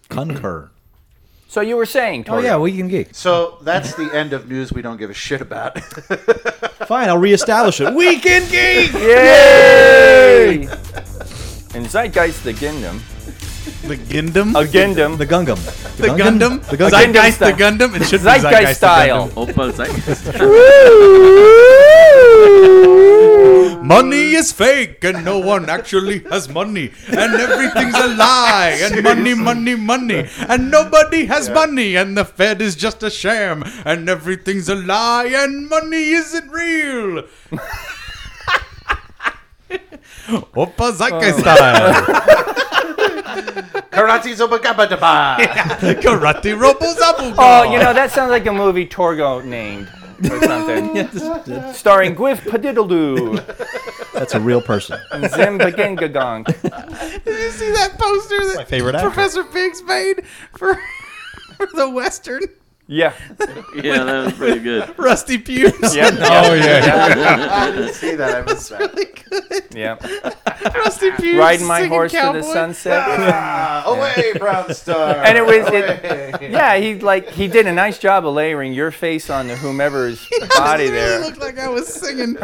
Speaker 10: Concur.
Speaker 6: So you were saying?
Speaker 10: Oh
Speaker 6: Tori,
Speaker 10: yeah, we can geek.
Speaker 4: So that's the end of news we don't give a shit *laughs* about.
Speaker 10: Fine, I'll reestablish it. Weekend geek.
Speaker 6: Yay! And Zeitgeist the Gundam.
Speaker 3: The Gundam,
Speaker 6: A Gundam.
Speaker 10: The Gungam. The,
Speaker 3: Gundam,
Speaker 10: The Gungam.
Speaker 3: Zeitgeist, the
Speaker 6: style.
Speaker 3: Gundam, and should be
Speaker 6: Zeitgeist
Speaker 3: Zeitgeist the
Speaker 6: style.
Speaker 3: Gundam.
Speaker 7: Opa Zeitgeist.
Speaker 3: *laughs*
Speaker 10: *laughs*
Speaker 3: Money is fake and no one actually has money and everything's a lie and money, money, money and nobody has money and the Fed is just a sham and everything's a *laughs* lie and money isn't real. Opa Zeitgeist style.
Speaker 4: Karate Zobagabadaba.
Speaker 3: Karate Robo Zabu.
Speaker 6: Oh, you know, that sounds like a movie Torgo named or something. Starring Gwif Padiddledoo
Speaker 10: That's a real person.
Speaker 6: and Zim Bagingagong.
Speaker 3: Did you see that poster that
Speaker 5: My favorite actor.
Speaker 3: Professor Pigs made for, *laughs* for the Western?
Speaker 6: Yeah.
Speaker 7: Yeah, that was pretty *laughs* good.
Speaker 3: Rusty Pubes.
Speaker 6: Yeah.
Speaker 3: *laughs* Oh, yeah.
Speaker 4: I didn't see that. I missed that.
Speaker 6: Yeah.
Speaker 3: *laughs* Rusty Pubes.
Speaker 6: Riding my
Speaker 3: singing
Speaker 6: horse
Speaker 3: cowboy.
Speaker 6: to the
Speaker 3: *laughs*
Speaker 6: sunset.
Speaker 4: Ah, away, Brown Star.
Speaker 6: And it was,
Speaker 3: *laughs*
Speaker 6: it, yeah, he like he did a nice job of layering your face on the whomever's
Speaker 3: *laughs*
Speaker 6: body
Speaker 3: It
Speaker 6: there.
Speaker 3: looked like I was singing.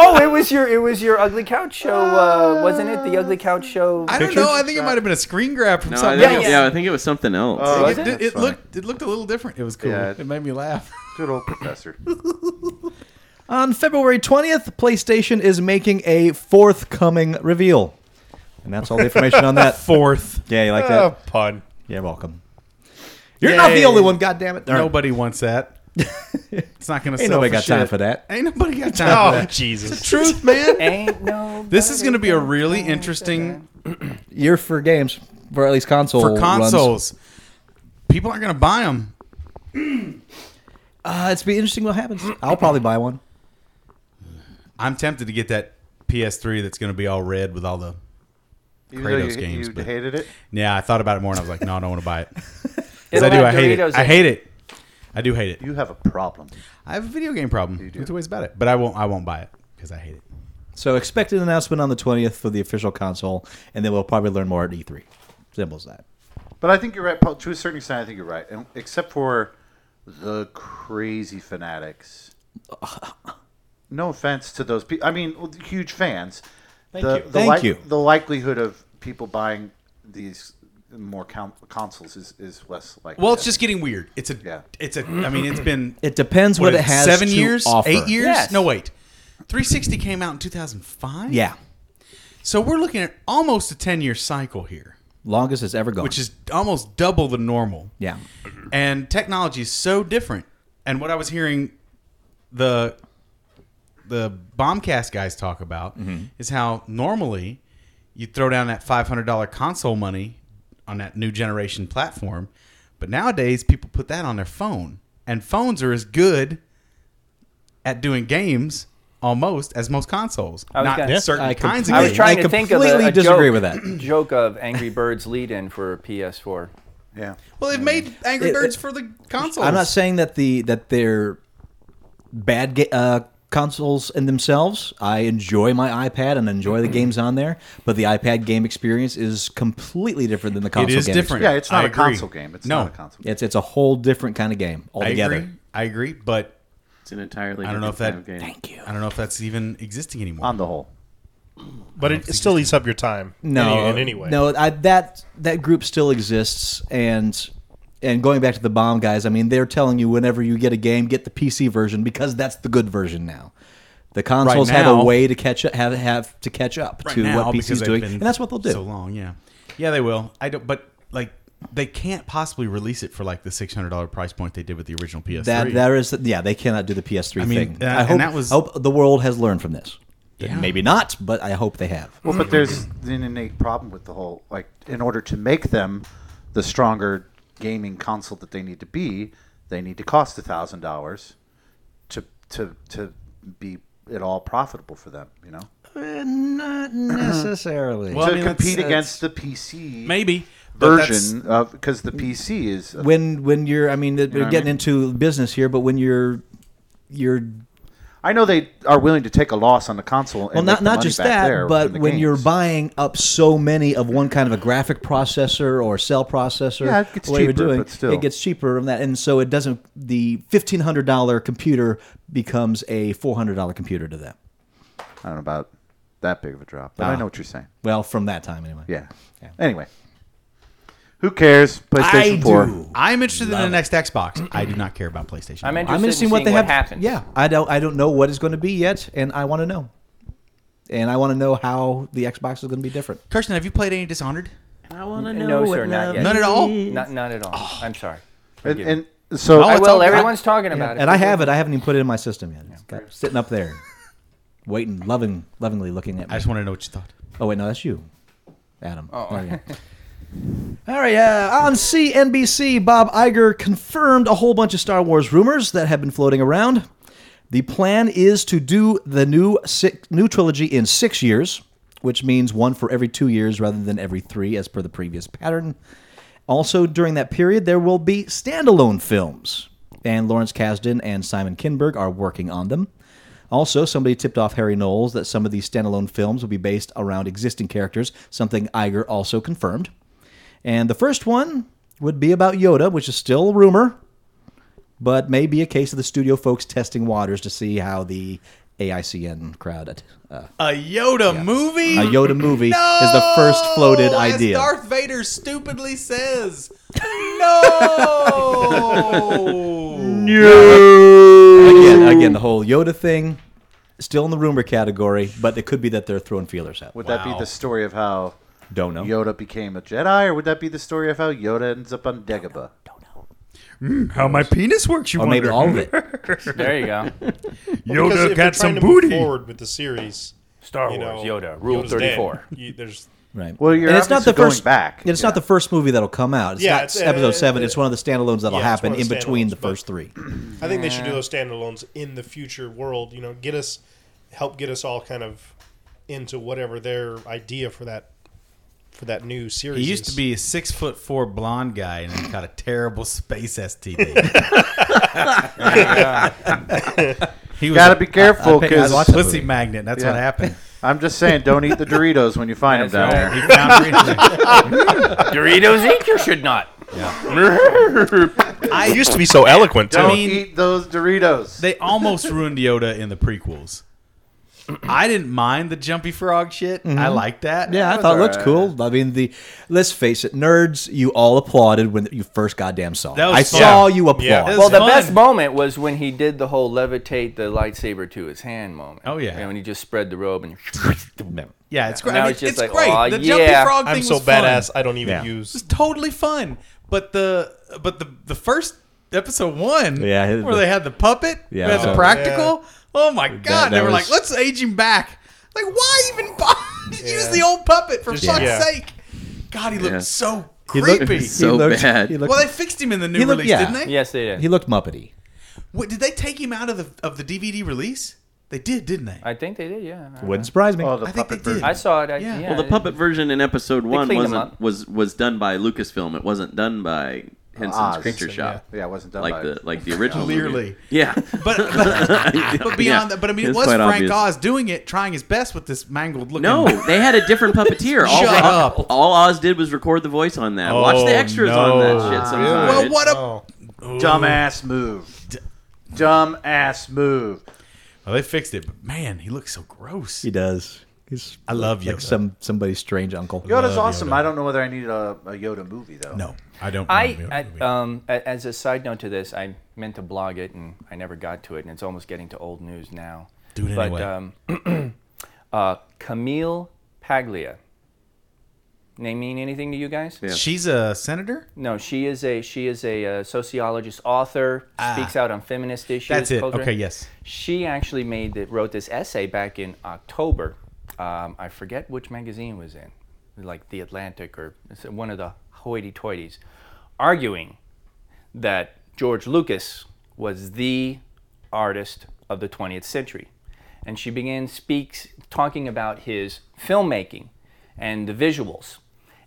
Speaker 6: Oh, it was your it was your ugly couch show, uh, wasn't it? The ugly couch show.
Speaker 3: I don't know. I think it might have been a screen grab from
Speaker 7: No, I
Speaker 3: something Uh,
Speaker 7: think,
Speaker 3: else.
Speaker 7: yeah, I think it was something else.
Speaker 4: Oh,
Speaker 6: Was
Speaker 3: It,
Speaker 6: it?
Speaker 3: did-
Speaker 4: That's
Speaker 3: it
Speaker 4: funny.
Speaker 3: looked it looked a little different. It was cool.
Speaker 4: Yeah.
Speaker 3: It made me laugh.
Speaker 4: Good old professor.
Speaker 10: On February 20th, PlayStation is making a forthcoming reveal. And that's all the information on that.
Speaker 3: Fourth.
Speaker 10: *laughs* Yeah, you like
Speaker 5: Oh,
Speaker 10: that?
Speaker 5: pun.
Speaker 10: You're welcome. You're not the
Speaker 3: Yay.
Speaker 10: only one, goddammit. All right.
Speaker 3: Nobody wants that. it's not gonna.
Speaker 10: Ain't
Speaker 3: sell
Speaker 10: nobody
Speaker 3: for
Speaker 10: got time
Speaker 3: shit.
Speaker 10: for that.
Speaker 3: Ain't nobody got time. for that.
Speaker 5: Jesus.
Speaker 3: Truth, *laughs* man.
Speaker 6: Ain't no.
Speaker 3: This is gonna be a really interesting
Speaker 10: You're for games, for at least console
Speaker 3: for
Speaker 10: runs.
Speaker 3: consoles. People aren't gonna buy them.
Speaker 10: Uh, it's be interesting what happens. I'll probably buy one.
Speaker 3: I'm tempted to get that PS3 that's gonna be all red with all the.
Speaker 4: You,
Speaker 3: Kratos games,
Speaker 4: you
Speaker 3: but-
Speaker 4: hated it.
Speaker 3: Yeah, I thought about it more and I was like, no, I don't want to buy it. 'Cause
Speaker 6: It'll
Speaker 3: I do. I
Speaker 6: have
Speaker 3: hate
Speaker 6: Doritos
Speaker 3: it. I
Speaker 6: in
Speaker 3: hate it. I do hate it.
Speaker 4: You have a problem.
Speaker 3: I have a video game problem. There's two ways about it, but I won't. I won't buy it because I hate it.
Speaker 10: So expect an announcement on the 20th for the official console, and then we'll probably learn more at E3. Simple as that.
Speaker 4: But I think you're right, Paul. To a certain extent, I think you're right, and, except for the
Speaker 3: *laughs*
Speaker 4: crazy fanatics. No offense to those people. I mean, huge fans. Thank the, you. The
Speaker 10: Thank you.
Speaker 4: The likelihood of people buying these more con- consoles is, is less likely.
Speaker 3: Well, it's just getting weird. It's a.
Speaker 4: Yeah.
Speaker 3: It's a. I mean, it's been.
Speaker 10: It depends what,
Speaker 3: what
Speaker 10: it
Speaker 3: is
Speaker 10: has
Speaker 3: Seven
Speaker 10: to
Speaker 3: years,
Speaker 10: offer.
Speaker 3: eight years.
Speaker 6: Yes.
Speaker 3: No, wait. 360 came out in 2005.
Speaker 10: Yeah,
Speaker 3: So we're looking at almost a 10 year cycle here,
Speaker 10: longest it's ever gone.
Speaker 3: which is almost double the normal.
Speaker 10: yeah,
Speaker 3: And technology is so different. And what I was hearing the the bombcast guys talk about is how normally you throw down that $500 console money on that new generation platform, but nowadays people put that on their phone. And phones are as good at doing games almost as most consoles.
Speaker 6: was
Speaker 3: Not
Speaker 6: gonna-
Speaker 3: certain
Speaker 10: I com-
Speaker 3: kinds of
Speaker 6: I was
Speaker 3: games.
Speaker 6: trying
Speaker 10: I
Speaker 6: to think of a,
Speaker 10: completely
Speaker 6: a
Speaker 10: disagree
Speaker 6: joke,
Speaker 10: with
Speaker 6: *clears throat*
Speaker 10: that.
Speaker 6: joke of Angry Birds lead-in for PS4.
Speaker 4: yeah.
Speaker 3: Well, they've made Angry
Speaker 10: It-
Speaker 3: Birds
Speaker 10: it-
Speaker 3: for the consoles.
Speaker 10: I'm not saying that the that they're bad ga- uh, consoles in themselves. I enjoy my iPad and enjoy the games on there, but the iPad game experience is completely different than the console.
Speaker 3: it is
Speaker 10: game
Speaker 3: different.
Speaker 10: experience.
Speaker 4: Yeah, it's not
Speaker 3: I
Speaker 4: a
Speaker 3: agree.
Speaker 4: console game. It's
Speaker 3: no,
Speaker 4: not a console. Game.
Speaker 10: It's it's a whole different kind of game
Speaker 3: I
Speaker 10: altogether.
Speaker 3: agree. I agree, but
Speaker 7: It's an entirely.
Speaker 3: I don't know if
Speaker 7: different
Speaker 3: that-
Speaker 7: kind of game.
Speaker 10: Thank you.
Speaker 3: I don't know if that's even existing anymore.
Speaker 4: On the whole,
Speaker 5: But it, it still eats up your time.
Speaker 10: No,
Speaker 5: Any- in any way.
Speaker 10: No, I, that that group still exists, and and going back to the bomb guys, I mean, they're telling you whenever you get a game, get the PC version because that's the good version now. The consoles have
Speaker 3: now-
Speaker 10: a way to catch up, have have to catch up
Speaker 3: Right
Speaker 10: to
Speaker 3: now,
Speaker 10: what
Speaker 3: because
Speaker 10: PC's
Speaker 3: they've
Speaker 10: doing,
Speaker 3: been
Speaker 10: and that's what they'll do.
Speaker 3: So long, yeah, yeah, they will. I don't, but like they can't possibly release it for like the six hundred dollar price point they did with the original PS3.
Speaker 10: that there is yeah, they cannot do the PS3
Speaker 3: I mean,
Speaker 10: thing.
Speaker 3: uh,
Speaker 10: I
Speaker 3: and
Speaker 10: hope,
Speaker 3: that was-
Speaker 10: I hope the world has learned from this.
Speaker 3: Yeah.
Speaker 10: Maybe not, but I hope they have.
Speaker 4: Well, but there's an innate problem with the whole like in order to make them the stronger gaming console that they need to be, they need to cost a thousand dollars to to to be at all profitable for them. You know,
Speaker 10: Not necessarily.
Speaker 3: Well, I
Speaker 4: to
Speaker 3: mean, that's-
Speaker 4: compete
Speaker 3: that's-
Speaker 4: against the PC
Speaker 3: maybe but that's-
Speaker 4: version of because the PC is
Speaker 10: when when you're, I mean, we're
Speaker 4: what I
Speaker 10: getting
Speaker 4: mean?
Speaker 10: into business here, but when you're you're
Speaker 4: I know they are willing to take a loss on the console. And
Speaker 10: well,
Speaker 4: make
Speaker 10: not
Speaker 4: the
Speaker 10: not
Speaker 4: money
Speaker 10: just
Speaker 4: back
Speaker 10: that,
Speaker 4: there
Speaker 10: but
Speaker 4: in the
Speaker 10: when you're
Speaker 4: games.
Speaker 10: buying up so many of one kind of a graphic processor or cell processor,
Speaker 4: Yeah, it gets
Speaker 10: the way we're
Speaker 4: cheaper,
Speaker 10: doing,
Speaker 4: but still.
Speaker 10: it gets cheaper than that, and so it doesn't. The fifteen hundred dollar computer becomes a four hundred dollar computer to them.
Speaker 4: I don't know about that big of a drop, but I
Speaker 10: Ah.
Speaker 4: know what you're saying.
Speaker 10: Well, from that time anyway.
Speaker 4: Yeah.
Speaker 10: Yeah.
Speaker 4: Anyway, who cares? PlayStation
Speaker 10: I
Speaker 4: Four.
Speaker 10: do.
Speaker 3: I'm interested in the next Xbox. I do not care about PlayStation.
Speaker 6: I'm interested,
Speaker 10: I'm interested
Speaker 6: in
Speaker 10: in what they
Speaker 6: seeing
Speaker 10: have.
Speaker 6: happens.
Speaker 10: Yeah, I don't. I don't know what it's going to be yet, and I want to know. And I want to know how the Xbox is going to be different.
Speaker 3: Kirsten, have you played any Dishonored?
Speaker 7: I want to know.
Speaker 6: No,
Speaker 7: what
Speaker 6: sir, not
Speaker 7: love-
Speaker 6: yet.
Speaker 3: None at all.
Speaker 6: Not not at all. I'm sorry.
Speaker 4: And, and so
Speaker 3: Oh,
Speaker 6: I
Speaker 3: it's
Speaker 6: will.
Speaker 3: okay.
Speaker 6: Everyone's talking about it.
Speaker 10: And I have it. I haven't even put it in my system yet. It's got- sitting up there. *laughs* waiting, loving, lovingly looking at me.
Speaker 3: I just want to know what you thought.
Speaker 10: Oh wait, no, that's you, Adam. Oh. *laughs* All right, yeah. On CNBC, Bob Iger confirmed a whole bunch of Star Wars rumors that have been floating around. The plan is to do the new six, new trilogy in six years, which means one for every two years rather than every three, as per the previous pattern. Also, during that period, there will be standalone films, and Lawrence Kasdan and Simon Kinberg are working on them. Also, somebody tipped off Harry Knowles that some of these standalone films will be based around existing characters, something Iger also confirmed. And the first one would be about Yoda, which is still a rumor, but may be a case of the studio folks testing waters to see how the AICN crowd. Uh,
Speaker 3: A Yoda movie?
Speaker 10: a Yoda movie is the first floated
Speaker 3: as
Speaker 10: idea.
Speaker 3: Darth Vader stupidly
Speaker 5: *laughs*
Speaker 3: says. No.
Speaker 10: again, again, the whole Yoda thing, still in the rumor category, but it could be that they're throwing feelers out.
Speaker 4: Would that be the story of how
Speaker 10: Don't
Speaker 3: Oh.
Speaker 10: know.
Speaker 4: Yoda became a Jedi, or would that be the story of how Yoda ends up on Dagobah?
Speaker 11: How my penis works, you
Speaker 10: Or maybe
Speaker 11: wonder.
Speaker 10: all of
Speaker 11: *laughs*
Speaker 6: *laughs*
Speaker 10: it.
Speaker 6: There you go.
Speaker 5: *laughs* Because
Speaker 11: Yoda
Speaker 5: if they're
Speaker 11: got
Speaker 5: trying
Speaker 11: some
Speaker 5: to move
Speaker 11: booty.
Speaker 5: forward with the series.
Speaker 6: Star
Speaker 5: You know,
Speaker 6: Wars Yoda Rule
Speaker 5: Yoda's dead.
Speaker 6: Thirty Four.
Speaker 5: You- there's
Speaker 10: Right.
Speaker 4: Well, you're
Speaker 10: and it's not the
Speaker 4: obviously going
Speaker 10: first
Speaker 4: back.
Speaker 10: and It's not the first movie that'll come out. It's
Speaker 5: Yeah,
Speaker 10: not
Speaker 5: it's, uh,
Speaker 10: episode seven.
Speaker 5: uh,
Speaker 10: it's one of the standalones that'll
Speaker 5: yeah, it's
Speaker 10: happen
Speaker 5: one of
Speaker 10: in
Speaker 5: the
Speaker 10: between
Speaker 5: standalones,
Speaker 10: the
Speaker 5: but-
Speaker 10: first three.
Speaker 5: I think they should do those standalones in the future world. You know, get us, help get us all kind of into whatever their idea for that for that new series.
Speaker 3: He used
Speaker 5: is.
Speaker 3: to be a six foot four blonde guy, and he got a terrible space
Speaker 5: *laughs*
Speaker 3: STD. he was
Speaker 4: Gotta
Speaker 3: a
Speaker 4: be careful,
Speaker 10: pick- I
Speaker 4: because
Speaker 10: watched-
Speaker 3: pussy magnet. That's what
Speaker 4: Yeah.
Speaker 3: happened.
Speaker 4: I'm just saying, don't eat the Doritos when you find them down
Speaker 6: That's
Speaker 4: there.
Speaker 3: He found reason.
Speaker 6: Doritos Inc. You should not.
Speaker 5: *laughs* I used to be
Speaker 1: *laughs*
Speaker 5: so eloquent
Speaker 4: Don't
Speaker 3: I mean-
Speaker 4: eat those Doritos.
Speaker 3: They almost ruined Yoda in the prequels. I didn't mind the jumpy frog shit. I like that.
Speaker 10: Mm-hmm. Yeah, I thought it looked cool. I mean, the let's face it, nerds, you all applauded when you first goddamn saw. it.
Speaker 3: That was
Speaker 10: I
Speaker 3: fun.
Speaker 10: saw you applaud.
Speaker 5: Yeah. That
Speaker 6: Well, the
Speaker 3: Fun.
Speaker 6: best moment was when he did the whole levitate the lightsaber to his hand moment.
Speaker 3: Oh, yeah.
Speaker 6: and when he just spread the robe and *laughs*
Speaker 3: Yeah, it's great.
Speaker 6: Now
Speaker 3: I mean,
Speaker 6: it's
Speaker 3: it's,
Speaker 6: just like,
Speaker 3: great.
Speaker 6: "Aw,
Speaker 3: the jumpy
Speaker 6: yeah."
Speaker 3: frog thing
Speaker 5: I'm so
Speaker 3: was fun.
Speaker 5: badass. I don't even use.
Speaker 3: *laughs* It's totally fun. But the but the the first episode one,
Speaker 10: Yeah, it-
Speaker 3: where they had the puppet,
Speaker 10: Yeah,
Speaker 3: yeah, had
Speaker 10: so-
Speaker 3: the practical. Oh my god, they
Speaker 10: that
Speaker 3: were like,
Speaker 10: was-
Speaker 3: let's age him back. Like, why even *laughs* bother? Just Use the old puppet for fuck's
Speaker 5: yeah.
Speaker 3: sake. God, he looked
Speaker 7: Yeah.
Speaker 3: so
Speaker 10: He looked-
Speaker 3: creepy.
Speaker 10: he
Speaker 7: So
Speaker 10: looked-
Speaker 7: bad.
Speaker 10: He looked,
Speaker 3: well, they fixed him in the new
Speaker 10: He looked-
Speaker 3: release,
Speaker 10: yeah.
Speaker 3: didn't they?
Speaker 6: yes, they did.
Speaker 10: he looked muppety.
Speaker 3: What, did they take him out of the of the DVD release? They did, didn't they?
Speaker 6: I think they did. Yeah, I-
Speaker 10: Wouldn't surprise me.
Speaker 4: oh, the
Speaker 3: I think they
Speaker 4: puppet version.
Speaker 3: did.
Speaker 6: I saw it. I,
Speaker 3: Yeah.
Speaker 6: yeah.
Speaker 3: Well,
Speaker 7: Well, the puppet version in episode one
Speaker 6: cleaned 'em
Speaker 7: wasn't
Speaker 6: up.
Speaker 7: was was done by Lucasfilm. It wasn't done by Henson's
Speaker 4: Oz,
Speaker 7: Creature
Speaker 4: yeah.
Speaker 7: Shop.
Speaker 4: Yeah, it wasn't done
Speaker 7: like
Speaker 4: by-
Speaker 7: the like the original.
Speaker 3: Clearly.
Speaker 7: movie. yeah. *laughs*
Speaker 3: But but, but beyond
Speaker 7: Yeah.
Speaker 3: that, but I mean, it
Speaker 7: It's
Speaker 3: was
Speaker 7: quite
Speaker 3: Frank
Speaker 7: obvious.
Speaker 3: Oz doing it, trying his best with this mangled looking.
Speaker 7: No, *laughs* they had a different puppeteer. all,
Speaker 3: Shut
Speaker 7: Oz,
Speaker 3: up.
Speaker 7: all Oz did was record the voice on that. Watch the
Speaker 3: Oh,
Speaker 7: extras
Speaker 3: no.
Speaker 7: on that shit. Sometime.
Speaker 3: well,
Speaker 7: It-
Speaker 3: what a
Speaker 5: Oh,
Speaker 4: Dumbass move. Dumbass move.
Speaker 3: Well, Oh, they fixed it, but man, he looks so gross.
Speaker 10: he does. He's
Speaker 3: I love
Speaker 10: like
Speaker 3: Yoda.
Speaker 10: some somebody's strange uncle.
Speaker 4: Yoda's awesome. I don't know whether I need a, a Yoda movie though.
Speaker 3: no, I don't. remember
Speaker 6: I,
Speaker 3: that movie.
Speaker 6: I um, a- as a side note to this, I meant to blog it and I never got to it, and it's almost getting to old news now.
Speaker 3: Do it
Speaker 6: but,
Speaker 3: anyway.
Speaker 6: um, *clears throat* uh, Camille Paglia. Name mean anything to you guys?
Speaker 3: She's a senator.
Speaker 6: No, she is a she is a, uh sociologist, author, speaks out on feminist issues.
Speaker 3: Ah. That's it.
Speaker 6: culture.
Speaker 3: Okay, yes.
Speaker 6: She actually made the, wrote this essay back in October. Um, I forget which magazine it was in, like The Atlantic or it's one of the hoity-toities, arguing that George Lucas was the artist of the 20th century. And she began speaks talking about his filmmaking and the visuals.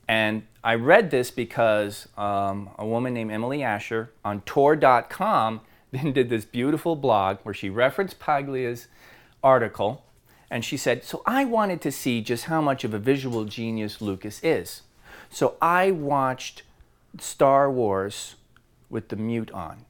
Speaker 6: And I read this because um, a woman named Emily Asher on tour.com *laughs* then did this beautiful blog where she referenced Paglia's article and she said, So I wanted to see just how much of a visual genius Lucas is. So I watched Star Wars with the mute on.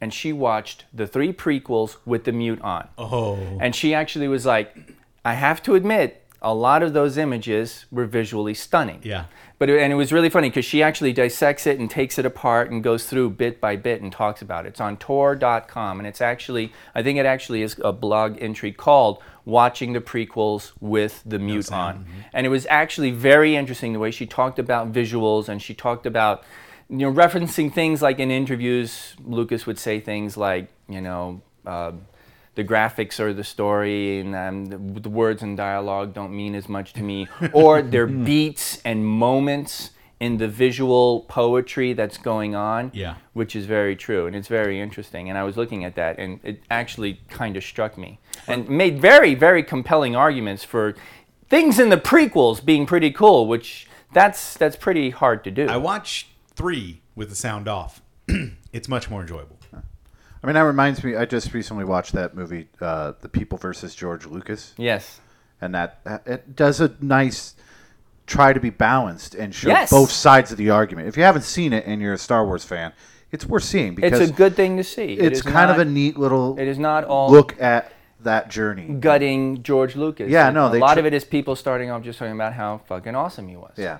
Speaker 6: And she watched the three prequels with the mute on. Oh. And she actually was like, I have to admit, a lot of those images were visually stunning.
Speaker 3: Yeah.
Speaker 6: But it, and it was really funny because she actually dissects it and takes it apart and goes through bit by bit and talks about it. It's on Tor.com and it's actually I think it actually is a blog entry called "Watching the Prequels with the Mute On," and it was actually very interesting the way she talked about visuals and she talked about you know referencing things like in interviews Lucas would say things like you know. Uh, the graphics or the story and um, the, the words and dialogue don't mean as much to me,
Speaker 4: *laughs*
Speaker 6: or their beats and moments in the visual poetry that's going on,
Speaker 3: Yeah.
Speaker 6: which is very true and it's very interesting. And I was looking at that and it actually kind of struck me and made very, very compelling arguments for things in the prequels being pretty cool, which that's that's pretty hard to do.
Speaker 3: I watched three with the sound off. *clears throat* it's much more enjoyable.
Speaker 4: I mean, that reminds me. I just recently watched that movie, uh, The People versus George Lucas,
Speaker 6: yes.
Speaker 4: and that it does a nice try to be balanced and show
Speaker 6: Yes.
Speaker 4: both sides of the argument. If you haven't seen it and you're a Star Wars fan, it's worth seeing
Speaker 6: It's
Speaker 4: because
Speaker 6: a good thing to see. It
Speaker 4: it's
Speaker 6: is
Speaker 4: kind of
Speaker 6: not-
Speaker 4: a neat little
Speaker 6: It is not all
Speaker 4: look at that journey.
Speaker 6: gutting George Lucas.
Speaker 4: Yeah,
Speaker 6: And
Speaker 4: no,
Speaker 6: A
Speaker 4: they
Speaker 6: lot
Speaker 4: tr-
Speaker 6: of it is people starting off just talking about how fucking awesome he was.
Speaker 4: Yeah.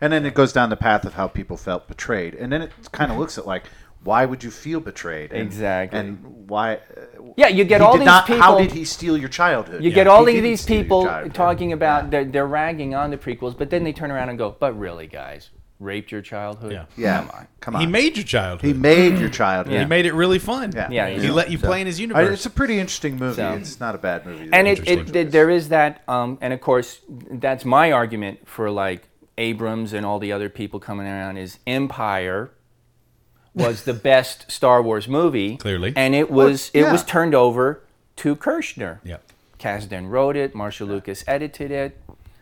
Speaker 4: And then it goes down the path of how people felt betrayed. And then it kind of looks at like, why would you feel betrayed? And,
Speaker 6: Exactly.
Speaker 4: And why? uh,
Speaker 6: Yeah, you get
Speaker 4: he
Speaker 6: all
Speaker 4: did
Speaker 6: these
Speaker 4: not- How
Speaker 6: people-
Speaker 4: did he steal your childhood?
Speaker 6: You
Speaker 4: Yeah,
Speaker 6: get all
Speaker 4: he
Speaker 6: of
Speaker 4: didn't
Speaker 6: these
Speaker 4: steal your
Speaker 6: people
Speaker 4: childhood.
Speaker 6: talking about they're, they're ragging on the prequels, but then they turn around and go, "But really, guys, raped your childhood."
Speaker 3: Yeah.
Speaker 4: Yeah,
Speaker 6: Come on.
Speaker 4: Come on.
Speaker 3: He made your childhood.
Speaker 4: He
Speaker 3: He,
Speaker 4: made your childhood.
Speaker 6: Yeah.
Speaker 3: made it really fun.
Speaker 4: Yeah.
Speaker 6: Yeah,
Speaker 3: He
Speaker 6: yeah.
Speaker 3: let you play in his
Speaker 4: I-
Speaker 3: universe.
Speaker 4: it's a pretty interesting movie.
Speaker 6: So-
Speaker 4: It's not a bad movie.
Speaker 6: and it, it,
Speaker 4: Interesting.
Speaker 6: th there is that um, and of course that's my argument for like abrams and all the other people coming around is empire was the best star wars movie
Speaker 3: Clearly.
Speaker 6: and it was it was
Speaker 4: yeah.
Speaker 6: turned over to kirschner
Speaker 3: Yeah.
Speaker 6: kasdan wrote it marshall lucas edited it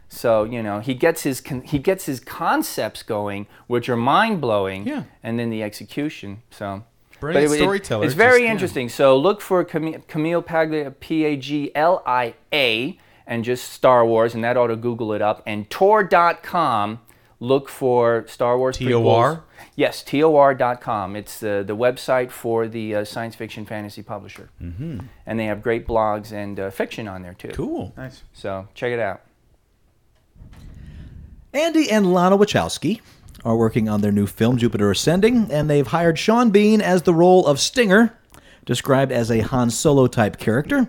Speaker 6: so you know he gets his con- he gets his concepts going which are mind-blowing
Speaker 3: Yeah.
Speaker 6: and then the execution so
Speaker 3: Brilliant
Speaker 6: but it- it-
Speaker 3: storyteller,
Speaker 6: It's very
Speaker 3: just, yeah.
Speaker 6: interesting. So look for Cam- Camille Paglia, P A G L I A, and just Star Wars, and that ought to Google it up. And Tor.com, look for Star Wars.
Speaker 3: T.O.R.?
Speaker 6: prequels. Yes, Tor.com. It's uh, the website for the uh, science fiction fantasy publisher. Mm-hmm. And they have great blogs and uh, fiction on there too.
Speaker 3: cool.
Speaker 4: nice.
Speaker 6: So check it out.
Speaker 10: Andy and Lana Wachowski are working on their new film, Jupiter Ascending, and they've hired Sean Bean as the role of Stinger, described as a Han Solo type character.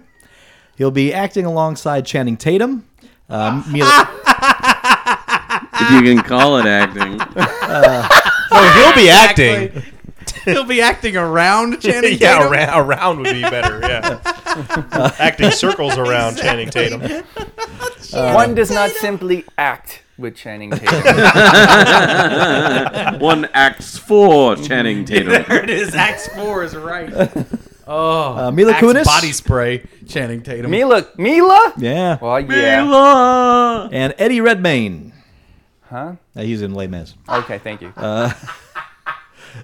Speaker 10: He'll be acting alongside Channing Tatum,
Speaker 6: Ah.
Speaker 10: uh, Mila,
Speaker 7: if you can call it acting. *laughs*
Speaker 3: Oh, he'll be acting. *laughs* he'll be acting around
Speaker 5: *laughs*
Speaker 3: Channing
Speaker 5: yeah,
Speaker 3: Tatum.
Speaker 5: around, around would be better.
Speaker 3: *laughs*
Speaker 5: Yeah, acting circles around Channing Tatum.
Speaker 6: One does not simply act with Channing Tatum.
Speaker 7: One acts for
Speaker 3: *laughs*
Speaker 7: Channing Tatum.
Speaker 3: It is Axe Four is right. Oh,
Speaker 10: uh, Mila
Speaker 3: Axe
Speaker 10: Kunis,
Speaker 3: body spray, Channing Tatum.
Speaker 6: Mila, Mila.
Speaker 10: yeah,
Speaker 6: Well, yeah.
Speaker 10: and Eddie Redmayne.
Speaker 6: Huh?
Speaker 10: Uh, he's in Les Mis.
Speaker 6: Okay, thank you.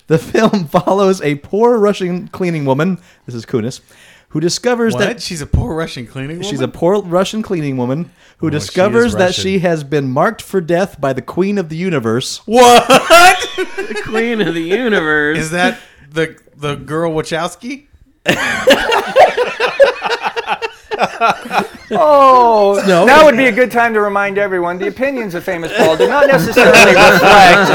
Speaker 10: The film *laughs* follows a poor Russian cleaning woman. This is Kunis, who discovers
Speaker 3: what?
Speaker 10: that
Speaker 3: She's a poor Russian cleaning woman.
Speaker 10: She's a poor Russian cleaning woman who
Speaker 3: Oh, she is
Speaker 10: discovers that she
Speaker 3: Russian.
Speaker 10: has been marked for death by the queen of
Speaker 3: *laughs*
Speaker 10: the universe. *laughs*
Speaker 3: what?
Speaker 7: Queen of the universe.
Speaker 3: Is that the the girl Wachowski?
Speaker 6: Oh, now would be a good time to remind everyone the opinions of famous Paul do not necessarily reflect.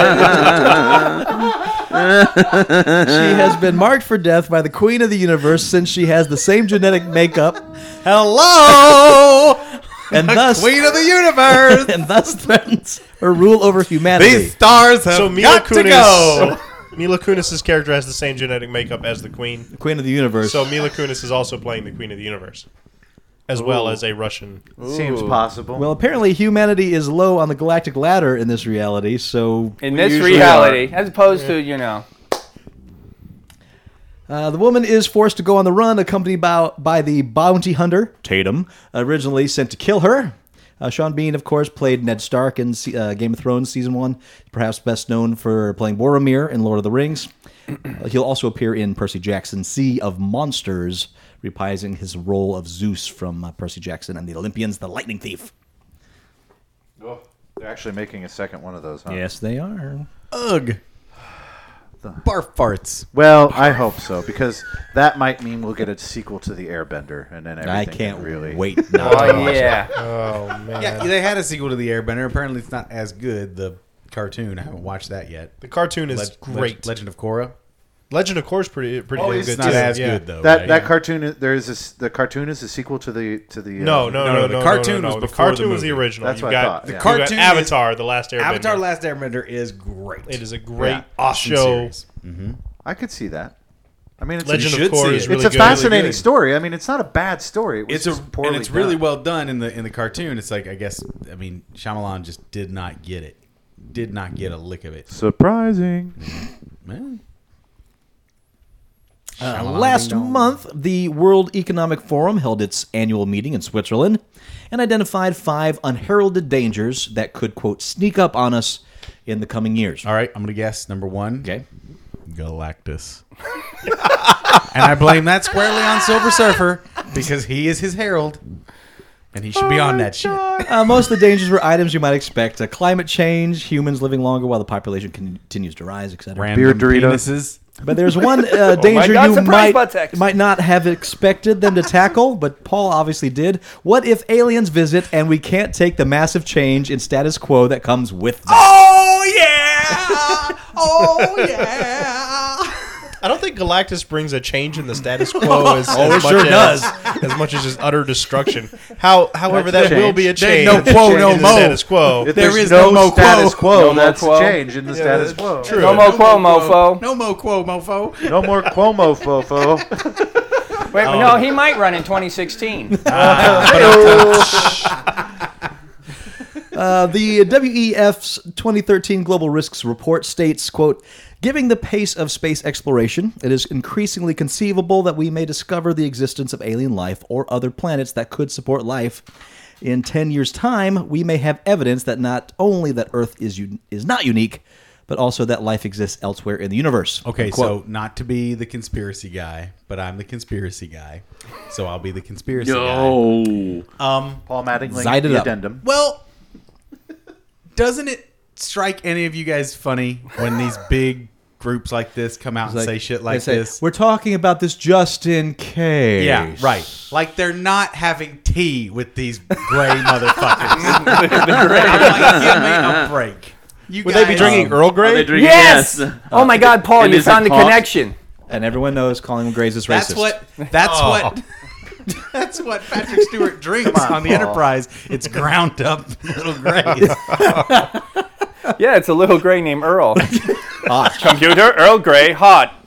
Speaker 10: She has been marked for death by the queen of the universe since she has the same genetic makeup
Speaker 3: Hello,
Speaker 10: and thus
Speaker 3: Queen of *laughs* the Universe.
Speaker 10: *laughs* and thus threatens her rule over humanity.
Speaker 3: These stars have
Speaker 5: So Mila
Speaker 3: got to go.
Speaker 5: Kunis, *laughs* Mila Kunis' character has the same genetic makeup as the Queen.
Speaker 10: queen of the universe.
Speaker 5: So Mila Kunis is also playing the Queen of the Universe, as well as a Russian.
Speaker 4: Seems possible.
Speaker 10: well, apparently humanity is low on the galactic ladder in this reality. So
Speaker 6: In this
Speaker 4: usually
Speaker 6: reality, as opposed to you know,
Speaker 10: Uh, the woman is forced to go on the run, accompanied by, by the bounty hunter, Tatum, originally sent to kill her. Uh, Sean Bean, of course, played Ned Stark in Se- uh, Game of Thrones Season 1, perhaps best known for playing Boromir in Lord of the Rings. Uh, he'll also appear in Percy Jackson, Sea of Monsters, reprising his role of Zeus from uh, Percy Jackson and the Olympians, the Lightning Thief.
Speaker 4: They're actually making a second one of those. Huh?
Speaker 10: Yes, they are.
Speaker 3: Ugh. Barf farts.
Speaker 4: Well, I hope so because that might mean we'll get a sequel to the Airbender, and then everything
Speaker 10: I
Speaker 4: can
Speaker 10: can't
Speaker 4: really *laughs*
Speaker 10: wait. Not to
Speaker 6: oh
Speaker 10: watch it.
Speaker 6: yeah,
Speaker 5: Oh man,
Speaker 3: Yeah, they had a sequel to The Airbender. Apparently, it's not as good. The cartoon. I haven't watched that yet.
Speaker 5: the cartoon is
Speaker 3: Leg- Leg-
Speaker 5: great.
Speaker 3: Legend of Korra.
Speaker 5: Legend of Korra's pretty pretty
Speaker 4: Oh,
Speaker 5: damn
Speaker 4: it's
Speaker 5: good.
Speaker 3: It's not
Speaker 5: too.
Speaker 3: as
Speaker 5: Yeah.
Speaker 3: good though.
Speaker 4: That
Speaker 3: right?
Speaker 4: that cartoon is there is a s the cartoon is a sequel to the to the uh,
Speaker 5: No, no, no, no, no.
Speaker 3: the cartoon
Speaker 5: no, no,
Speaker 3: was
Speaker 5: the
Speaker 3: before the
Speaker 5: cartoon was the
Speaker 3: movie.
Speaker 5: original.
Speaker 4: That's
Speaker 5: you
Speaker 4: what I
Speaker 5: got,
Speaker 4: thought,
Speaker 5: The
Speaker 4: yeah.
Speaker 5: cartoon
Speaker 3: Cartoon is-
Speaker 5: Avatar, the last Airbender.
Speaker 3: Avatar: Last Airbender is great.
Speaker 5: It is a great
Speaker 3: awesome
Speaker 5: show.
Speaker 3: series.
Speaker 4: I could see that. I mean, it's
Speaker 5: Legend
Speaker 4: a,
Speaker 5: of
Speaker 4: it's
Speaker 5: Korra
Speaker 3: see
Speaker 5: is
Speaker 3: it.
Speaker 5: really
Speaker 4: a
Speaker 5: good.
Speaker 4: fascinating
Speaker 3: good.
Speaker 4: story. I mean, it's not a bad story. It was
Speaker 3: It's a
Speaker 4: just poorly
Speaker 3: and it's really
Speaker 4: done.
Speaker 3: well done in the in the cartoon. It's like I guess I mean Shyamalan just did not get it, did not get a lick of it.
Speaker 4: surprising.
Speaker 3: Man.
Speaker 10: Uh, last month, the World Economic Forum held its annual meeting in Switzerland and identified five unheralded dangers that could, quote, sneak up on us in the coming years.
Speaker 3: All right, I'm gonna guess number one.
Speaker 10: Okay.
Speaker 3: Galactus. and I blame that squarely on Silver Surfer because he is his herald, and he should be on that shit.
Speaker 10: Uh, most of the dangers were items you might expect uh, climate change, humans living longer while the population con- continues to rise, etc.
Speaker 3: Random
Speaker 4: Beer Dorito.
Speaker 3: penises.
Speaker 10: But
Speaker 6: *laughs*
Speaker 10: there's one uh, danger
Speaker 6: Oh God,
Speaker 10: you
Speaker 6: surprise butt
Speaker 10: might,
Speaker 6: sex.
Speaker 10: might not have expected them to tackle, *laughs* but Paul obviously did. What if aliens visit and we can't take the massive change in status quo that comes with them?
Speaker 11: Oh yeah! Oh yeah!
Speaker 5: I don't think Galactus brings a change in the status
Speaker 3: *laughs*
Speaker 5: quo as,
Speaker 3: Oh,
Speaker 5: as much as, as much as just utter destruction. How, however,
Speaker 4: That's
Speaker 5: that
Speaker 4: a
Speaker 5: will
Speaker 4: change.
Speaker 5: be a
Speaker 4: There
Speaker 5: change.
Speaker 4: ain't no quo,
Speaker 5: in
Speaker 4: no
Speaker 5: the
Speaker 4: mo.
Speaker 5: Status quo.
Speaker 4: If
Speaker 3: There
Speaker 4: there's
Speaker 3: is no mo quo.
Speaker 4: status quo.
Speaker 6: No more
Speaker 4: that's
Speaker 6: quo.
Speaker 4: a change in the status quo.
Speaker 5: True.
Speaker 6: No more quo, mofo.
Speaker 3: No mo quo, mofo.
Speaker 4: No
Speaker 6: *laughs*
Speaker 4: more Cuomo fofo.
Speaker 6: Wait, no, he might run in 2016.
Speaker 10: Uh, the WEF's 2013 Global Risks Report states, quote, Giving the pace of space exploration, it is increasingly conceivable that we may discover the existence of alien life or other planets that could support life. In 10 years' time, we may have evidence that not only that Earth is un- is not unique, but also that life exists elsewhere in the universe.
Speaker 3: Okay,
Speaker 10: Unquote.
Speaker 3: so not to be the conspiracy guy, but I'm the conspiracy guy, so I'll be the conspiracy guy.
Speaker 7: No.
Speaker 4: Paul Mattingly,
Speaker 10: Zide it
Speaker 4: the
Speaker 10: up.
Speaker 4: addendum.
Speaker 3: Well, doesn't it strike any of you guys funny when these big groups like this come out and
Speaker 10: Like,
Speaker 3: say shit
Speaker 10: they
Speaker 3: like
Speaker 10: say,
Speaker 3: this?
Speaker 10: We're talking about this just in case.
Speaker 3: Yeah, right. Like they're not having tea with these *laughs* gray motherfuckers. I'm like, give me a break. You
Speaker 5: Would they be
Speaker 3: guys- um,
Speaker 5: drinking Earl Grey?
Speaker 7: They drink-
Speaker 6: yes!
Speaker 7: yes. Uh,
Speaker 6: Oh my God, Paul,
Speaker 7: And
Speaker 6: you
Speaker 7: is it
Speaker 6: found the
Speaker 7: cost?
Speaker 6: connection.
Speaker 10: And everyone knows Colin Gray's is
Speaker 3: That's
Speaker 10: racist.
Speaker 3: what. *laughs* That's what. That's what Patrick Stewart *laughs* drinks on, the
Speaker 4: Paul.
Speaker 3: Enterprise. It's ground up *laughs* little grays.
Speaker 6: Yeah, it's a little gray named Earl.
Speaker 10: Hot.
Speaker 6: Computer, Earl Grey, hot.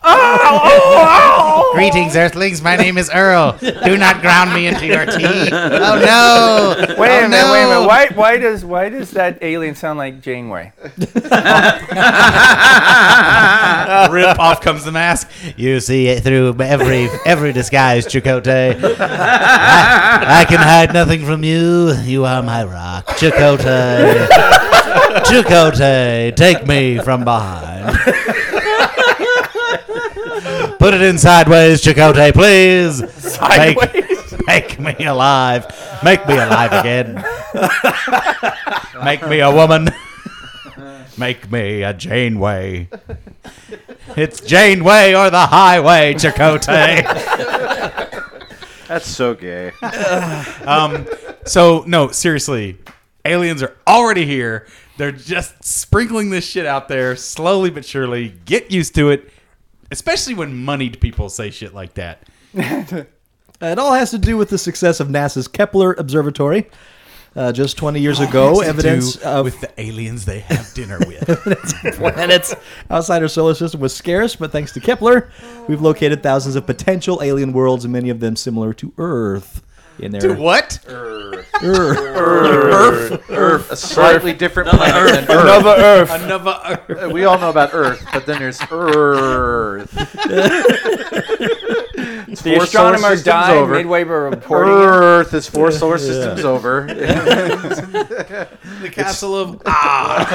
Speaker 3: *laughs* Greetings, Earthlings. My name is Earl. Do not ground me into your
Speaker 6: *laughs*
Speaker 3: tea. Oh no!
Speaker 6: Wait a minute, wait a minute. Why, why does why does that alien sound like Janeway?
Speaker 3: *laughs*
Speaker 7: *laughs*
Speaker 3: Rip off comes the mask. You see it through every every disguise, Chakotay. I, I can hide nothing from you. You are my rock, Chakotay. Chakotay, take me from behind. Put it in sideways, Chakotay, please. Make, make me alive. Make me alive again. make me a woman. Make me a Janeway. It's Janeway or the highway, Chakotay.
Speaker 4: That's so gay.
Speaker 3: so no, seriously, aliens are already here. They're just sprinkling this shit out there slowly but surely. Get used to it, especially when moneyed people say shit like that.
Speaker 10: It all has to do with the success of NASA's Kepler Observatory. Uh, just 20 years ago,
Speaker 3: Has to
Speaker 10: evidence
Speaker 3: do
Speaker 10: of
Speaker 3: with the aliens they have
Speaker 10: *laughs*
Speaker 3: dinner with.
Speaker 10: planets outside our solar system was scarce, but thanks to Kepler, we've located thousands of potential alien worlds, and many of them similar to Earth. In their
Speaker 3: what?
Speaker 10: Earth.
Speaker 4: Earth, a slightly different planet than Earth.
Speaker 6: Another
Speaker 3: *laughs*
Speaker 6: Earth.
Speaker 3: Another Earth.
Speaker 4: We all know about Earth, but then there's
Speaker 6: *laughs*
Speaker 4: Earth. It's
Speaker 6: The
Speaker 4: four solar
Speaker 6: astronomer
Speaker 4: systems
Speaker 6: died
Speaker 4: over.
Speaker 6: midway we're reporting. it.
Speaker 4: Earth is four solar systems over.
Speaker 3: The castle of ah.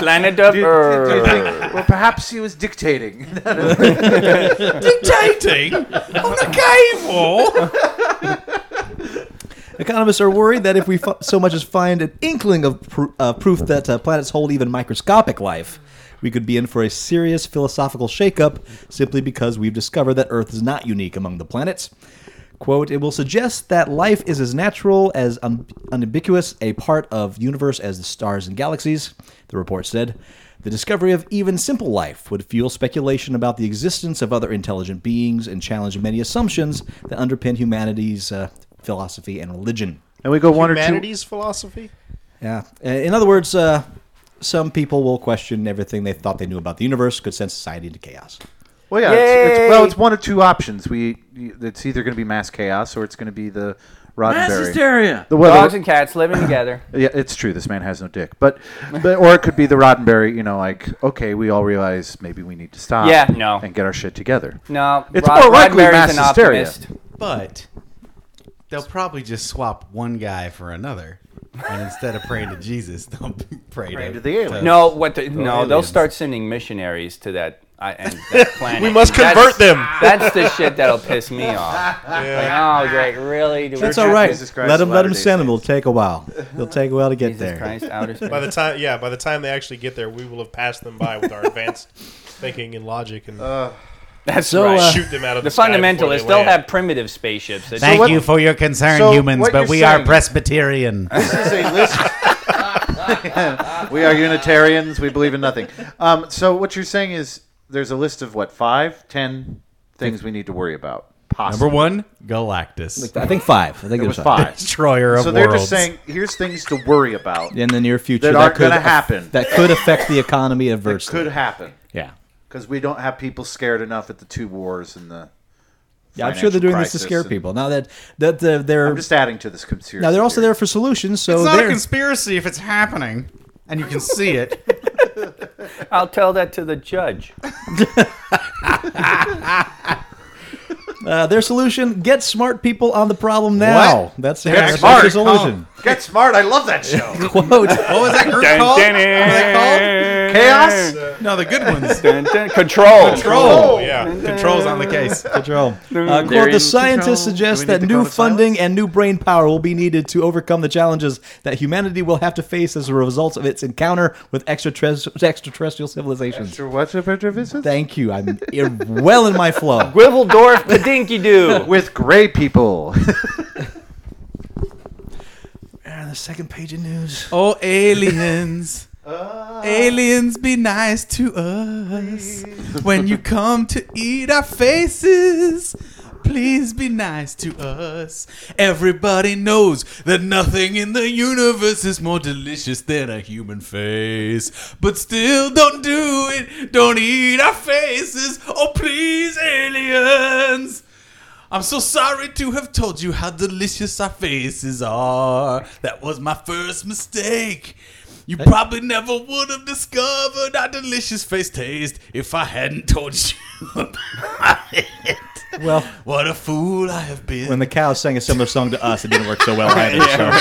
Speaker 6: *laughs* The planet of Earth.
Speaker 4: well, perhaps he was dictating.
Speaker 3: Dictating on the cave wall.
Speaker 10: Economists are worried that if we f- so much as find an inkling of pr- uh, proof that uh, planets hold even microscopic life, we could be in for a serious philosophical shakeup simply because we've discovered that Earth is not unique among the planets. Quote, it will suggest that life is as natural as un- unambiguous a part of universe as the stars and galaxies, the report said. The discovery of even simple life would fuel speculation about the existence of other intelligent beings and challenge many assumptions that underpin humanity's uh, philosophy and religion.
Speaker 4: And we go one or two.
Speaker 5: Humanities philosophy.
Speaker 10: Yeah. Uh, In other words, uh, some people will question everything they thought they knew about the universe, could send society into chaos.
Speaker 4: Well, yeah. It's,
Speaker 6: Yay!
Speaker 4: it's, well, it's one of two options. We it's either going to be mass chaos or it's going to be the Roddenberry.
Speaker 7: Mass hysteria.
Speaker 4: The well,
Speaker 6: *laughs* Dogs
Speaker 4: the-
Speaker 6: and cats living together.
Speaker 4: yeah, it's true. This man has no dick, but, but or it could be the Roddenberry. You know, like okay, we all realize maybe we need to stop.
Speaker 6: Yeah, no.
Speaker 4: and get our shit together.
Speaker 6: No,
Speaker 4: It's
Speaker 6: Rod-
Speaker 4: more likely
Speaker 6: Roddenberry's
Speaker 4: mass
Speaker 6: an
Speaker 4: hysteria.
Speaker 6: optimist.
Speaker 3: But they'll probably just swap one guy for another. And instead of praying to Jesus, they'll *laughs* pray,
Speaker 4: Pray to the alien.
Speaker 6: No, what? The, no, they'll
Speaker 3: aliens.
Speaker 6: start sending missionaries to that, I and
Speaker 4: *laughs*
Speaker 6: that planet.
Speaker 5: We must
Speaker 6: That's-
Speaker 5: convert them.
Speaker 6: *laughs* That's the shit that'll piss me off. Like, oh, great, really? Do we-
Speaker 10: That's all right.
Speaker 4: Jesus Christ
Speaker 10: let him let him
Speaker 4: Latter-day
Speaker 10: send him. It'll take a while. It'll take a while to get
Speaker 6: Jesus
Speaker 10: there.
Speaker 6: Christ, outer space.
Speaker 5: By the time, yeah, by the time they actually get there, we will have passed them by
Speaker 3: *laughs*
Speaker 5: with our advanced thinking and logic and
Speaker 3: Uh,
Speaker 6: That's
Speaker 10: So,
Speaker 6: right.
Speaker 10: uh,
Speaker 5: shoot them out of
Speaker 6: the
Speaker 5: the, sky before
Speaker 6: fundamentalists,
Speaker 5: they
Speaker 6: they'll
Speaker 5: land.
Speaker 6: have primitive spaceships. That
Speaker 3: Thank
Speaker 4: what-
Speaker 3: you for your concern,
Speaker 4: so
Speaker 3: humans,
Speaker 4: what
Speaker 3: but
Speaker 4: you're
Speaker 3: we are *laughs*
Speaker 4: saying-
Speaker 3: Presbyterian.
Speaker 4: This is a *laughs* list. we are Unitarians. We believe in nothing. Um, so what you're saying is there's a list of what five, ten things we need to worry about. Possibly.
Speaker 3: Number one, Galactus,
Speaker 10: I think five. I think
Speaker 4: It was five.
Speaker 3: destroyer of
Speaker 4: so they're
Speaker 3: worlds.
Speaker 4: just saying here's things to worry about
Speaker 10: In the near future,
Speaker 4: That
Speaker 10: that,
Speaker 4: aren't
Speaker 10: could
Speaker 4: gonna
Speaker 10: af-
Speaker 4: happen.
Speaker 10: That could affect the economy adversely.
Speaker 4: could happen
Speaker 10: yeah.
Speaker 4: because we don't have people scared enough at the two wars and the.
Speaker 10: Yeah, I'm sure they're
Speaker 4: financial
Speaker 10: doing this to
Speaker 4: crisis
Speaker 10: scare
Speaker 4: and-
Speaker 10: people. Now that that the, they're
Speaker 4: I'm just adding to this conspiracy.
Speaker 10: now they're also
Speaker 4: theory.
Speaker 10: there for solutions. So
Speaker 3: it's not a
Speaker 10: they're-
Speaker 3: conspiracy if it's happening and you can see *laughs* it.
Speaker 6: I'll tell that to
Speaker 4: *laughs*
Speaker 6: the judge.
Speaker 10: Uh, their solution: get smart people on the problem now.
Speaker 3: What?
Speaker 10: That's
Speaker 3: Get
Speaker 10: their, that's
Speaker 4: smart. *laughs*
Speaker 10: their solution.
Speaker 4: Get smart! I love that
Speaker 10: *laughs*
Speaker 4: show.
Speaker 10: Quote. what was that group
Speaker 3: called?
Speaker 4: Chaos.
Speaker 3: No, the good ones. *laughs*
Speaker 6: Dun, dun, control.
Speaker 3: Control.
Speaker 5: Oh, yeah.
Speaker 3: Controls on the case.
Speaker 4: *laughs*
Speaker 10: Control. Uh,
Speaker 7: They're
Speaker 10: quote,
Speaker 7: in
Speaker 10: the
Speaker 7: control.
Speaker 10: scientists suggest
Speaker 4: Do we need
Speaker 10: that
Speaker 4: to
Speaker 10: new
Speaker 4: call it
Speaker 10: funding and new brain power will be needed to overcome the challenges that humanity will have to face as a result of its encounter with extraterrest- extraterrestrial civilizations.
Speaker 4: Sure, What's a better visit?
Speaker 10: Thank you. I'm i- well in my
Speaker 4: *laughs*
Speaker 10: flow.
Speaker 6: Gwibbledorf the Dinky Doo.
Speaker 4: With gray people. *laughs*
Speaker 10: Uh, the second page of news.
Speaker 3: Oh, aliens. Ah. aliens, be nice to us. When you come to eat our faces, please be nice to us. Everybody knows that nothing in the universe is more delicious than a human face. But still, don't do it. Don't eat our faces. Oh, please, aliens. I'm so sorry to have told you how delicious our faces are. That was my first mistake. You probably never would have discovered our delicious face taste if I hadn't told you *laughs* about it.
Speaker 10: Well,
Speaker 3: What a fool I have been.
Speaker 10: when the cow sang a similar song to us, it didn't
Speaker 6: *laughs*
Speaker 10: work so well either. so.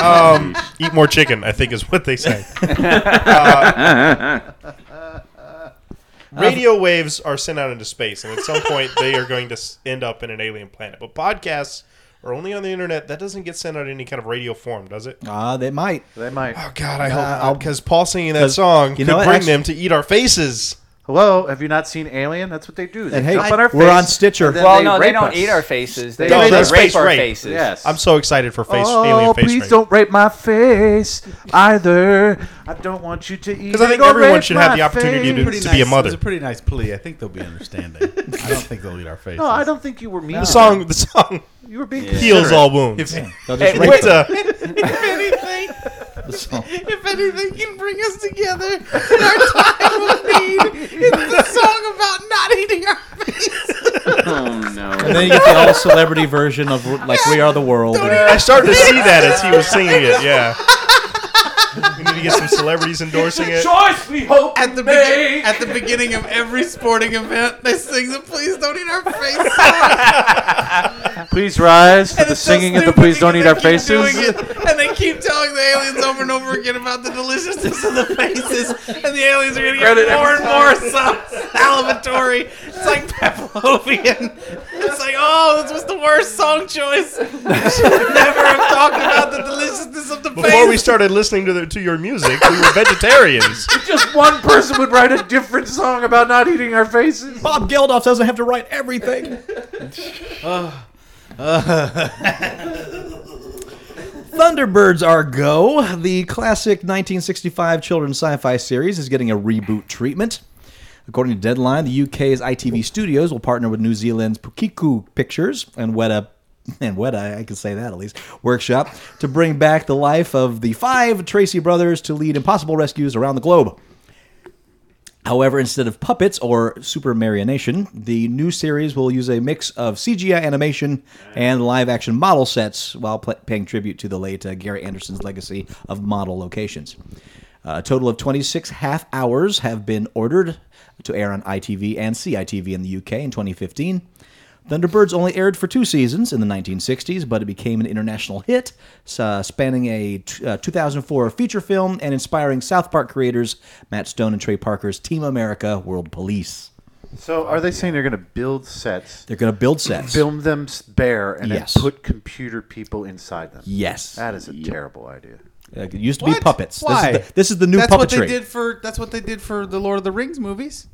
Speaker 5: Um, eat more chicken, I think is what they
Speaker 10: *laughs*
Speaker 5: say. Uh, radio waves are sent out into space, and at some point they are going to s- end up in an alien planet. But podcasts are only on the internet. That doesn't get sent out in any kind of radio form, does it?
Speaker 10: Ah, they might.
Speaker 4: they might.
Speaker 5: Oh God, I hope because Paul singing that
Speaker 10: 'cause,
Speaker 5: song
Speaker 10: you
Speaker 5: could
Speaker 10: know what,
Speaker 5: bring
Speaker 10: actu-
Speaker 5: them to eat our faces.
Speaker 4: Hello, have you not seen Alien? That's what they do. They
Speaker 10: And hey,
Speaker 4: jump on our
Speaker 10: we're on
Speaker 4: face,
Speaker 10: Stitcher.
Speaker 4: and then
Speaker 6: *laughs* Well, no, they
Speaker 4: rape
Speaker 6: don't
Speaker 4: us.
Speaker 6: eat our faces. They,
Speaker 4: They-
Speaker 6: they,
Speaker 4: they
Speaker 6: rape
Speaker 5: space
Speaker 6: our
Speaker 5: rape.
Speaker 6: faces.
Speaker 4: Yes.
Speaker 5: I'm so excited for face
Speaker 4: Oh,
Speaker 5: alien face
Speaker 4: please
Speaker 5: rape.
Speaker 4: don't rape my face either. I don't want you to eat.
Speaker 5: Because I think
Speaker 4: it or
Speaker 5: everyone
Speaker 4: rape
Speaker 5: should have
Speaker 4: my
Speaker 5: the opportunity to-
Speaker 4: face.
Speaker 5: to be a mother.
Speaker 3: It was a pretty nice plea. I think they'll be understanding. I don't think they'll eat our faces.
Speaker 4: No, I don't think you were mean.
Speaker 5: The song, the song
Speaker 4: You were being
Speaker 5: heals
Speaker 4: considerate.
Speaker 5: all wounds. *laughs*
Speaker 10: They'll just
Speaker 6: Hey,
Speaker 10: rape
Speaker 6: wait- uh,
Speaker 5: It's uh, a-
Speaker 3: anything,
Speaker 10: us. So-
Speaker 3: if anything can bring us together in our time of need, it's the song about not eating our
Speaker 7: Oh
Speaker 10: And
Speaker 7: no.
Speaker 10: then you get the all celebrity version of like We Are the World.
Speaker 5: I started to see that as he was singing it.
Speaker 10: *laughs*
Speaker 5: Yeah. We need to get some celebrities endorsing it.
Speaker 6: Choice we hope
Speaker 3: At the, begin- at the beginning of every sporting event, they sing the "Please Don't Eat Our Faces."
Speaker 4: Please rise for
Speaker 3: And
Speaker 4: the
Speaker 3: it's so
Speaker 4: singing of the
Speaker 3: stupid
Speaker 4: "Please Don't Eat Our
Speaker 3: because they keep
Speaker 4: Faces."
Speaker 3: doing it, and they keep telling the aliens over and over again about the deliciousness of the faces, and the aliens are going to get more and more sal- salivatory. It's like Pavlovian. It's like, oh, this was the worst song choice. *laughs* We should never have talked about the deliciousness of the
Speaker 5: Before we
Speaker 3: faces.
Speaker 5: started listening to the, to your music, we were *laughs* vegetarians.
Speaker 4: *laughs* Just one person would write a different song about not eating our faces.
Speaker 10: Bob Geldof doesn't have to write everything. Thunderbirds Are Go, the classic 1965 children's sci fi series, is getting a reboot treatment. According to Deadline, the UK's ITV studios will partner with New Zealand's Pukiku Pictures and Weta and Wet Eye, I can say that at least, workshop to bring back the life of the five Tracy brothers to lead impossible rescues around the globe. However, instead of puppets or super marionation, the new series will use a mix of CGI animation and live action model sets while pl- paying tribute to the late uh, Gary Anderson's legacy of model locations. Uh, a total of 26 half hours have been ordered to air on ITV and CITV in the UK in 2015. Thunderbirds only aired for two seasons in the 1960s, but it became an international hit, uh, spanning a t- uh, 2004 feature film and inspiring South Park creators Matt Stone and Trey Parker's Team America World Police.
Speaker 4: So are they saying they're going to build sets,
Speaker 10: They're going to build sets.
Speaker 4: film them s- bare, and
Speaker 10: Yes.
Speaker 4: then put computer people inside them?
Speaker 10: Yes.
Speaker 4: That is a terrible idea.
Speaker 10: Uh, it used to be
Speaker 3: What?
Speaker 10: puppets.
Speaker 3: Why?
Speaker 10: This, is the, this is the new
Speaker 3: that's
Speaker 10: puppetry.
Speaker 3: What they did for, that's what they did for the Lord of the Rings movies.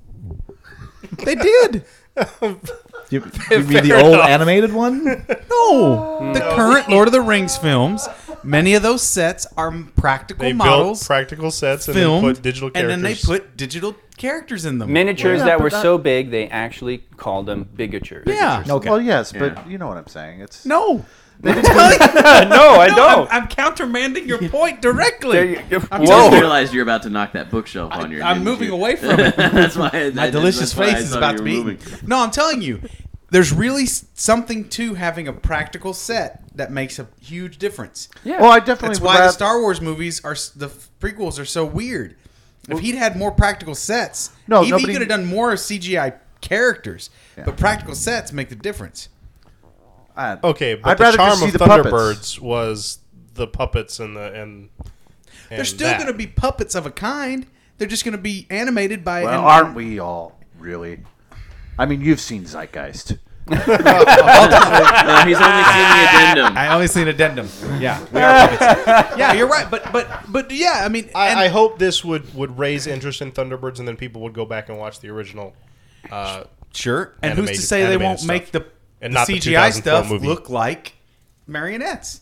Speaker 3: they did.
Speaker 10: *laughs*
Speaker 3: *laughs*
Speaker 10: You, you mean the old animated one?
Speaker 3: No, the current Lord of the Rings films, many of those sets are practical
Speaker 5: They built
Speaker 3: models,
Speaker 5: practical sets and
Speaker 3: filmed,
Speaker 5: then put digital characters.
Speaker 3: and then they put digital characters in them.
Speaker 6: Miniatures
Speaker 4: Yeah,
Speaker 6: that
Speaker 4: but
Speaker 6: were
Speaker 4: that-
Speaker 6: so big they actually called them bigatures.
Speaker 3: yeah, no,
Speaker 10: Okay.
Speaker 4: Well, yes, but you know what I'm saying. It's
Speaker 3: no,
Speaker 6: *laughs* no, I
Speaker 3: I'm,
Speaker 6: don't.
Speaker 3: I'm countermanding your point directly.
Speaker 6: There you-
Speaker 7: *laughs* I just
Speaker 6: Whoa.
Speaker 7: realized you're about to knock that bookshelf on your.
Speaker 3: I'm
Speaker 7: didn't
Speaker 3: moving
Speaker 7: you?
Speaker 3: away
Speaker 7: *laughs*
Speaker 3: from it.
Speaker 7: that's why
Speaker 3: My delicious face is about to be eaten. *laughs* No, I'm telling you, there's really s- something to having a practical set that makes a huge difference.
Speaker 6: Yeah.
Speaker 4: Well, I definitely
Speaker 3: That's
Speaker 4: would
Speaker 3: why the
Speaker 4: rather-
Speaker 3: Star Wars movies are s- the f- prequels are so weird. If he'd had more practical sets,
Speaker 4: No,
Speaker 3: even
Speaker 4: nobody-
Speaker 3: he could have done more CGI characters. But practical sets make the difference.
Speaker 4: I-
Speaker 5: Okay, but
Speaker 4: I'd
Speaker 5: the
Speaker 4: rather just
Speaker 5: charm of
Speaker 4: see the
Speaker 5: Thunderbirds
Speaker 4: puppets.
Speaker 5: was the puppets and the and. and
Speaker 3: They're still
Speaker 5: that.
Speaker 3: going to be puppets of a kind. They're just going to be animated by.
Speaker 4: Well,
Speaker 3: an-
Speaker 4: aren't we all really? I mean, you've seen Zeitgeist.
Speaker 7: No, he's only seen
Speaker 3: *laughs*
Speaker 7: the addendum.
Speaker 3: I only seen addendum. Yeah, we
Speaker 4: *laughs*
Speaker 3: are puppets. yeah, you're right. But but but yeah, I mean, and-
Speaker 5: I, I hope this would would raise interest in Thunderbirds, and then people would go back and watch the original. Uh,
Speaker 3: Sure. And who's
Speaker 5: Animated-
Speaker 3: to say they
Speaker 5: animated
Speaker 3: won't
Speaker 5: stuff.
Speaker 3: make the,
Speaker 5: And
Speaker 3: the
Speaker 5: not the
Speaker 3: CGI
Speaker 5: 2004
Speaker 3: stuff
Speaker 5: movie.
Speaker 3: look like marionettes?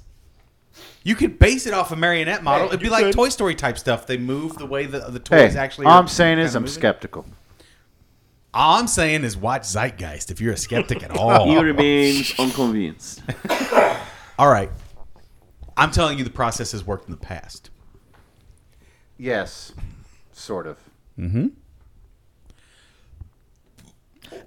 Speaker 3: You could base it off a marionette model.
Speaker 5: Hey,
Speaker 3: It'd be
Speaker 5: you
Speaker 3: like
Speaker 5: could.
Speaker 3: Toy Story type stuff. They move the way the, the toys
Speaker 4: Hey,
Speaker 3: actually.
Speaker 4: all
Speaker 3: are
Speaker 4: I'm saying is
Speaker 3: kinda
Speaker 4: I'm
Speaker 3: moving.
Speaker 4: skeptical.
Speaker 3: All I'm saying is watch Zeitgeist if you're a
Speaker 4: *laughs*
Speaker 3: skeptic at all.
Speaker 7: He remains unconvinced.
Speaker 3: all right. I'm telling you, the process has worked in the past.
Speaker 4: Yes, sort of.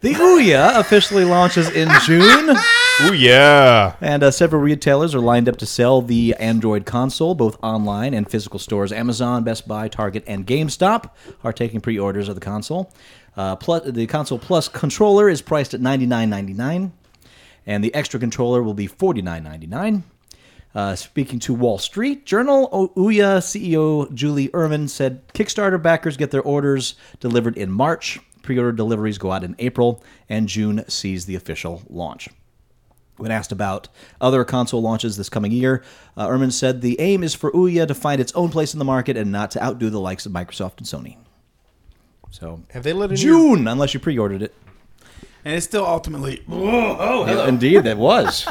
Speaker 10: The Ouya officially launches in
Speaker 3: *laughs*
Speaker 10: June.
Speaker 5: Ooh yeah!
Speaker 10: And uh, several retailers are lined up to sell the Android console, both online and physical stores. Amazon, Best Buy, Target, and GameStop are taking pre-orders of the console. Uh, plus, the console plus controller is priced at ninety nine ninety nine, and the extra controller will be forty nine ninety nine. Uh, speaking to Wall Street Journal, O- Ouya CEO Julie Ehrman said Kickstarter backers get their orders delivered in March. Pre-order deliveries go out in April, and June sees the official launch. When asked about other console launches this coming year, uh, Ehrman said the aim is for Ouya to find its own place in the market and not to outdo the likes of Microsoft and Sony. So
Speaker 5: Have they let any?
Speaker 10: June, unless you pre-ordered it.
Speaker 3: And it's still ultimately, *laughs* oh, hello.
Speaker 10: Indeed, that was.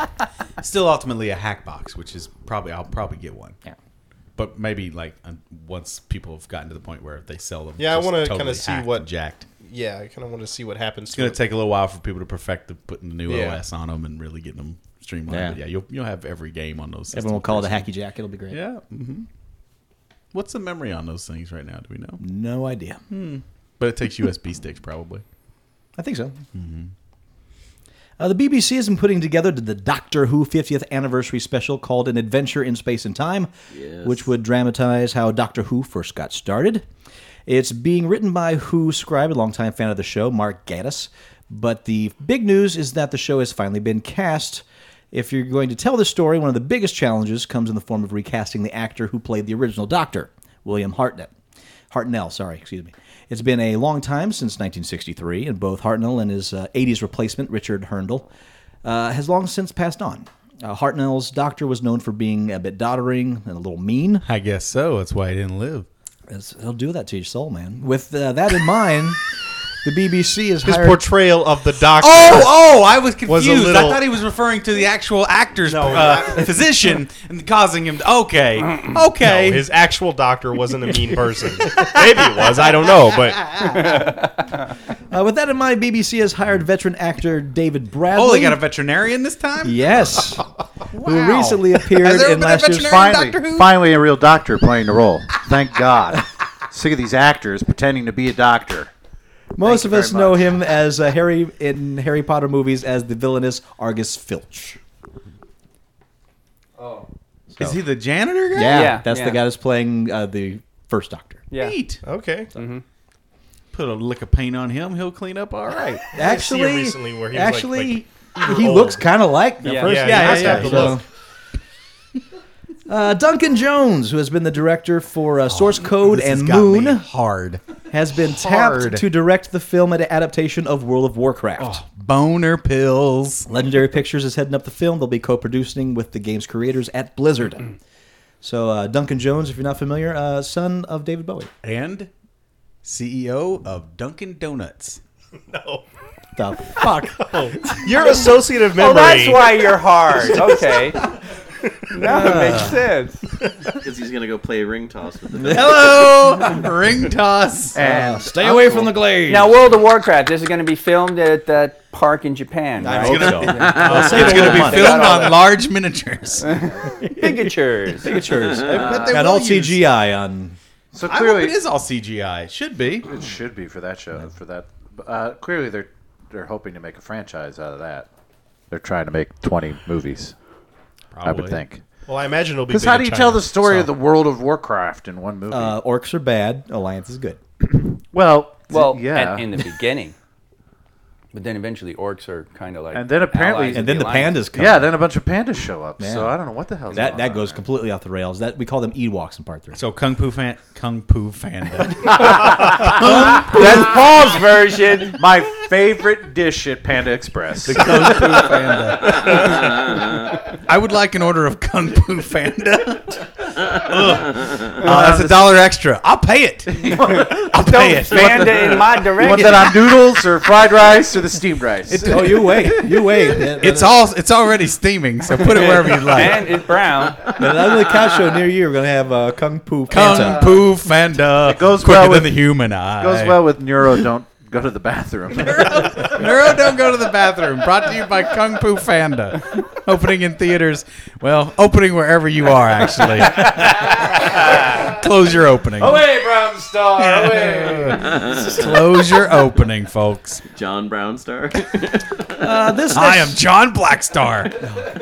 Speaker 3: still ultimately a hack box, which is probably I'll probably get one.
Speaker 10: Yeah.
Speaker 3: But maybe like um, once people have gotten to the point where they sell them.
Speaker 5: Yeah, I
Speaker 3: just
Speaker 5: wanna
Speaker 3: totally
Speaker 5: kinda see
Speaker 3: hacked
Speaker 5: what-
Speaker 3: and jacked.
Speaker 5: Yeah, I kind of want to see what happens
Speaker 3: It's
Speaker 5: to
Speaker 3: gonna
Speaker 5: it.
Speaker 3: take a little while for people to perfect the putting the new
Speaker 5: Yeah.
Speaker 3: OS on them and really getting them streamlined.
Speaker 10: Yeah.
Speaker 3: But yeah, you'll you'll have every game on those. systems
Speaker 10: *laughs* Everyone will call it a
Speaker 3: pretty
Speaker 10: hacky jack. It'll be great.
Speaker 3: soon. Yeah. hmm What's the memory on those things right now? Do we know?
Speaker 10: No idea.
Speaker 3: But it takes
Speaker 10: *laughs*
Speaker 3: USB sticks probably.
Speaker 10: I think so. Uh, the BBC has been putting together the Doctor Who 50th anniversary special called An Adventure in Space and Time, which would dramatize how Doctor Who first got started. It's being written by Who scribe, a longtime fan of the show, Mark Gatiss. But the big news is that the show has finally been cast. If you're going to tell the story, one of the biggest challenges comes in the form of recasting the actor who played the original Doctor, William Hartnett. Hartnell, sorry, excuse me. It's been a long time since 1963, and both Hartnell and his uh, 80s replacement, Richard Herndl, uh, has long since passed on. Uh, Hartnell's doctor was known for being a bit doddering and a little mean.
Speaker 3: I guess so. That's why I didn't live.
Speaker 10: It's- It'll do that to your soul, man. With uh, that in mind, the BBC is
Speaker 5: His
Speaker 10: hired.
Speaker 5: portrayal of the doctor.
Speaker 3: Oh, oh! I was confused.
Speaker 5: Was a
Speaker 3: I
Speaker 5: little-
Speaker 3: thought he was referring to the actual actor's uh, *laughs* physician and causing him. To, okay, okay.
Speaker 5: No, his
Speaker 3: *laughs*
Speaker 5: actual doctor wasn't a mean person. Maybe it was. I don't know, but
Speaker 10: Uh, with that in mind, BBC has hired veteran actor David Bradley.
Speaker 3: Oh, they got a veterinarian this time. *laughs*
Speaker 10: Yes. Who recently appeared
Speaker 3: Has there
Speaker 10: in
Speaker 3: been a
Speaker 10: last year's
Speaker 3: veterinarian
Speaker 10: final.
Speaker 3: doc-
Speaker 4: finally,
Speaker 3: Doctor Who?
Speaker 4: finally a real doctor playing the role. Thank God. *laughs* Sick of these actors pretending to be a doctor.
Speaker 10: Most
Speaker 4: Thank
Speaker 10: of
Speaker 4: you
Speaker 10: us
Speaker 4: very
Speaker 10: know
Speaker 4: much.
Speaker 10: him as uh, Harry in Harry Potter movies as the villainous Argus Filch.
Speaker 3: Is
Speaker 5: *laughs*
Speaker 3: he the janitor guy?
Speaker 10: Yeah,
Speaker 6: Oh. Yeah,
Speaker 10: that's
Speaker 6: yeah.
Speaker 10: the guy that's playing uh, the first Doctor.
Speaker 6: Yeah.
Speaker 3: Neat.
Speaker 5: Okay.
Speaker 3: Put a lick of paint on him. He'll clean up all
Speaker 10: *laughs*
Speaker 3: right.
Speaker 10: Actually,
Speaker 5: I see it recently where he was, like-
Speaker 10: actually,
Speaker 5: like,
Speaker 10: he
Speaker 5: old.
Speaker 10: looks kind of like the
Speaker 6: Yeah.
Speaker 10: first.
Speaker 5: Yeah,
Speaker 10: Yeah,
Speaker 5: he does
Speaker 10: yeah,
Speaker 5: have the
Speaker 10: so-
Speaker 5: look.
Speaker 10: Uh, Duncan Jones, who has been the director for uh, Source Code
Speaker 3: This has
Speaker 10: and
Speaker 3: got me
Speaker 10: Moon,
Speaker 3: hard.
Speaker 10: has been
Speaker 3: hard.
Speaker 10: tapped to direct the film ad- adaptation of World of Warcraft.
Speaker 3: Boner pills.
Speaker 10: Legendary Pictures is heading up the film. They'll be co-producing with the game's creators at Blizzard. *clears throat* so uh, Duncan Jones, if you're not familiar, uh, son of David Bowie.
Speaker 3: And
Speaker 10: E
Speaker 3: CEO of Dunkin' Donuts.
Speaker 5: No.
Speaker 10: The fuck.
Speaker 5: Your associative memory.
Speaker 6: Oh, that's why you're hard. Okay. Now it makes sense.
Speaker 7: Because he's gonna go play ring toss with the.
Speaker 3: Hello, ring toss.
Speaker 4: And
Speaker 10: Stay away from the glade.
Speaker 6: Now, World of Warcraft, this is going to be filmed at that park in Japan, right?
Speaker 10: hope so. I'll save
Speaker 3: It's going to
Speaker 10: a little
Speaker 3: be
Speaker 10: money.
Speaker 3: filmed on large miniatures. I
Speaker 6: Bigatures.
Speaker 10: Pictures.
Speaker 3: bet they
Speaker 10: Got
Speaker 3: will
Speaker 10: all
Speaker 3: use-
Speaker 10: CGI on.
Speaker 4: so
Speaker 3: I hope it
Speaker 4: clearly,
Speaker 3: is all CGI. It should be.
Speaker 4: it should be for that show. For that, uh, clearly they're they're hoping to make a franchise out of that. They're trying to make twenty movies. I would
Speaker 3: Probably.
Speaker 4: think.
Speaker 5: Well, I imagine it'll be.
Speaker 4: Because
Speaker 5: big
Speaker 4: how
Speaker 5: in
Speaker 4: do you
Speaker 5: China,
Speaker 4: tell the story
Speaker 5: so-
Speaker 4: of the world of Warcraft in one movie?
Speaker 10: Uh, orcs are bad. Alliance is good.
Speaker 4: well,
Speaker 6: Well,
Speaker 4: yeah.
Speaker 6: at, in the beginning. But then eventually orcs are kind of like.
Speaker 4: And then apparently- And
Speaker 6: allies of
Speaker 10: And then the
Speaker 6: Alliance.
Speaker 10: pandas come.
Speaker 4: yeah, then a bunch of pandas show up. So
Speaker 10: Yeah.
Speaker 4: I don't know what the hell
Speaker 10: that that goes completely off the rails. That we call them Ewoks in part three.
Speaker 3: So Kung Fu fan, Kung Fu fan.
Speaker 4: That's
Speaker 6: Uh,
Speaker 4: Paul's version. My favorite dish at Panda Express.
Speaker 3: I would like an order of Kung Fu Fanda.
Speaker 4: Uh,
Speaker 3: that's a dollar extra. I'll pay
Speaker 4: *laughs*
Speaker 3: it. I'll pay it.
Speaker 6: Panda in my
Speaker 4: You want
Speaker 6: direction.
Speaker 4: that on noodles or fried rice or the steamed rice?
Speaker 10: oh, you wait, you *laughs* wait. That-
Speaker 3: It's all. It's already steaming, so put it wherever you
Speaker 4: Oh,
Speaker 3: like.
Speaker 6: And it's brown.
Speaker 10: that *laughs* ugly cow show near you. We're gonna have uh, Kung Pu
Speaker 3: Kung
Speaker 10: Panda.
Speaker 3: Fu Fanda. It
Speaker 4: goes
Speaker 3: quicker
Speaker 4: well
Speaker 3: than
Speaker 4: with-
Speaker 3: the human eye.
Speaker 4: goes well with Neuro. Don't go to the bathroom.
Speaker 3: Neuro, don't go to the bathroom. Brought to you by Kung Fu Fanda. Opening in theaters. Well, opening wherever you are. Actually, close your opening.
Speaker 4: away, Brown Star. Away.
Speaker 3: Close your opening, folks.
Speaker 7: John
Speaker 3: *laughs*
Speaker 7: Brown star.
Speaker 10: Uh, this
Speaker 3: I am
Speaker 10: next-
Speaker 3: John Blackstar,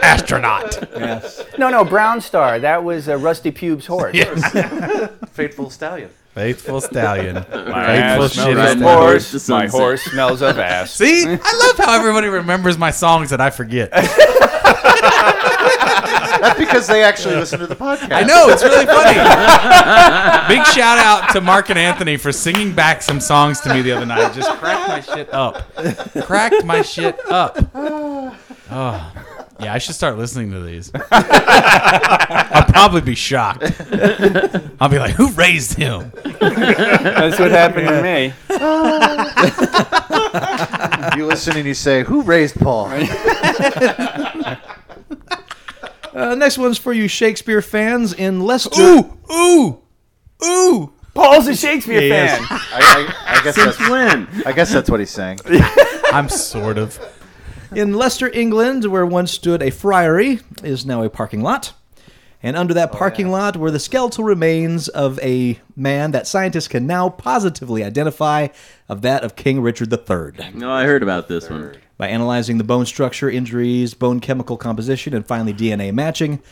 Speaker 3: astronaut.
Speaker 10: Yes.
Speaker 6: No, no, Brown Star. That was a Rusty Pubes horse.
Speaker 4: *laughs* Fateful Stallion.
Speaker 3: Faithful stallion.
Speaker 6: ass
Speaker 3: Faithful shitty
Speaker 6: smells of
Speaker 3: stallion.
Speaker 7: The
Speaker 6: horse. My
Speaker 7: sunset.
Speaker 6: horse smells of ass.
Speaker 3: See, I love how everybody remembers my songs that I *laughs* forget.
Speaker 4: That's because they actually listen to the podcast.
Speaker 3: I know it's really funny. Big shout out to Mark and Anthony for singing back some songs to me the other night. It Just cracked my shit up. Cracked my shit up. Oh. Yeah, I should start listening to these. I'll probably be shocked. I'll be like, "Who raised him?"
Speaker 6: That's what happened to me.
Speaker 4: You listen and you say, "Who raised
Speaker 10: *laughs*
Speaker 4: Paul?"
Speaker 10: Uh, next one's for you Shakespeare fans in Leicester.
Speaker 3: Ooh, ooh, ooh.
Speaker 6: Paul's a Shakespeare fan.
Speaker 4: I, I, I guess
Speaker 7: Since
Speaker 4: that's.
Speaker 7: when?
Speaker 4: I guess that's what he's
Speaker 10: *laughs*
Speaker 4: saying.
Speaker 3: I'm sort of.
Speaker 10: In Leicester, England, where once stood a friary, is now a parking lot. And under that parking lot were the skeletal remains of a man that scientists can now positively identify of that of King Richard III.
Speaker 7: No, I heard about this one.
Speaker 10: By analyzing the bone structure, injuries, bone chemical composition, and finally DNA matching,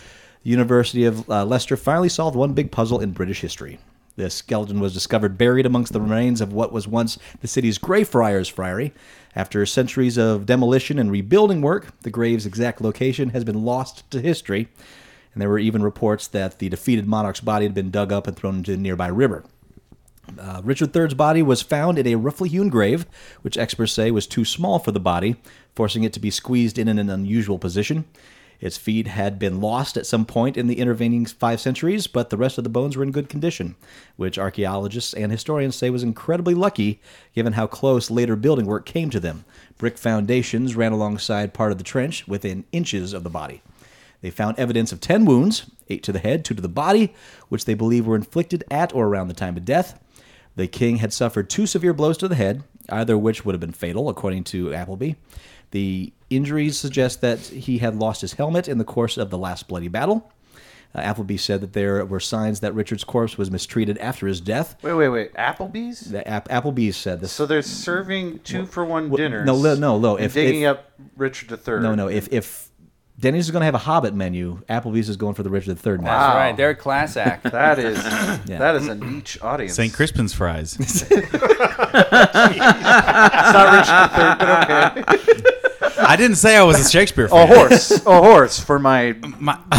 Speaker 10: the University of uh, Leicester finally solved one big puzzle in British history. The skeleton was discovered buried amongst the remains of what was once the city's Greyfriars Friary. After centuries of demolition and rebuilding work, the grave's exact location has been lost to history, and there were even reports that the defeated monarch's body had been dug up and thrown into a nearby river. Uh, Richard III's body was found in a roughly hewn grave, which experts say was too small for the body, forcing it to be squeezed in in an unusual position. Its feet had been lost at some point in the intervening five centuries, but the rest of the bones were in good condition, which archaeologists and historians say was incredibly lucky given how close later building work came to them. Brick foundations ran alongside part of the trench within inches of the body. They found evidence of 10 wounds, 8 to the head, 2 to the body, which they believe were inflicted at or around the time of death. The king had suffered two severe blows to the head, either which would have been fatal, according to Appleby. The injuries suggest that he had lost his helmet in the course of the last bloody battle. Uh, Appleby said that there were signs that Richard's corpse was mistreated after his death.
Speaker 4: Wait, wait, wait. Applebee's?
Speaker 10: The App- Appleby said this.
Speaker 4: So they're serving two for one dinners.
Speaker 10: no, no, no, no,
Speaker 4: and
Speaker 10: if-
Speaker 4: digging
Speaker 10: if-
Speaker 4: up Richard III.
Speaker 10: no, no. If if Denny's is going to have a Hobbit menu, Applebee's is going for the Richard III menu.
Speaker 6: That's right. They're a class act.
Speaker 4: That
Speaker 10: *laughs*
Speaker 4: is that is a niche audience.
Speaker 3: St. Crispin's fries.
Speaker 4: It's not Richard III, but okay.
Speaker 3: I didn't say I was a Shakespeare
Speaker 4: *laughs* A
Speaker 3: fan.
Speaker 4: horse, a horse for my,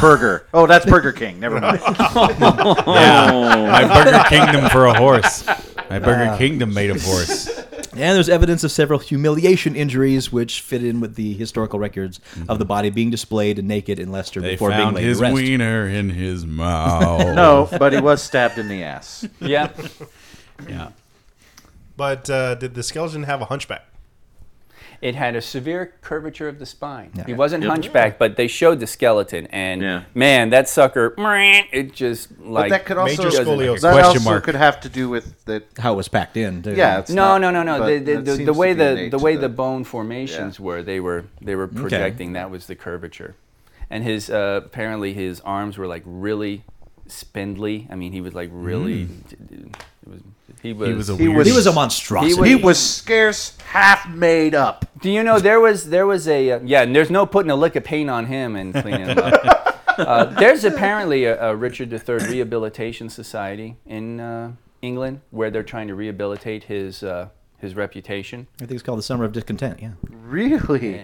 Speaker 4: burger. Oh, that's Burger King. Never mind.
Speaker 7: Oh.
Speaker 3: Yeah. My
Speaker 10: *laughs*
Speaker 3: Burger Kingdom for a horse. My Burger Kingdom made of horse.
Speaker 10: And there's evidence of several humiliation injuries, which fit in with the historical records of the body being displayed and naked in Leicester
Speaker 3: Mm-hmm. They
Speaker 10: before being
Speaker 3: found
Speaker 10: laid
Speaker 3: his
Speaker 10: to rest.
Speaker 3: wiener in his mouth.
Speaker 4: *laughs* No, but he was stabbed in the ass.
Speaker 6: *laughs* yeah.
Speaker 3: Yeah.
Speaker 5: But uh, did the skeleton have a hunchback?
Speaker 6: It had a severe curvature of the spine.
Speaker 10: Yeah.
Speaker 6: He wasn't
Speaker 7: Yep.
Speaker 6: hunchback, but they showed the skeleton, and
Speaker 7: Yeah.
Speaker 6: man, that sucker, *laughs* it just
Speaker 4: But
Speaker 6: like
Speaker 4: that could also
Speaker 5: Major scoliosis.
Speaker 4: that
Speaker 3: Question
Speaker 4: also
Speaker 3: mark.
Speaker 4: could have to do with the
Speaker 10: How it was packed in. too.
Speaker 4: yeah. It's
Speaker 6: No,
Speaker 4: not,
Speaker 6: no, no, no.
Speaker 4: but
Speaker 6: The, the,
Speaker 4: that
Speaker 6: the,
Speaker 4: seems
Speaker 6: the
Speaker 4: to
Speaker 6: way
Speaker 4: be
Speaker 6: the
Speaker 4: innate
Speaker 6: the
Speaker 4: to
Speaker 6: way the, bone formations were, they were they were projecting. That was the curvature, and his uh, apparently his arms were like really spindly. I mean, he was like really. It was, he was.
Speaker 3: Mm. He was a
Speaker 4: He
Speaker 3: weird.
Speaker 4: was-
Speaker 10: He was a monstrosity.
Speaker 6: He was-
Speaker 4: He was scarce half made up.
Speaker 6: Do you know there was there was a uh, yeah? And there's no putting a lick of paint on him and cleaning
Speaker 3: *laughs*
Speaker 6: him up. Uh, there's apparently a, a Richard III Rehabilitation Society in uh, England where they're trying to rehabilitate his uh, his reputation.
Speaker 10: I think it's called the Summer of Discontent. Yeah.
Speaker 4: Really?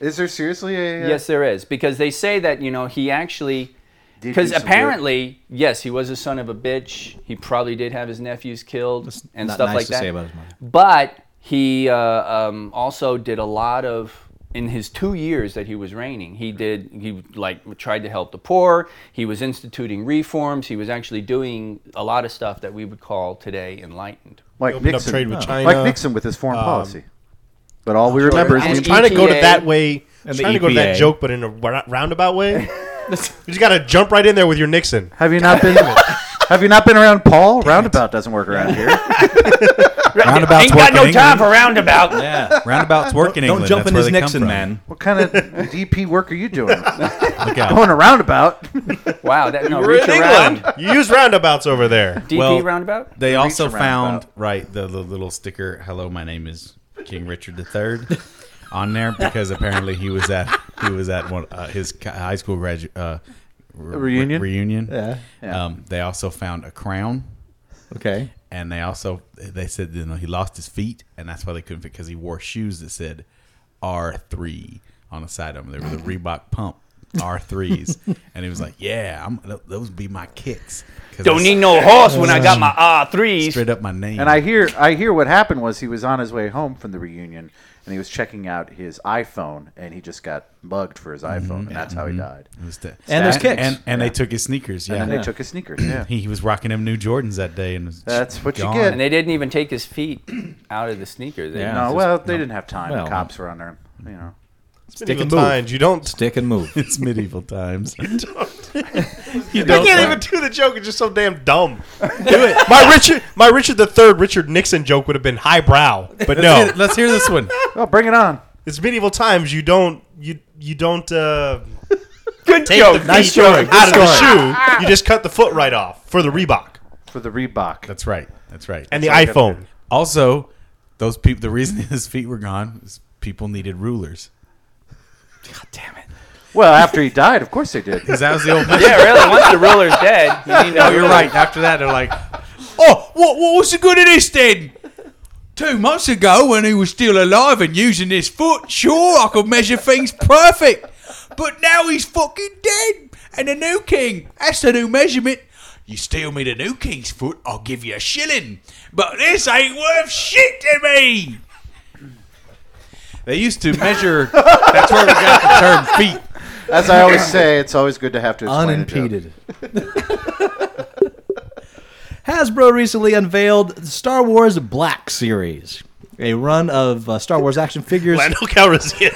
Speaker 4: Is there seriously a? uh,
Speaker 6: Yes, there is because they say that you know he actually
Speaker 4: Did
Speaker 6: because
Speaker 4: do some
Speaker 6: apparently yes he was a son of a bitch. He probably did have his nephews killed and
Speaker 10: not
Speaker 6: stuff
Speaker 10: nice
Speaker 6: like
Speaker 10: to
Speaker 6: that.
Speaker 10: say
Speaker 3: *laughs*
Speaker 10: about his mother.
Speaker 6: But he uh, um, also did a lot of in his two years that he was reigning. He did he like tried to help the poor. He was instituting reforms. He was actually doing a lot of stuff that we would call today enlightened.
Speaker 4: Like
Speaker 5: Opened up
Speaker 4: Nixon, Oh.
Speaker 5: trade with
Speaker 4: No.
Speaker 5: China.
Speaker 4: like Nixon with his foreign policy. But all we remember is
Speaker 6: And
Speaker 4: we
Speaker 6: he-
Speaker 5: trying to go to
Speaker 6: EPA.
Speaker 5: that way. trying to go to that
Speaker 10: EPA.
Speaker 5: joke, but in a ra- roundabout way. you just got to jump right in there with your Nixon.
Speaker 4: have you not been have you not been around Paul? Roundabout doesn't work around here.
Speaker 3: Roundabouts
Speaker 6: Ain't
Speaker 3: work
Speaker 6: got
Speaker 3: in
Speaker 6: no
Speaker 3: England.
Speaker 6: time for roundabout.
Speaker 10: Yeah.
Speaker 3: Roundabouts work in
Speaker 10: Don't
Speaker 3: England.
Speaker 10: jump
Speaker 3: That's
Speaker 10: in
Speaker 3: where
Speaker 10: his
Speaker 3: they come
Speaker 10: Nixon,
Speaker 3: from.
Speaker 10: man.
Speaker 4: What kind of DP work are you doing?
Speaker 3: Look out.
Speaker 4: Going a roundabout.
Speaker 6: Wow, that *laughs* no reach around.
Speaker 5: England. You use roundabouts over there.
Speaker 6: DP
Speaker 3: Well,
Speaker 6: roundabout.
Speaker 3: They also
Speaker 4: around
Speaker 3: found
Speaker 4: about.
Speaker 3: right the, the little sticker. Hello, my name is King Richard III. on there because apparently he was at he was at one uh, his ca- high school graduate uh, re-
Speaker 4: Reunion?
Speaker 3: reunion.
Speaker 10: Yeah.
Speaker 3: Um, they also found a crown.
Speaker 10: Okay.
Speaker 3: And they also they said you know he lost his feet and that's why they couldn't fit because he wore shoes that said R three on the side of them. They were the Reebok pump R threes, and he was like, "Yeah, I'm, th- those would be my kicks." 'Cause
Speaker 6: Don't
Speaker 3: I
Speaker 6: need no horse when I got my R threes.
Speaker 3: straight up my name.
Speaker 4: And I hear I hear what happened was he was on his way home from the reunion and he was checking out his iPhone and he just got mugged for his iPhone and that's how he died.
Speaker 3: It was the-
Speaker 10: And there's kicks.
Speaker 3: and, and they took his sneakers. Yeah,
Speaker 4: And they took his sneakers. Yeah.
Speaker 3: *laughs* he, he was rocking them new Jordans that day, and was
Speaker 4: That's what you
Speaker 3: gone. *laughs*
Speaker 4: get.
Speaker 6: And they didn't even take his feet out of the sneakers. They-
Speaker 10: Yeah.
Speaker 4: no,
Speaker 10: it's
Speaker 4: well, they didn't have time.
Speaker 10: well.
Speaker 4: the cops were on their, you know.
Speaker 5: It's medieval
Speaker 10: and move.
Speaker 5: times. You don't.
Speaker 10: Stick
Speaker 6: *laughs*
Speaker 10: and move.
Speaker 3: It's medieval times.
Speaker 5: You can't even do the joke. It's just so damn dumb. Do it. My Richard, my Richard the Third, Richard Nixon joke would have been highbrow,
Speaker 3: *laughs*
Speaker 5: but no.
Speaker 3: Let's hear- Let's hear this one.
Speaker 4: Oh, bring it on.
Speaker 5: It's medieval times. You don't. You you don't. *laughs* Uh, take
Speaker 6: Good
Speaker 5: the
Speaker 6: joke.
Speaker 5: feet
Speaker 6: Nice joke.
Speaker 5: out of the shoe. You just cut the foot right off for the Reebok
Speaker 4: For the
Speaker 3: *laughs*
Speaker 4: Reebok.
Speaker 3: That's right. That's right.
Speaker 5: and the iPhone.
Speaker 3: also, those people. The reason *laughs* his feet were gone is people needed rulers.
Speaker 4: Well, after he died, of course they did.
Speaker 3: Because that was the old.
Speaker 6: Yeah, really. Once the ruler's
Speaker 3: *laughs*
Speaker 6: dead, you need
Speaker 3: oh,
Speaker 6: no
Speaker 3: you're
Speaker 6: ruler.
Speaker 3: right. After that, they're like, "Oh, what? What was the good of this then?" Two months ago, when he was still alive and using his foot, sure, I could measure things perfect. But now he's fucking dead, and the new king. That's the new measurement. You steal me the new king's foot, I'll give you a shilling. But this ain't worth shit to me. They used to measure. that's where we got the term feet.
Speaker 4: As I always say, it's always good to have to explain A joke.
Speaker 10: unimpeded. *laughs* Hasbro recently unveiled the Star Wars *laughs* Black series, a run of uh, Star Wars action figures.
Speaker 5: Lando Calrissian.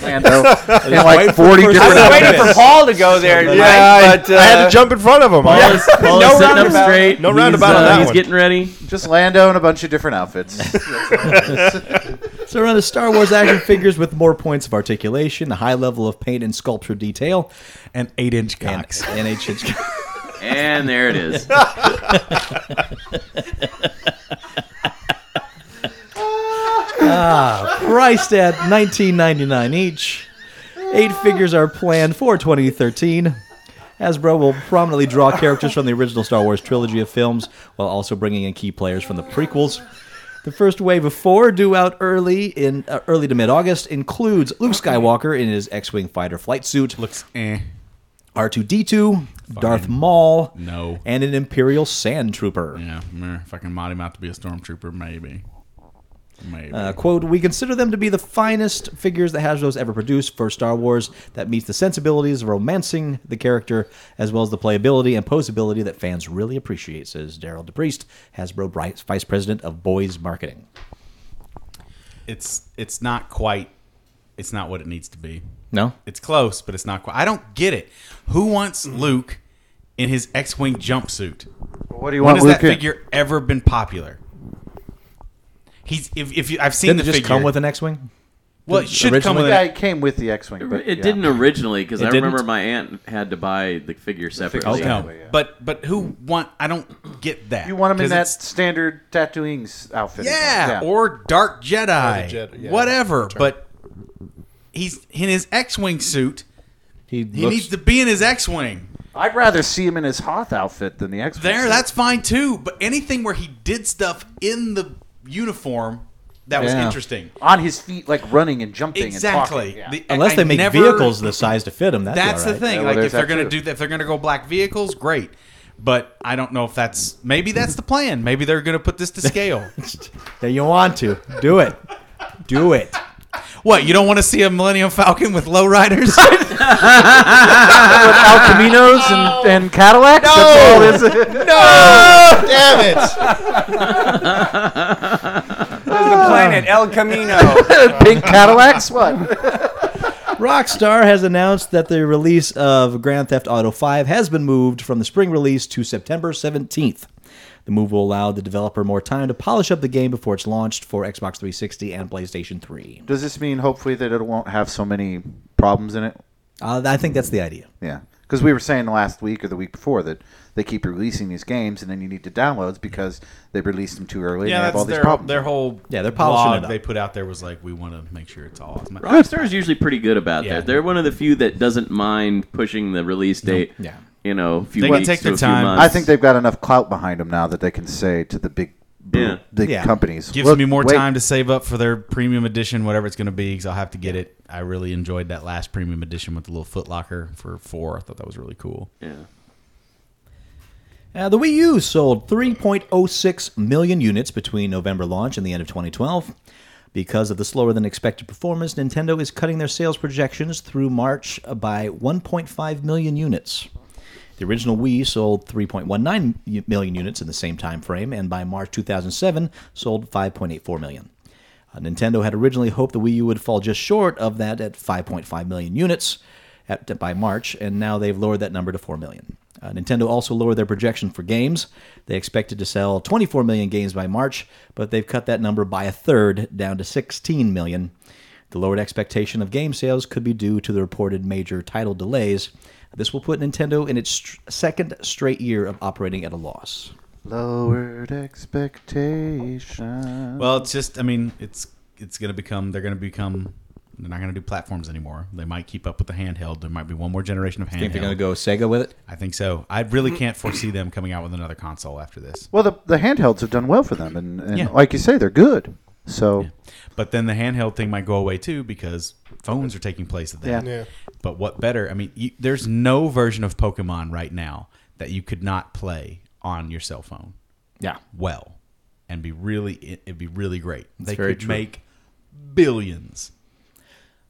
Speaker 4: Lando in uh, like 40 different
Speaker 6: I was
Speaker 4: outfits.
Speaker 6: waiting for Paul to go there. Mike, but, uh,
Speaker 5: I had to jump in front of him. I was-
Speaker 3: *laughs*
Speaker 7: Paul is sitting up straight.
Speaker 5: No
Speaker 7: He's,
Speaker 5: roundabout on
Speaker 7: uh,
Speaker 5: that
Speaker 7: He's
Speaker 5: one.
Speaker 7: getting ready.
Speaker 4: Just Lando in a bunch of different outfits.
Speaker 10: So around the Star Wars action figures with more points of articulation, a high level of paint and sculpture detail,
Speaker 3: and eight inch cocks.
Speaker 10: and a chin-
Speaker 7: And there it is.
Speaker 10: priced at $19.99 each. Eight figures are planned for 2013. Hasbro will prominently draw characters from the original Star Wars trilogy of films while also bringing in key players from the prequels. The first wave of four, due out early in uh, early to mid-August, includes Luke Skywalker in his X-wing fighter flight suit,
Speaker 3: Looks eh.
Speaker 10: R2D2, Darth Maul,
Speaker 3: No.
Speaker 10: and an Imperial Sand Trooper.
Speaker 3: Yeah, meh, if I can mod him out to be a stormtrooper, maybe. Maybe.
Speaker 10: Uh, quote, we consider them to be the finest figures that Hasbro's ever produced for Star Wars that meets the sensibilities of romancing the character as well as the playability and posability that fans really appreciate, says Daryl DePriest, Hasbro Bri- Vice President of Boys Marketing.
Speaker 3: it's it's not quite it's not what it needs to be.
Speaker 10: No?
Speaker 3: It's close, but it's not quite. I don't get it. Who wants Luke in his X-wing jumpsuit?
Speaker 4: *laughs* What do you
Speaker 3: When
Speaker 4: want,
Speaker 3: has
Speaker 4: Luke?
Speaker 3: that figure ever been popular? He's if, if you, I've seen
Speaker 10: Didn't
Speaker 3: the
Speaker 10: it just
Speaker 3: figure.
Speaker 10: come with an X-Wing?
Speaker 3: well, it should come with
Speaker 4: The
Speaker 3: an
Speaker 4: guy came with the X-wing, but
Speaker 7: It
Speaker 4: yeah.
Speaker 7: didn't originally because I remember
Speaker 10: didn't?
Speaker 7: my aunt had to buy the figure separately.
Speaker 10: Okay.
Speaker 3: No, but but who want? I don't get that.
Speaker 4: You want him in
Speaker 3: 'Cause
Speaker 4: that
Speaker 3: it's-
Speaker 4: standard Tatooine's outfit?
Speaker 3: Yeah, or Dark Jedi,
Speaker 5: Or the Jedi, yeah.
Speaker 3: whatever. But he's in his X-wing suit.
Speaker 10: He,
Speaker 3: He
Speaker 10: looks-
Speaker 3: needs to be in his X-wing.
Speaker 4: I'd rather see him in his Hoth outfit than the X-wing.
Speaker 3: There,
Speaker 4: suit.
Speaker 3: that's fine too. But anything where he did stuff in the uniform that was
Speaker 10: Yeah.
Speaker 3: interesting.
Speaker 4: on his feet, like running and jumping.
Speaker 3: Exactly.
Speaker 4: And talking. Yeah.
Speaker 3: The-
Speaker 10: Unless
Speaker 3: I
Speaker 10: they make
Speaker 3: never-
Speaker 10: vehicles the size to fit him, that'd be
Speaker 3: That's
Speaker 10: all
Speaker 3: the
Speaker 10: right.
Speaker 3: thing.
Speaker 4: Yeah, well,
Speaker 3: like if
Speaker 4: there's
Speaker 3: they're
Speaker 4: that
Speaker 3: gonna
Speaker 4: too.
Speaker 3: do that, if they're gonna go black vehicles, great. But I don't know if that's maybe that's the plan. Maybe they're gonna put this to
Speaker 7: *laughs*
Speaker 3: scale.
Speaker 10: Yeah, you want to. Do it. Do it.
Speaker 3: what you don't want to see a Millennium Falcon with *laughs* lowriders?
Speaker 4: Al Caminos and, and Cadillacs. That's all it is.
Speaker 3: Oh,
Speaker 5: Damn
Speaker 3: *laughs*
Speaker 5: it!
Speaker 6: the planet El Camino.
Speaker 4: *laughs* Pink Cadillacs. What?
Speaker 10: Rockstar has announced that the release of Grand Theft Auto 5 has been moved from the spring release to September 17th. The move will allow the developer more time to polish up the game before it's launched for Xbox 360 and PlayStation 3.
Speaker 4: Does this mean hopefully that it won't have so many problems in it?
Speaker 10: Uh, I think that's the idea.
Speaker 4: Yeah, because we were saying last week or the week before that they keep releasing these games and then you need to downloads because they released them too early and they have all these
Speaker 3: their,
Speaker 4: problems.
Speaker 3: their whole
Speaker 10: Yeah, they're polishing
Speaker 3: blog
Speaker 10: it up.
Speaker 3: they put out there was like we want to make sure it's all.
Speaker 7: Rockstar is usually pretty good about
Speaker 3: Yeah.
Speaker 7: that. They're one of the few that doesn't mind pushing the release date.
Speaker 10: Yeah.
Speaker 7: You know, a few
Speaker 3: They can
Speaker 7: weeks
Speaker 3: take
Speaker 7: to
Speaker 3: their
Speaker 7: a few
Speaker 3: time.
Speaker 7: months.
Speaker 4: I think they've got enough clout behind them now that they can say to the big,
Speaker 7: Yeah.
Speaker 4: big
Speaker 10: Yeah.
Speaker 4: companies.
Speaker 3: Gives
Speaker 4: "Look,
Speaker 3: me more
Speaker 4: wait,
Speaker 3: time to save up for their premium edition, whatever it's going to be, because I'll have to get it. I really enjoyed that last premium edition with the little Foot Locker for four. I thought that was really cool.
Speaker 7: Yeah.
Speaker 10: Uh, the Wii U sold 3.06 million units between November launch and the end of 2012. Because of the slower than expected performance, Nintendo is cutting their sales projections through March by 1.5 million units. The original Wii sold 3.19 u- million units in the same time frame, and by March 2007 sold 5.84 million. Uh, Nintendo had originally hoped the Wii U would fall just short of that at 5.5 million units at, by March, and now they've lowered that number to 4 million. Uh, Nintendo also lowered their projection for games. They expected to sell 24 million games by March, but they've cut that number by a third down to 16 million. The lowered expectation of game sales could be due to the reported major title delays. This will put Nintendo in its str- second straight year of operating at a loss.
Speaker 4: Lowered expectations.
Speaker 3: Well, it's just I mean, it's it's going to become they're going to become they're not going to do platforms anymore. They might keep up with the handheld. There might be one more generation of handheld.
Speaker 10: Think they're going to go Sega with it?
Speaker 3: I think so. I really can't foresee them coming out with another console after this.
Speaker 4: Well, the, the handhelds have done well for them, and, and
Speaker 3: Yeah.
Speaker 4: like you say, they're good. So
Speaker 3: But then the handheld thing might go away too because phones are taking place at that.
Speaker 4: Yeah.
Speaker 5: Yeah.
Speaker 3: But what better? I mean, you, there's no version of Pokemon right now that you could not play on your cell phone
Speaker 10: Yeah.
Speaker 3: well and be really it, it'd be really great. they
Speaker 10: very
Speaker 3: could
Speaker 10: true.
Speaker 3: make billions.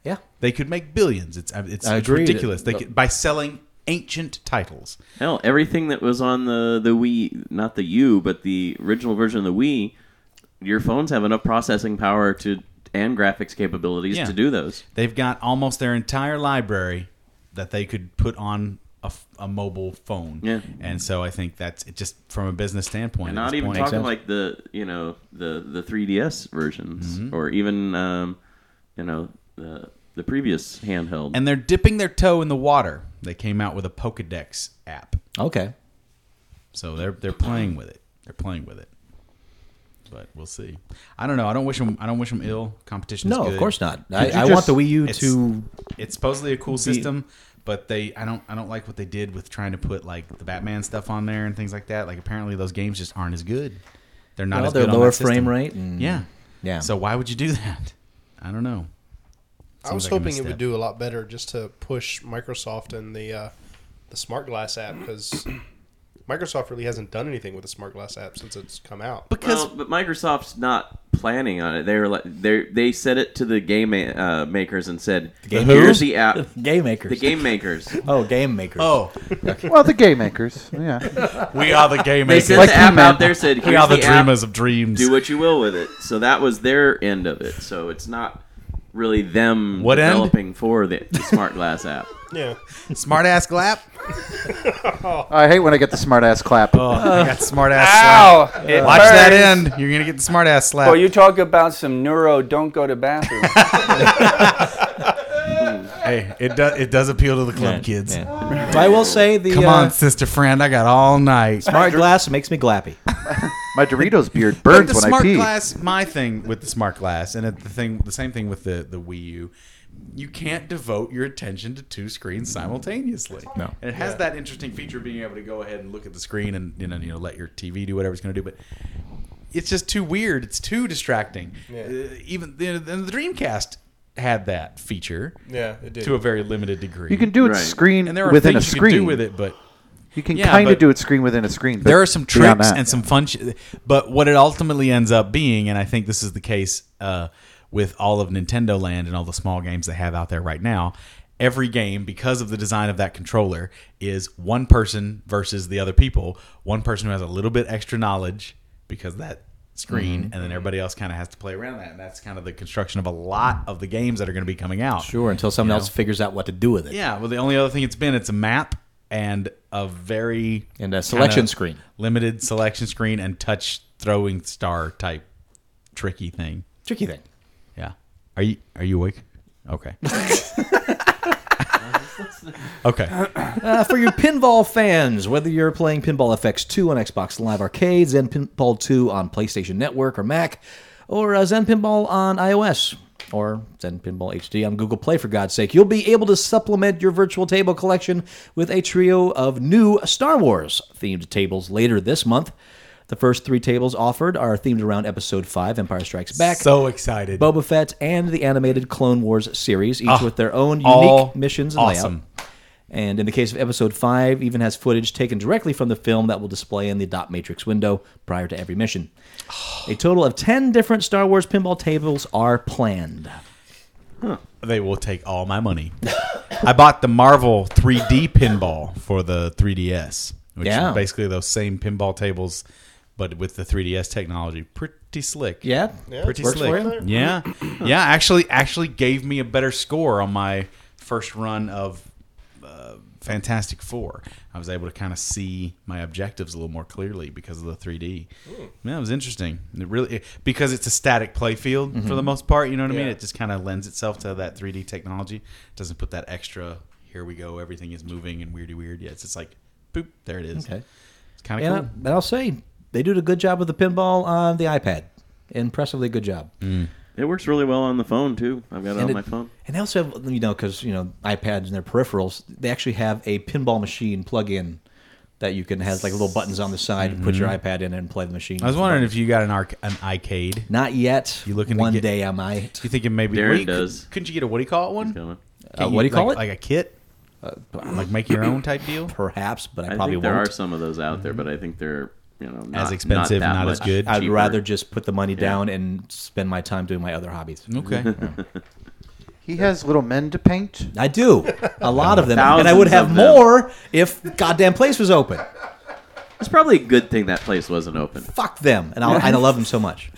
Speaker 10: Yeah.
Speaker 3: They could make billions. It's uh, it's,
Speaker 10: I
Speaker 3: it's
Speaker 10: agree.
Speaker 3: ridiculous. They could, by selling ancient titles.
Speaker 7: Hell, everything that was on the, the Wii, not the U, but the original version of the Wii, your phones have enough processing power to and graphics capabilities
Speaker 3: Yeah.
Speaker 7: to do those.
Speaker 3: They've got almost their entire library that they could put on a, f- a mobile phone.
Speaker 7: Yeah.
Speaker 3: And so I think that's it just from a business standpoint.
Speaker 7: And
Speaker 3: at
Speaker 7: not
Speaker 3: this
Speaker 7: even
Speaker 3: point.
Speaker 7: talking like the you know the the 3DS versions or even um, you know the the previous handheld.
Speaker 3: And they're dipping their toe in the water. They came out with a Pokedex app.
Speaker 10: Okay.
Speaker 3: So they're they're playing with it. They're playing with it. But we'll see. I don't know. I don't wish them. I don't wish them ill. Competition.
Speaker 10: No,
Speaker 3: is
Speaker 10: of
Speaker 3: good.
Speaker 10: course not.
Speaker 3: Could
Speaker 10: I-
Speaker 3: you
Speaker 10: I want the Wii U
Speaker 3: it's-
Speaker 10: to
Speaker 3: It's supposedly a cool system, but they. I don't. I don't like what they did with trying to put like the Batman stuff on there and things like that. Like apparently those games just aren't as good. They're not
Speaker 10: Well,
Speaker 3: as
Speaker 10: they're
Speaker 3: good on
Speaker 10: lower
Speaker 3: that system.
Speaker 10: frame rate and-
Speaker 3: yeah.
Speaker 10: Yeah.
Speaker 3: So why would you do that? I don't know.
Speaker 5: I was
Speaker 3: Seems like a
Speaker 5: hoping it would
Speaker 3: misstep.
Speaker 5: do a lot better just to push Microsoft and the uh, the smart glass app because *clears throat* Microsoft really hasn't done anything with the smart glass app since it's come out.
Speaker 3: Because
Speaker 7: well, but Microsoft's not planning on it. They were like they they said it to the game ma- uh, makers and said,
Speaker 10: game
Speaker 7: "Here's
Speaker 10: makers?
Speaker 7: the app,
Speaker 10: Game makers.
Speaker 7: the
Speaker 3: *laughs*
Speaker 7: game makers."
Speaker 10: *laughs* Oh, game makers.
Speaker 3: oh,
Speaker 4: well, the game makers. Yeah.
Speaker 3: we are
Speaker 10: *laughs*
Speaker 3: the game
Speaker 7: They
Speaker 3: makers.
Speaker 7: sent
Speaker 4: Like
Speaker 7: the app
Speaker 4: He-Man.
Speaker 7: out there said,
Speaker 3: we
Speaker 7: "Here's
Speaker 3: are the,
Speaker 7: the, app.
Speaker 3: dreamers of dreams.
Speaker 7: Do what you will with it." So that was their end of it. So it's not really them
Speaker 3: What end?
Speaker 7: developing for the, the smart glass app.
Speaker 5: Yeah,
Speaker 3: Smart ass
Speaker 10: *laughs*
Speaker 3: clap.
Speaker 4: I hate when I get the smart ass clap.
Speaker 3: Oh, I got smart ass.
Speaker 6: Ow! It
Speaker 4: Uh,
Speaker 3: Watch that
Speaker 6: burns.
Speaker 3: end. You're gonna get the smart ass slap.
Speaker 6: Well, you talk about some neuro. Don't go to *laughs* bathroom.
Speaker 3: hey, it does it does appeal to the club
Speaker 10: Yeah,
Speaker 3: kids.
Speaker 10: yeah. So I will say the
Speaker 3: Come
Speaker 10: uh,
Speaker 3: on, sister friend, I got all night.
Speaker 10: smart glass makes me glappy.
Speaker 4: My Doritos beard
Speaker 3: But
Speaker 4: burns
Speaker 3: the
Speaker 4: when
Speaker 3: smart
Speaker 4: I pee.
Speaker 3: glass, my thing with the smart glass, and it- the thing, the same thing with the the Wii U. You can't devote your attention to two screens simultaneously.
Speaker 10: No.
Speaker 3: and it has that interesting feature of being able to go ahead and look at the screen and you know, you know let your TV do whatever it's going to do, but it's just too weird. It's too distracting. Uh, even the, the Dreamcast had that feature
Speaker 5: yeah, it did.
Speaker 3: to a very limited degree.
Speaker 4: You can do it
Speaker 7: Right.
Speaker 4: screen
Speaker 3: and there are
Speaker 4: within a
Speaker 3: things you
Speaker 4: screen.
Speaker 3: can do with it, but
Speaker 4: You can
Speaker 3: Yeah,
Speaker 4: kind
Speaker 3: but
Speaker 4: of do it screen within a screen. But
Speaker 3: there are some
Speaker 4: beyond
Speaker 3: tricks
Speaker 4: that-
Speaker 3: and some fun sh- but what it ultimately ends up being and i think this is the case uh, with all of nintendo land and all the small games they have out there right now every game because of the design of that controller is one person versus the other people one person who has a little bit extra knowledge because of that screen
Speaker 4: Mm-hmm.
Speaker 3: and then everybody else kind of has to play around that and that's kind of the construction of a lot of the games that are going to be coming out
Speaker 10: Sure, until someone else figures out what to do with it.
Speaker 3: yeah, well, the only other thing it's been it's a map and a very
Speaker 10: And a selection
Speaker 3: kinda
Speaker 10: screen.
Speaker 3: limited selection screen, and touch throwing star type tricky thing.
Speaker 10: Tricky thing.
Speaker 3: Yeah, are you are you awake? Okay. *laughs* okay.
Speaker 10: Uh, for your pinball fans, whether you're playing Pinball FX2 on Xbox Live Arcades and Pinball 2 on PlayStation Network or Mac, or uh, Zen Pinball on iOS, or Zen Pinball HD on Google Play, for God's sake, you'll be able to supplement your virtual table collection with a trio of new Star Wars themed tables later this month. The first three tables offered are themed around Episode 5, Empire Strikes Back.
Speaker 3: So excited.
Speaker 10: Boba Fett and the animated Clone Wars series, each
Speaker 3: Ah,
Speaker 10: with their own
Speaker 3: all
Speaker 10: unique missions and
Speaker 3: awesome.
Speaker 10: layout. And in the case of Episode 5, even has footage taken directly from the film that will display in the dot matrix window prior to every mission. A total of 10 different Star Wars pinball tables are planned.
Speaker 3: they will take all my money. I bought the Marvel 3D pinball for the 3DS, which
Speaker 10: Yeah.
Speaker 3: is basically those same pinball tables, but with the 3DS technology. Pretty slick.
Speaker 10: Yeah?
Speaker 3: pretty
Speaker 10: works
Speaker 3: slick.
Speaker 10: for you?
Speaker 3: Yeah, *clears throat* yeah. Actually, actually gave me a better score on my first run of uh, Fantastic Four. I was able to kind of see my objectives a little more clearly because of the 3D.
Speaker 10: Hmm.
Speaker 3: Yeah, it was interesting. It really because it's a static play field for the most part. You know what I mean?
Speaker 5: Yeah.
Speaker 3: It just kind of lends itself to that 3D technology. It doesn't put that extra. Here we go. Everything is moving and weirdy weird. Yeah, it's just like boop. There it is.
Speaker 10: Okay.
Speaker 3: It's kind of
Speaker 10: And, I,
Speaker 3: cool.
Speaker 10: and I'll say, they did a good job with the pinball on the iPad. Impressively good job.
Speaker 7: *laughs* It works really well on the phone too. I've got it on
Speaker 10: and
Speaker 7: my
Speaker 10: it-
Speaker 7: phone.
Speaker 10: And they also have, you know, because you know iPads and their peripherals, they actually have a pinball machine plug-in that you can has like little buttons on the side and put your iPad in and play the machine.
Speaker 3: Mm-hmm. I was wondering if you got an arc an arcade.
Speaker 10: Not yet.
Speaker 3: You looking to
Speaker 10: One
Speaker 3: get-
Speaker 10: day I might.
Speaker 3: You thinking maybe
Speaker 7: Darren
Speaker 3: well, you
Speaker 7: does.
Speaker 3: Could, not you get a what do you call it one?
Speaker 7: Coming.
Speaker 10: Uh,
Speaker 3: Can't
Speaker 10: what do you call
Speaker 3: like-
Speaker 10: it?
Speaker 3: Like a kit, Uh, like make your own type
Speaker 10: *laughs*
Speaker 3: deal.
Speaker 10: Perhaps, but I,
Speaker 7: I
Speaker 10: probably
Speaker 7: think there
Speaker 10: won't.
Speaker 7: are some of those out there, but I think they're you know not,
Speaker 3: As expensive,
Speaker 7: that
Speaker 3: not as
Speaker 7: much
Speaker 3: good.
Speaker 10: I'd
Speaker 7: cheaper.
Speaker 10: rather just put the money down and spend my time doing my other hobbies.
Speaker 3: Okay,
Speaker 10: *laughs*
Speaker 4: He has little men to paint.
Speaker 10: I do a lot of them, and I
Speaker 7: Thousands
Speaker 10: would have
Speaker 7: of them.
Speaker 10: more if goddamn place was open.
Speaker 7: It's probably a good thing that place wasn't open.
Speaker 10: Fuck them, and I'll, I love them so much.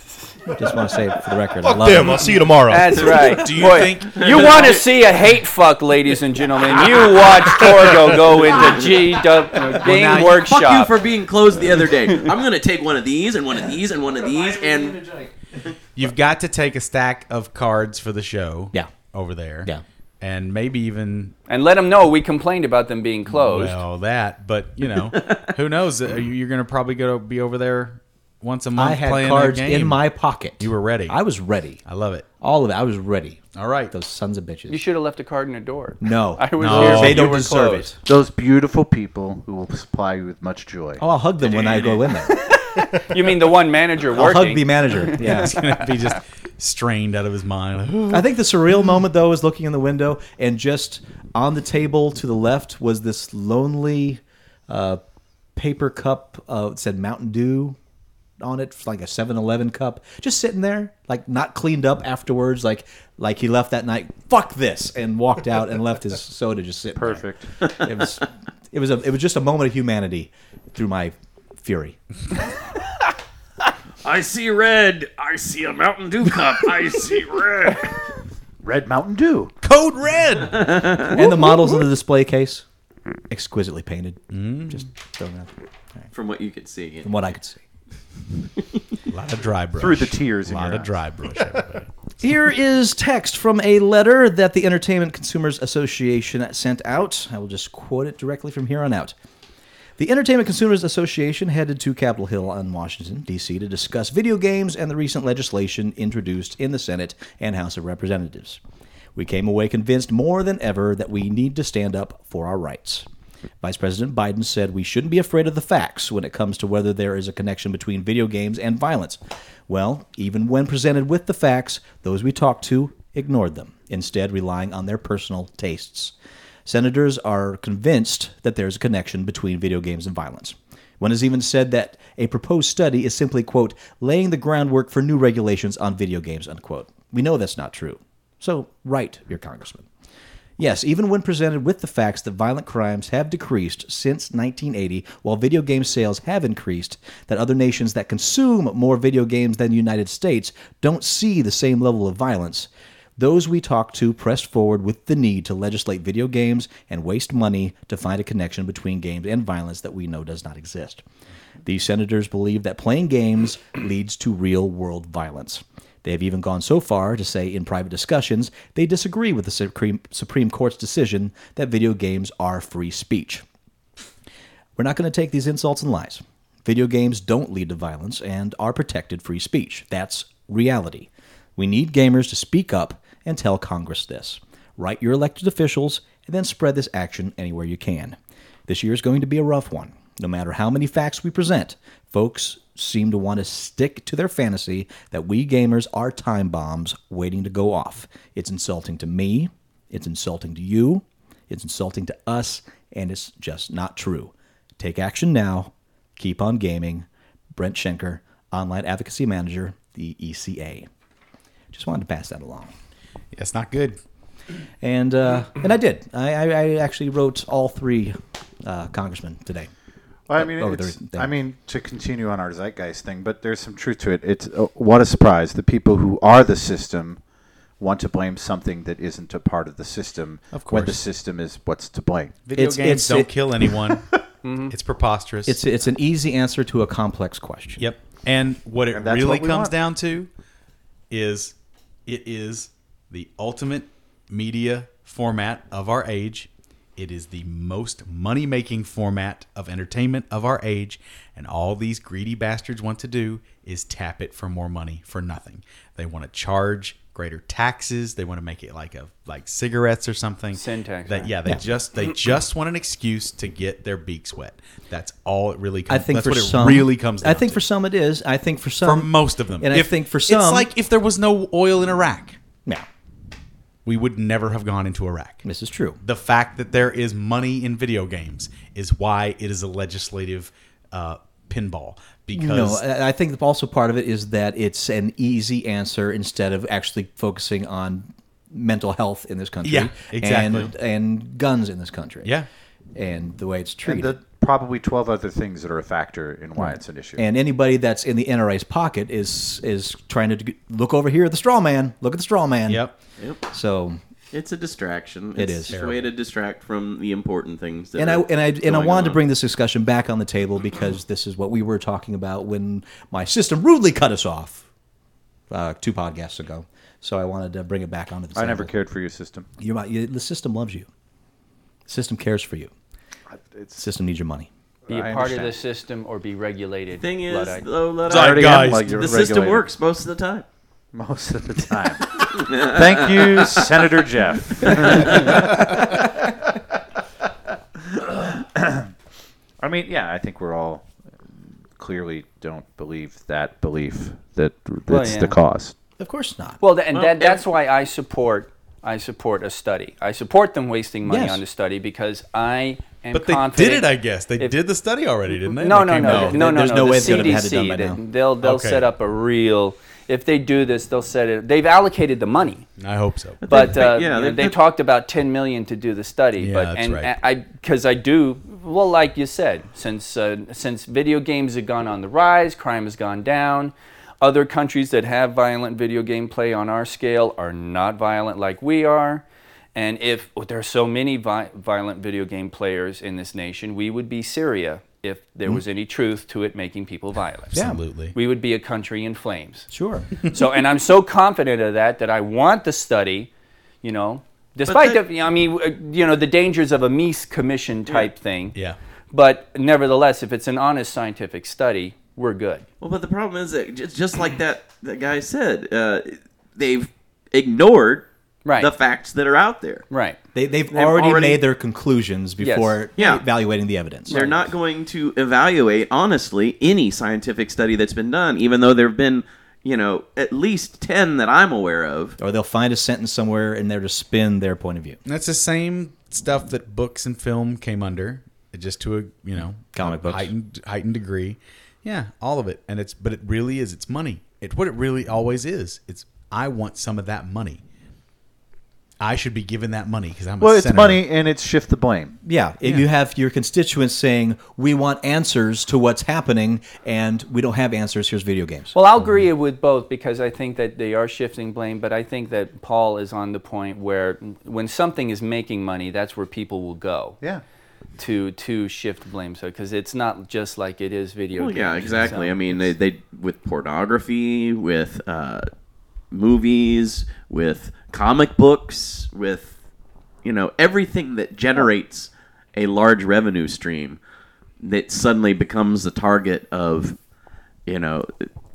Speaker 10: Just want to say it for the record. I love
Speaker 5: Damn,
Speaker 10: it.
Speaker 5: I'll see you tomorrow.
Speaker 6: That's right.
Speaker 3: Do you
Speaker 6: Boy,
Speaker 3: think-
Speaker 6: you want to see a hate fuck, ladies and gentlemen? You *laughs* watch Torgo go into G Ding
Speaker 7: now,
Speaker 6: Workshop.
Speaker 7: Fuck you for being closed the other day. I'm gonna take one of these and one of these and one of these and
Speaker 3: You've got to take a stack of cards for the show.
Speaker 10: Yeah.
Speaker 3: Over there.
Speaker 10: Yeah.
Speaker 3: And maybe even
Speaker 6: and let them know we complained about them being closed.
Speaker 3: well that, but you
Speaker 10: *laughs*
Speaker 3: know, who knows? Uh, you- You're gonna probably go be over there once a month.
Speaker 10: I had
Speaker 3: playing
Speaker 10: cards
Speaker 3: a game.
Speaker 10: in my pocket.
Speaker 3: You were ready.
Speaker 10: I was ready.
Speaker 3: I love it.
Speaker 10: All of it. I was ready.
Speaker 3: All right. *laughs*
Speaker 10: Those sons of
Speaker 6: you
Speaker 10: bitches.
Speaker 6: should have left a card in the door.
Speaker 10: No.
Speaker 6: I was
Speaker 3: No.
Speaker 6: here.
Speaker 10: They
Speaker 6: You
Speaker 10: don't
Speaker 6: were
Speaker 10: deserve
Speaker 6: closed.
Speaker 10: it.
Speaker 4: Those beautiful people who will supply you with much joy.
Speaker 10: Oh, I'll hug them when I go in there.
Speaker 6: You mean the one manager
Speaker 10: I'll
Speaker 6: working?
Speaker 10: hug the manager. Yeah.
Speaker 3: Gonna be just strained out of his mind.
Speaker 10: I think the surreal moment though is looking in the window and just on the table to the left was this lonely uh, paper cup uh, it said Mountain Dew on it like a 7-Eleven cup just sitting there like not cleaned up afterwards like like he left that night fuck this and walked out and left his *laughs* soda just sitting there.
Speaker 4: Perfect.
Speaker 10: *laughs* it was it was a it was just a moment of humanity through my fury
Speaker 7: I see red. I see a Mountain Dew cup. I see red.
Speaker 4: Red Mountain Dew.
Speaker 3: Code red.
Speaker 10: and the models in the display case exquisitely painted just throwing out there,
Speaker 7: From what you could see,
Speaker 10: from what I could see
Speaker 3: A lot of dry brush.
Speaker 4: Through the tears
Speaker 3: A
Speaker 4: in
Speaker 3: lot
Speaker 4: your
Speaker 3: of dry
Speaker 10: *laughs*
Speaker 3: brush. everybody.
Speaker 10: Here is text from a letter that the Entertainment Consumers Association sent out. I will just quote it directly from here on out. The Entertainment Consumers Association headed to Capitol Hill in Washington, D.C. to discuss video games and the recent legislation introduced in the Senate and House of Representatives. We came away convinced more than ever that we need to stand up for our rights. Vice President Biden said we shouldn't be afraid of the facts when it comes to whether there is a connection between video games and violence. Well, even when presented with the facts, those we talked to ignored them, instead, relying on their personal tastes. Senators are convinced that there's a connection between video games and violence. One has even said that a proposed study is simply, quote, laying the groundwork for new regulations on video games, unquote. We know that's not true. So write your congressman. Yes, even when presented with the facts that violent crimes have decreased since 1980, while video game sales have increased, that other nations that consume more video games than the United States don't see the same level of violence, those we talked to pressed forward with the need to legislate video games and waste money to find a connection between games and violence that we know does not exist. These senators believe that playing games leads to real world violence. They have even gone so far to say in private discussions they disagree with the Supreme, Supreme Court's decision that video games are free speech. We're not going to take these insults and lies. Video games don't lead to violence and are protected free speech. That's reality. We need gamers to speak up and tell Congress this. Write your elected officials and then spread this action anywhere you can. This year is going to be a rough one. No matter how many facts we present, folks seem to want to stick to their fantasy that we gamers are time bombs waiting to go off. It's insulting to me, it's insulting to you, it's insulting to us, and it's just not true. Take action now. Keep on gaming. Brent Schenker, Online Advocacy Manager, the ECA. Just wanted to pass that along.
Speaker 3: That's not good.
Speaker 10: And uh, and I did. I, I, I actually wrote all three uh, congressmen today.
Speaker 4: Well, I mean,
Speaker 10: over
Speaker 4: it's,
Speaker 10: the-
Speaker 4: I mean, to continue on our zeitgeist thing, but there's some truth to it. It's uh, what a surprise. The people who are the system want to blame something that isn't a part of the system. Of when the
Speaker 10: course.
Speaker 4: system is what's to blame.
Speaker 3: Video
Speaker 10: It's-
Speaker 3: games
Speaker 10: it's-
Speaker 3: don't
Speaker 10: it-
Speaker 3: kill
Speaker 10: *laughs*
Speaker 3: anyone. It's preposterous.
Speaker 10: It's it's an easy answer to a complex question.
Speaker 3: Yep. And what it
Speaker 4: And that's
Speaker 3: really
Speaker 4: what we
Speaker 3: comes
Speaker 4: want.
Speaker 3: down to is it is the ultimate media format of our age. It is the most money making format of entertainment of our age. And all these greedy bastards want to do is tap it for more money for nothing. They want to charge greater taxes. They want to make it like a like cigarettes or something.
Speaker 6: Sin tax,
Speaker 3: That,
Speaker 6: right.
Speaker 3: yeah, they just they just want an excuse to get their beaks wet. That's all it really
Speaker 10: I
Speaker 3: comes
Speaker 10: think
Speaker 3: that's
Speaker 10: for
Speaker 3: what
Speaker 10: some
Speaker 3: it really comes down
Speaker 10: I think
Speaker 3: to
Speaker 10: for some it is. I think for
Speaker 3: for
Speaker 10: some
Speaker 3: most of them.
Speaker 10: And
Speaker 3: If-
Speaker 10: I think for some
Speaker 3: it's like if there was no oil in Iraq,
Speaker 10: yeah,
Speaker 3: we would never have gone into Iraq.
Speaker 10: this is true.
Speaker 3: The fact that there is money in video games is why it is a legislative uh, pinball
Speaker 10: No,
Speaker 3: because
Speaker 10: I I think also part of it is that it's an easy answer instead of actually focusing on mental health in this country.
Speaker 3: Yeah, exactly.
Speaker 10: And, and guns in this country.
Speaker 3: Yeah.
Speaker 10: And the way it's treated.
Speaker 4: The probably 12 other things that are a factor in why
Speaker 3: Mm.
Speaker 4: it's an issue.
Speaker 10: And anybody that's in the NRA's pocket is is trying to d- look over here at the straw man. Look at the straw man.
Speaker 3: Yep.
Speaker 10: So
Speaker 7: It's a distraction.
Speaker 10: It
Speaker 7: it's
Speaker 10: is.
Speaker 7: a way to distract from the important things. That
Speaker 10: and I
Speaker 7: are
Speaker 10: and I and I
Speaker 7: going
Speaker 10: wanted to
Speaker 7: on.
Speaker 10: bring this discussion back on the table because this is what we were talking about when my system rudely cut us off uh, two podcasts ago. So I wanted to bring it back onto the table.
Speaker 4: I never cared for your system.
Speaker 10: You're right. You- the system loves you. The system cares for you. The
Speaker 4: It's,
Speaker 10: system needs your money.
Speaker 6: Be
Speaker 4: I
Speaker 6: a part of
Speaker 4: understand.
Speaker 6: the system or be regulated.
Speaker 7: Thing is,
Speaker 6: Luddite.
Speaker 7: though, Luddite,
Speaker 4: I already am
Speaker 3: Zeitgeist.
Speaker 4: like
Speaker 7: the
Speaker 4: you're
Speaker 7: system
Speaker 4: regulated
Speaker 7: works most of the time.
Speaker 4: most of the time.
Speaker 6: *laughs*
Speaker 4: Thank you, Senator Jeff. I mean, yeah, I think we're all clearly don't believe that belief that that's
Speaker 6: Well, yeah.
Speaker 4: the cause.
Speaker 10: Of course not.
Speaker 6: Well, th- and that, that's why I support I support a study. I support them wasting money
Speaker 10: Yes.
Speaker 6: on the study because I am
Speaker 3: But they
Speaker 6: confident.
Speaker 3: did it, I guess. They
Speaker 6: If-
Speaker 3: did the study already, didn't they?
Speaker 6: No,
Speaker 3: They
Speaker 6: no,
Speaker 3: came
Speaker 6: no,
Speaker 3: out.
Speaker 6: no, no,
Speaker 10: There's
Speaker 6: no.
Speaker 10: no
Speaker 6: the
Speaker 10: way it's gonna
Speaker 6: CDC,
Speaker 10: have had it done by
Speaker 6: they-
Speaker 10: now.
Speaker 6: they'll they'll
Speaker 3: Okay.
Speaker 6: set up a real. If they do this, they'll set it. They've allocated the money,
Speaker 3: I hope so.
Speaker 6: but uh,
Speaker 7: yeah,
Speaker 6: you know,
Speaker 7: they-
Speaker 6: they, talked about 10 million to do the study.
Speaker 3: Yeah,
Speaker 6: but
Speaker 3: that's
Speaker 6: and
Speaker 3: right.
Speaker 6: I because I do well, like you said, since uh, since video games have gone on the rise, crime has gone down. Other countries that have violent video game play on our scale are not violent like we are. And if well, there are so many vi- violent video game players in this nation, we would be Syria if there was any truth to it making people violent.
Speaker 3: Absolutely.
Speaker 6: We would be a country in flames.
Speaker 10: *laughs* Sure.
Speaker 6: So, and I'm so confident of that that I want the study, you know, despite
Speaker 7: that-
Speaker 6: the, I mean, uh, you know, the dangers of a Mies Commission type thing.
Speaker 3: Yeah.
Speaker 6: But nevertheless, if it's an honest scientific study, we're good.
Speaker 7: Well, but the problem is that just, just like that that guy said, uh, they've ignored
Speaker 6: Right.
Speaker 7: the facts that are out there.
Speaker 6: Right.
Speaker 10: They, they've already,
Speaker 7: already-
Speaker 10: made their conclusions before
Speaker 7: Yeah.
Speaker 10: evaluating the evidence.
Speaker 7: They're not going to evaluate honestly any scientific study that's been done, even though there have been, you know, at least ten that I'm aware of.
Speaker 10: Or they'll find a sentence somewhere and they're to spin their point of view.
Speaker 3: And That's the same stuff that books and film came under, just to a you know
Speaker 10: Comic books.
Speaker 3: heightened heightened degree. Yeah, all of it, and it's but it really is. It's money. It what it really always is. It's I want some of that money. I should be given that money because I'm a
Speaker 4: Well, it's
Speaker 3: senator.
Speaker 4: money and it's shift the blame.
Speaker 10: Yeah, if you have your constituents saying we want answers to what's happening, and we don't have answers. Here's video games.
Speaker 6: Well, I'll agree with both because I think that they are shifting blame, but I think that Paul is on the point where when something is making money, that's where people will go.
Speaker 4: Yeah.
Speaker 6: To to shift blame, so because it's not just like Oh, it is video
Speaker 7: Well,
Speaker 6: games.
Speaker 7: yeah, exactly.
Speaker 6: So-
Speaker 7: I mean, they, they with pornography, with uh, movies, with comic books, with you know everything that generates a large revenue stream that suddenly becomes the target of you know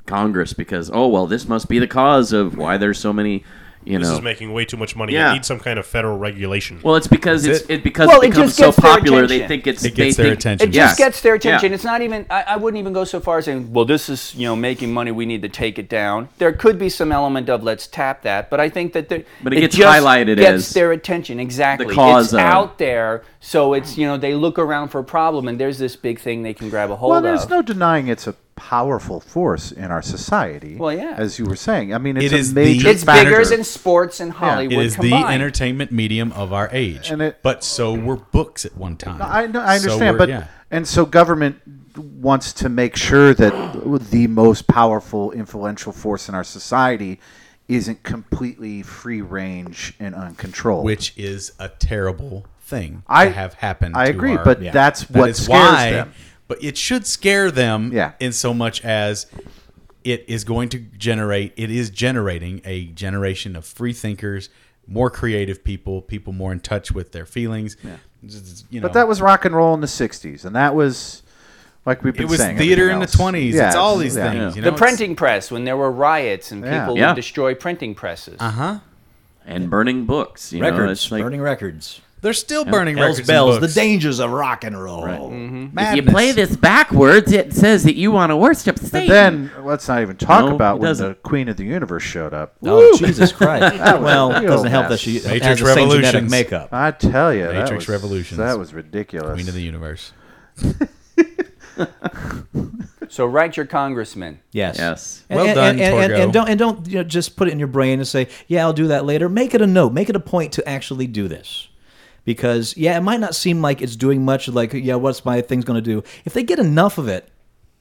Speaker 7: Congress because oh well, this must be the cause of why there's so many you
Speaker 5: This
Speaker 7: know.
Speaker 5: is making way too much money.
Speaker 7: Yeah.
Speaker 5: I need some kind of federal regulation.
Speaker 7: well, it's because
Speaker 3: That's
Speaker 7: it's it, because
Speaker 6: Well,
Speaker 7: it
Speaker 6: it
Speaker 7: becomes
Speaker 6: just
Speaker 7: so
Speaker 6: gets their
Speaker 7: popular. They
Speaker 6: attention.
Speaker 7: think it's
Speaker 3: It
Speaker 7: they
Speaker 3: gets their
Speaker 7: think-
Speaker 3: attention.
Speaker 6: It
Speaker 3: Yes.
Speaker 6: just gets their attention.
Speaker 7: Yeah.
Speaker 6: It's not even. I, I wouldn't even go so far as saying, "Well, this is you know making money. We need to take it down." There could be some element of let's tap that, but I think that there,
Speaker 7: But it gets
Speaker 6: just
Speaker 7: highlighted
Speaker 6: gets
Speaker 7: as
Speaker 6: their attention exactly.
Speaker 7: cause
Speaker 6: it's
Speaker 7: of-
Speaker 6: out there, so it's you know they look around for a problem, and there's this big thing they can grab a hold
Speaker 4: Well, there's
Speaker 6: of.
Speaker 4: no denying it's a powerful force in our society.
Speaker 6: Well, yeah.
Speaker 4: As you were saying, I mean, it's
Speaker 3: It
Speaker 4: a
Speaker 3: is the-
Speaker 4: major
Speaker 6: it's
Speaker 4: factor.
Speaker 6: bigger than sports and Hollywood
Speaker 3: It is
Speaker 6: combined.
Speaker 3: the entertainment medium of our age,
Speaker 4: And it-
Speaker 3: but so were books at one time.
Speaker 4: I, know- I
Speaker 3: So
Speaker 4: understand,
Speaker 3: were-
Speaker 4: but
Speaker 3: yeah.
Speaker 4: and so government wants to make sure that the most powerful, influential force in our society isn't completely free range and uncontrolled.
Speaker 3: which is a terrible thing
Speaker 4: I-
Speaker 3: to have happen.
Speaker 4: I
Speaker 3: to
Speaker 4: agree,
Speaker 3: our-
Speaker 4: but Yeah. that's what
Speaker 3: is
Speaker 4: scares them.
Speaker 3: But it should scare them,
Speaker 4: Yeah.
Speaker 3: in so much as it is going to generate. It is generating a generation of free thinkers, more creative people, people more in touch with their feelings. Z- You know,
Speaker 4: but that was rock and roll in the '60s, and that was like we've been
Speaker 3: it was
Speaker 4: saying.
Speaker 3: theater
Speaker 4: everything
Speaker 3: in the
Speaker 4: else.
Speaker 3: twenties.
Speaker 4: Yeah,
Speaker 3: it's all these
Speaker 4: yeah.
Speaker 3: things. You know,
Speaker 6: the
Speaker 3: it's-
Speaker 6: printing press when there were riots and
Speaker 4: Yeah.
Speaker 6: people
Speaker 7: Yeah.
Speaker 6: would destroy printing presses.
Speaker 3: Uh-huh.
Speaker 7: and burning books. You know,
Speaker 10: records,
Speaker 7: it's like,
Speaker 10: burning records,
Speaker 3: They're still burning
Speaker 10: Hell's
Speaker 3: records.
Speaker 10: bells,
Speaker 3: and books.
Speaker 10: the dangers of rock and roll.
Speaker 7: If you play this backwards, it says that you want to worship Satan.
Speaker 4: And then let's not even talk
Speaker 7: No,
Speaker 4: about
Speaker 7: it
Speaker 4: when the
Speaker 7: doesn't.
Speaker 4: Queen of the Universe showed up.
Speaker 10: Oh
Speaker 7: *laughs*
Speaker 10: Jesus Christ! well, it
Speaker 4: real
Speaker 10: doesn't help
Speaker 4: mess.
Speaker 10: that she has
Speaker 3: Matrix
Speaker 10: the same genetic
Speaker 3: Revolutions.
Speaker 10: makeup.
Speaker 4: I tell you, that
Speaker 3: Matrix
Speaker 4: was,
Speaker 3: Revolutions.
Speaker 4: That was ridiculous.
Speaker 3: Queen of the universe.
Speaker 6: So write your congressman.
Speaker 10: Yes.
Speaker 7: Yes.
Speaker 10: And,
Speaker 3: Well
Speaker 10: and-
Speaker 3: done,
Speaker 10: and, and,
Speaker 3: Torgo.
Speaker 10: and don't and don't you know, just put it in your brain and say, "Yeah, I'll do that later." Make it a note. Make it a point to actually do this. because yeah, it might not seem like it's doing much. Like yeah, what's my thing's going to do? If they get enough of it,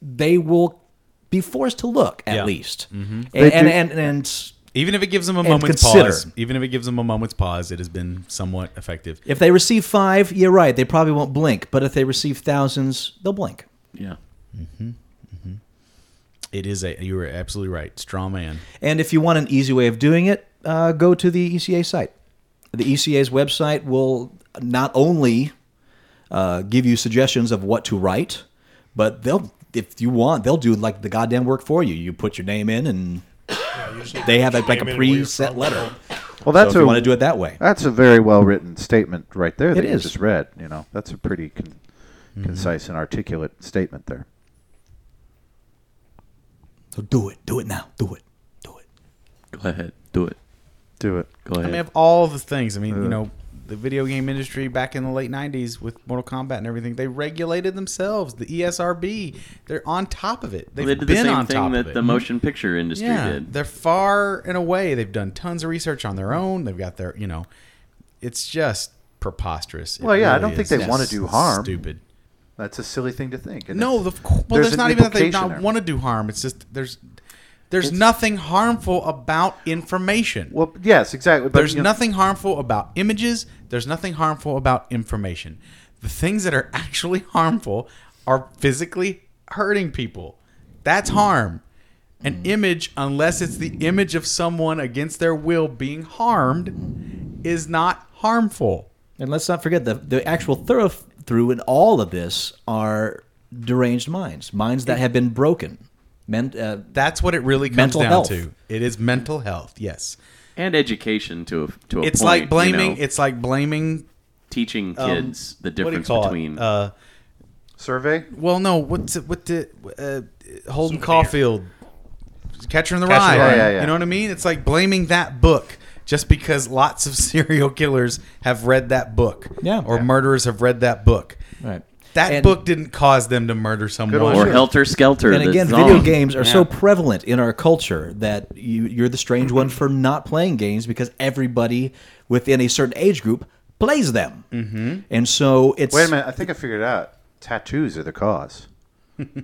Speaker 10: they will be forced to look at least. Mm-hmm. And, and, and and
Speaker 3: Even if it gives them a moment's
Speaker 10: consider.
Speaker 3: pause, even if it gives them a moment's pause, it has been somewhat effective.
Speaker 10: if they receive five, you're right. They probably won't blink. But if they receive thousands, they'll blink.
Speaker 7: Yeah.
Speaker 3: It is a you were absolutely right, straw man.
Speaker 10: And if you want an easy way of doing it, uh, go to the ECA site. The ECA's website will not only uh, give you suggestions of what to write, but they'll, if you want, they'll do like the goddamn work for you. You put your name in, and they have like, like a
Speaker 5: name in and where you're
Speaker 10: preset
Speaker 5: from.
Speaker 10: letter.
Speaker 4: Well, that's a
Speaker 10: so if you want to do it that way.
Speaker 4: that's a very well written statement right there that
Speaker 10: It
Speaker 4: you
Speaker 10: is.
Speaker 4: just read. You know, that's a pretty con-
Speaker 3: Mm-hmm.
Speaker 4: concise and articulate statement there.
Speaker 10: So do it. Do it now. Do it. Do it.
Speaker 7: Go ahead. Do it.
Speaker 4: Do it.
Speaker 7: Go ahead.
Speaker 3: I mean, of all the things, I mean, you know, the video game industry back in the late '90s with Mortal Kombat and everything, they regulated themselves. The E ESRB, they're on top of it. They've
Speaker 7: they did the
Speaker 3: been
Speaker 7: same
Speaker 3: on top
Speaker 7: thing
Speaker 3: of
Speaker 7: that
Speaker 3: it.
Speaker 7: the motion picture industry
Speaker 3: yeah,
Speaker 7: did.
Speaker 3: they're far and away. They've done tons of research on their own. They've got their, you know, it's just preposterous. It
Speaker 4: Well, yeah, I
Speaker 3: really
Speaker 4: don't
Speaker 3: is.
Speaker 4: think they wanna
Speaker 3: It's
Speaker 4: do harm.
Speaker 3: Stupid.
Speaker 4: That's a silly thing to think. and
Speaker 3: No,
Speaker 4: it's-
Speaker 3: the, well,
Speaker 4: there's
Speaker 3: there's,
Speaker 4: an
Speaker 3: not even that they
Speaker 4: implication
Speaker 3: not
Speaker 4: there.
Speaker 3: want to do harm. It's just there's there's nothing harmful about information.
Speaker 4: Well, yes, exactly. But,
Speaker 3: There's
Speaker 4: you know-
Speaker 3: nothing harmful about images. There's nothing harmful about information. The things that are *laughs* actually harmful are physically hurting people. That's harm. An image, unless it's the image of someone against their will being harmed, is not harmful.
Speaker 10: And let's not forget the the actual through in all of this are deranged minds, minds that have been broken. Men, uh,
Speaker 3: That's what it really comes
Speaker 10: Mental
Speaker 3: down
Speaker 10: health.
Speaker 3: to. It is mental health. Yes.
Speaker 7: and education to a to a
Speaker 3: It's
Speaker 7: point, you
Speaker 3: like blaming.
Speaker 7: know,
Speaker 3: It's like blaming.
Speaker 7: teaching kids the
Speaker 3: What do you
Speaker 7: difference
Speaker 3: call
Speaker 7: between
Speaker 3: it? Uh,
Speaker 4: survey.
Speaker 3: Well, no. What's it, what the uh, Holden Caulfield Catcher in the Rye?
Speaker 4: Rye. Yeah, yeah, yeah.
Speaker 3: You know what I mean? It's like blaming that book just because lots of *laughs* serial killers have read that book,
Speaker 10: Yeah.
Speaker 3: or
Speaker 10: Yeah.
Speaker 3: murderers have read that book.
Speaker 10: right.
Speaker 3: That
Speaker 10: And-
Speaker 3: book didn't cause them to murder someone.
Speaker 4: old
Speaker 7: or
Speaker 4: Sure.
Speaker 7: Helter Skelter.
Speaker 10: and
Speaker 7: the
Speaker 10: again,
Speaker 7: song.
Speaker 10: video games are so prevalent in our culture that you, you're the strange one for not playing games because everybody within a certain age group plays them, mm-hmm. and so it's
Speaker 4: Wait a minute. I think I figured it out. Tattoos are the
Speaker 3: *laughs*
Speaker 4: cause.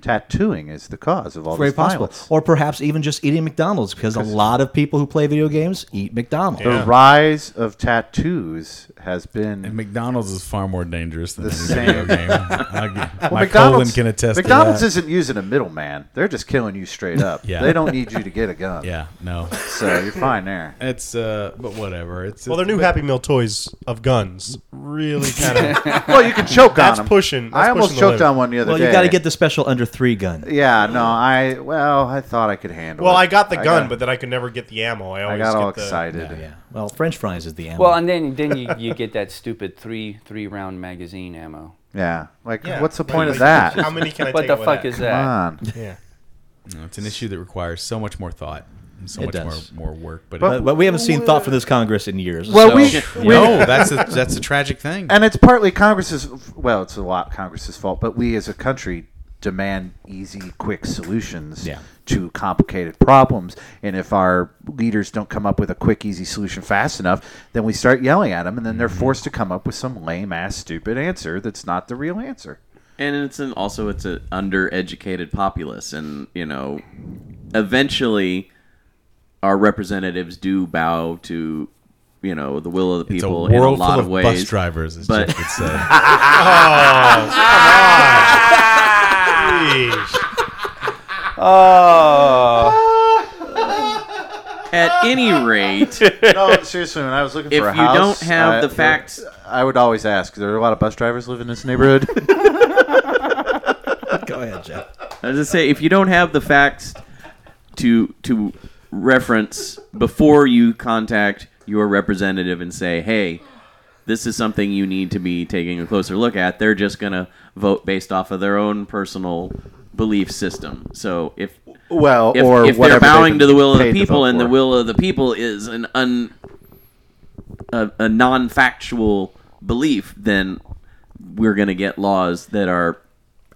Speaker 4: Tattooing is the cause of all
Speaker 10: very
Speaker 4: this
Speaker 10: possible.
Speaker 4: violence.
Speaker 10: Or perhaps even just eating McDonald's because a lot of people who play video games eat McDonald's.
Speaker 3: Oh,
Speaker 4: the rise of tattoos has been
Speaker 3: And McDonald's is far more dangerous than
Speaker 4: The
Speaker 3: any video
Speaker 4: same. *laughs*
Speaker 3: game. I, well, my colon
Speaker 4: McDonald's
Speaker 3: can attest
Speaker 4: McDonald's
Speaker 3: to that.
Speaker 4: isn't using a middleman. They're just killing
Speaker 3: *laughs*
Speaker 4: you straight up.
Speaker 3: Yeah.
Speaker 4: They don't need you to get a
Speaker 3: *laughs*
Speaker 4: gun.
Speaker 3: yeah, no,
Speaker 4: So you're fine there.
Speaker 3: it's uh, but whatever. It's
Speaker 5: Well, their new Happy Meal toys of guns really kind
Speaker 7: *laughs*
Speaker 5: of.
Speaker 4: Well, you *laughs* can choke
Speaker 5: That's
Speaker 4: on them.
Speaker 5: pushing- that's
Speaker 4: I almost
Speaker 5: pushing the
Speaker 4: choked
Speaker 5: limit.
Speaker 4: on one the other
Speaker 10: Well,
Speaker 4: day.
Speaker 10: you got to get the special under three gun.
Speaker 4: Yeah, no, I well, I thought I could handle it.
Speaker 5: Well, I got the gun, but then I could never get the ammo. I
Speaker 4: I
Speaker 5: always
Speaker 4: got all
Speaker 5: get the,
Speaker 4: excited.
Speaker 10: Yeah. Well, French fries is the ammo.
Speaker 6: Well, and then then you, you get that stupid three three round magazine ammo.
Speaker 4: Yeah, like
Speaker 5: Yeah,
Speaker 4: what's the
Speaker 5: like,
Speaker 4: point of
Speaker 5: like,
Speaker 4: that?
Speaker 5: How many can I
Speaker 6: *laughs* What
Speaker 5: take
Speaker 6: the
Speaker 5: with
Speaker 6: fuck
Speaker 5: that?
Speaker 6: is
Speaker 4: Come
Speaker 6: that?
Speaker 4: on.
Speaker 5: Yeah.
Speaker 3: No, it's an issue that requires so much more thought, and so
Speaker 10: It
Speaker 3: much
Speaker 10: does.
Speaker 3: more more work. But,
Speaker 10: but, but we haven't seen thought from this Congress in years.
Speaker 4: Well, *laughs*
Speaker 10: so-
Speaker 4: we,
Speaker 3: *laughs*
Speaker 4: we
Speaker 3: no, that's a, that's a tragic thing.
Speaker 4: and it's partly Congress's. Well, it's a lot Congress's fault, but we as a country demand easy, quick solutions
Speaker 10: Yeah.
Speaker 4: to complicated problems. And if our leaders don't come up with a quick, easy solution fast enough, then we start yelling at them, and then they're
Speaker 7: Mm-hmm.
Speaker 4: forced to come up with some lame ass, stupid answer that's not the real answer.
Speaker 7: and it's an, also it's an undereducated populace and you know eventually our representatives do bow to you know the will of the
Speaker 3: It's a
Speaker 7: people
Speaker 3: world
Speaker 7: in a lot
Speaker 3: full
Speaker 7: of
Speaker 3: of bus
Speaker 7: ways
Speaker 3: drivers, as
Speaker 7: but-
Speaker 3: Jeff would say.
Speaker 5: Jeez.
Speaker 7: at any rate
Speaker 4: No, seriously, when I was looking
Speaker 7: If
Speaker 4: for a
Speaker 7: you
Speaker 4: house, uh,
Speaker 7: don't have
Speaker 4: I-
Speaker 7: the facts-
Speaker 4: I would always ask. There are a lot of bus drivers live in this neighborhood.
Speaker 10: go ahead, Jeff.
Speaker 7: As I say, if you don't have the facts to to reference before you contact your representative and say, "Hey, this is something you need to be taking a closer look at," they're just gonna vote based off of their own personal belief system. So if
Speaker 4: *laughs* well,
Speaker 7: if,
Speaker 4: or
Speaker 7: if
Speaker 4: whatever
Speaker 7: they're bowing
Speaker 4: they've
Speaker 7: to the will of
Speaker 4: paid
Speaker 7: the
Speaker 4: to
Speaker 7: people,
Speaker 4: vote
Speaker 7: and the
Speaker 4: for.
Speaker 7: will of the people is an un a, a non factual belief, then we're gonna get laws that are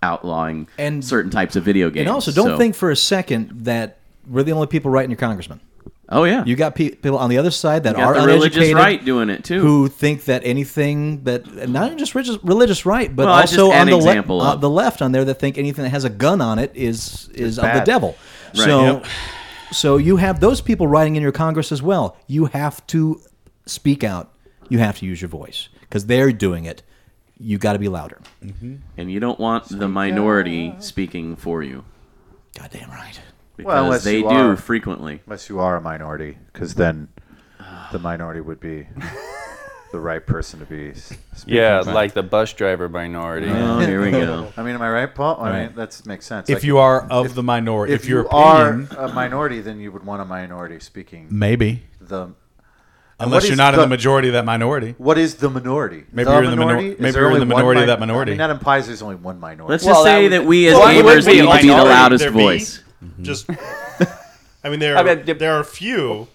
Speaker 7: outlawing
Speaker 10: And-
Speaker 7: certain types of video games.
Speaker 10: And also, don't
Speaker 7: So-
Speaker 10: think for a second that we're the only people writing your congressman.
Speaker 7: Oh yeah,
Speaker 10: You got pe- people on the other side that
Speaker 7: got
Speaker 10: are
Speaker 7: the
Speaker 10: uneducated,
Speaker 7: religious right doing it too.
Speaker 10: who think that anything that not just religious, religious right, but
Speaker 7: Well, that's
Speaker 10: also
Speaker 7: just an
Speaker 10: on the, le-
Speaker 7: example
Speaker 10: uh,
Speaker 7: of-
Speaker 10: the left on there that think anything that has a gun on it is is of the
Speaker 4: bad.
Speaker 10: devil.
Speaker 7: Right.
Speaker 10: So,
Speaker 7: Yep.
Speaker 10: so you have those people writing in your Congress as well. You have to speak out. You have to use your voice because they're doing it. You got to be louder.
Speaker 7: and you don't want the minority speaking for you
Speaker 10: Goddamn right.
Speaker 7: because
Speaker 4: Well, unless
Speaker 7: they
Speaker 4: you
Speaker 7: do
Speaker 4: are.
Speaker 7: frequently.
Speaker 4: Unless you are a minority, because then the minority
Speaker 3: *laughs*
Speaker 4: would be the right person to be. s- Speaking
Speaker 6: Yeah,
Speaker 4: about.
Speaker 6: like the bus driver minority.
Speaker 7: Oh, here we go.
Speaker 4: I mean, am I right, Paul? I mean, that makes sense.
Speaker 3: If
Speaker 4: Like,
Speaker 3: you are of the minority, if,
Speaker 4: if
Speaker 3: your
Speaker 4: you are
Speaker 3: opinion, Mm.
Speaker 4: a minority, then you would want a minority speaking
Speaker 3: maybe,
Speaker 4: the.
Speaker 3: unless
Speaker 4: what
Speaker 3: you're
Speaker 4: is
Speaker 3: not in
Speaker 4: the-
Speaker 3: the majority of that minority.
Speaker 4: What is the minority?
Speaker 3: Maybe
Speaker 4: the
Speaker 3: you're in the minor-
Speaker 4: Is
Speaker 3: maybe
Speaker 4: there
Speaker 3: you're in
Speaker 4: only
Speaker 3: the
Speaker 4: one
Speaker 3: minority of that
Speaker 4: mi-
Speaker 3: minority.
Speaker 4: I mean, that implies there's only one minority.
Speaker 7: Let's
Speaker 6: Well,
Speaker 7: just
Speaker 6: that
Speaker 7: say
Speaker 6: would-
Speaker 7: that we as
Speaker 6: Well, it would
Speaker 7: gamers
Speaker 6: be
Speaker 7: need
Speaker 6: a
Speaker 7: to be the
Speaker 6: minority.
Speaker 7: loudest
Speaker 5: There be-
Speaker 7: voice.
Speaker 6: *laughs*
Speaker 5: Just, I mean, there
Speaker 6: I
Speaker 5: are,
Speaker 6: mean, the-
Speaker 5: there are a few,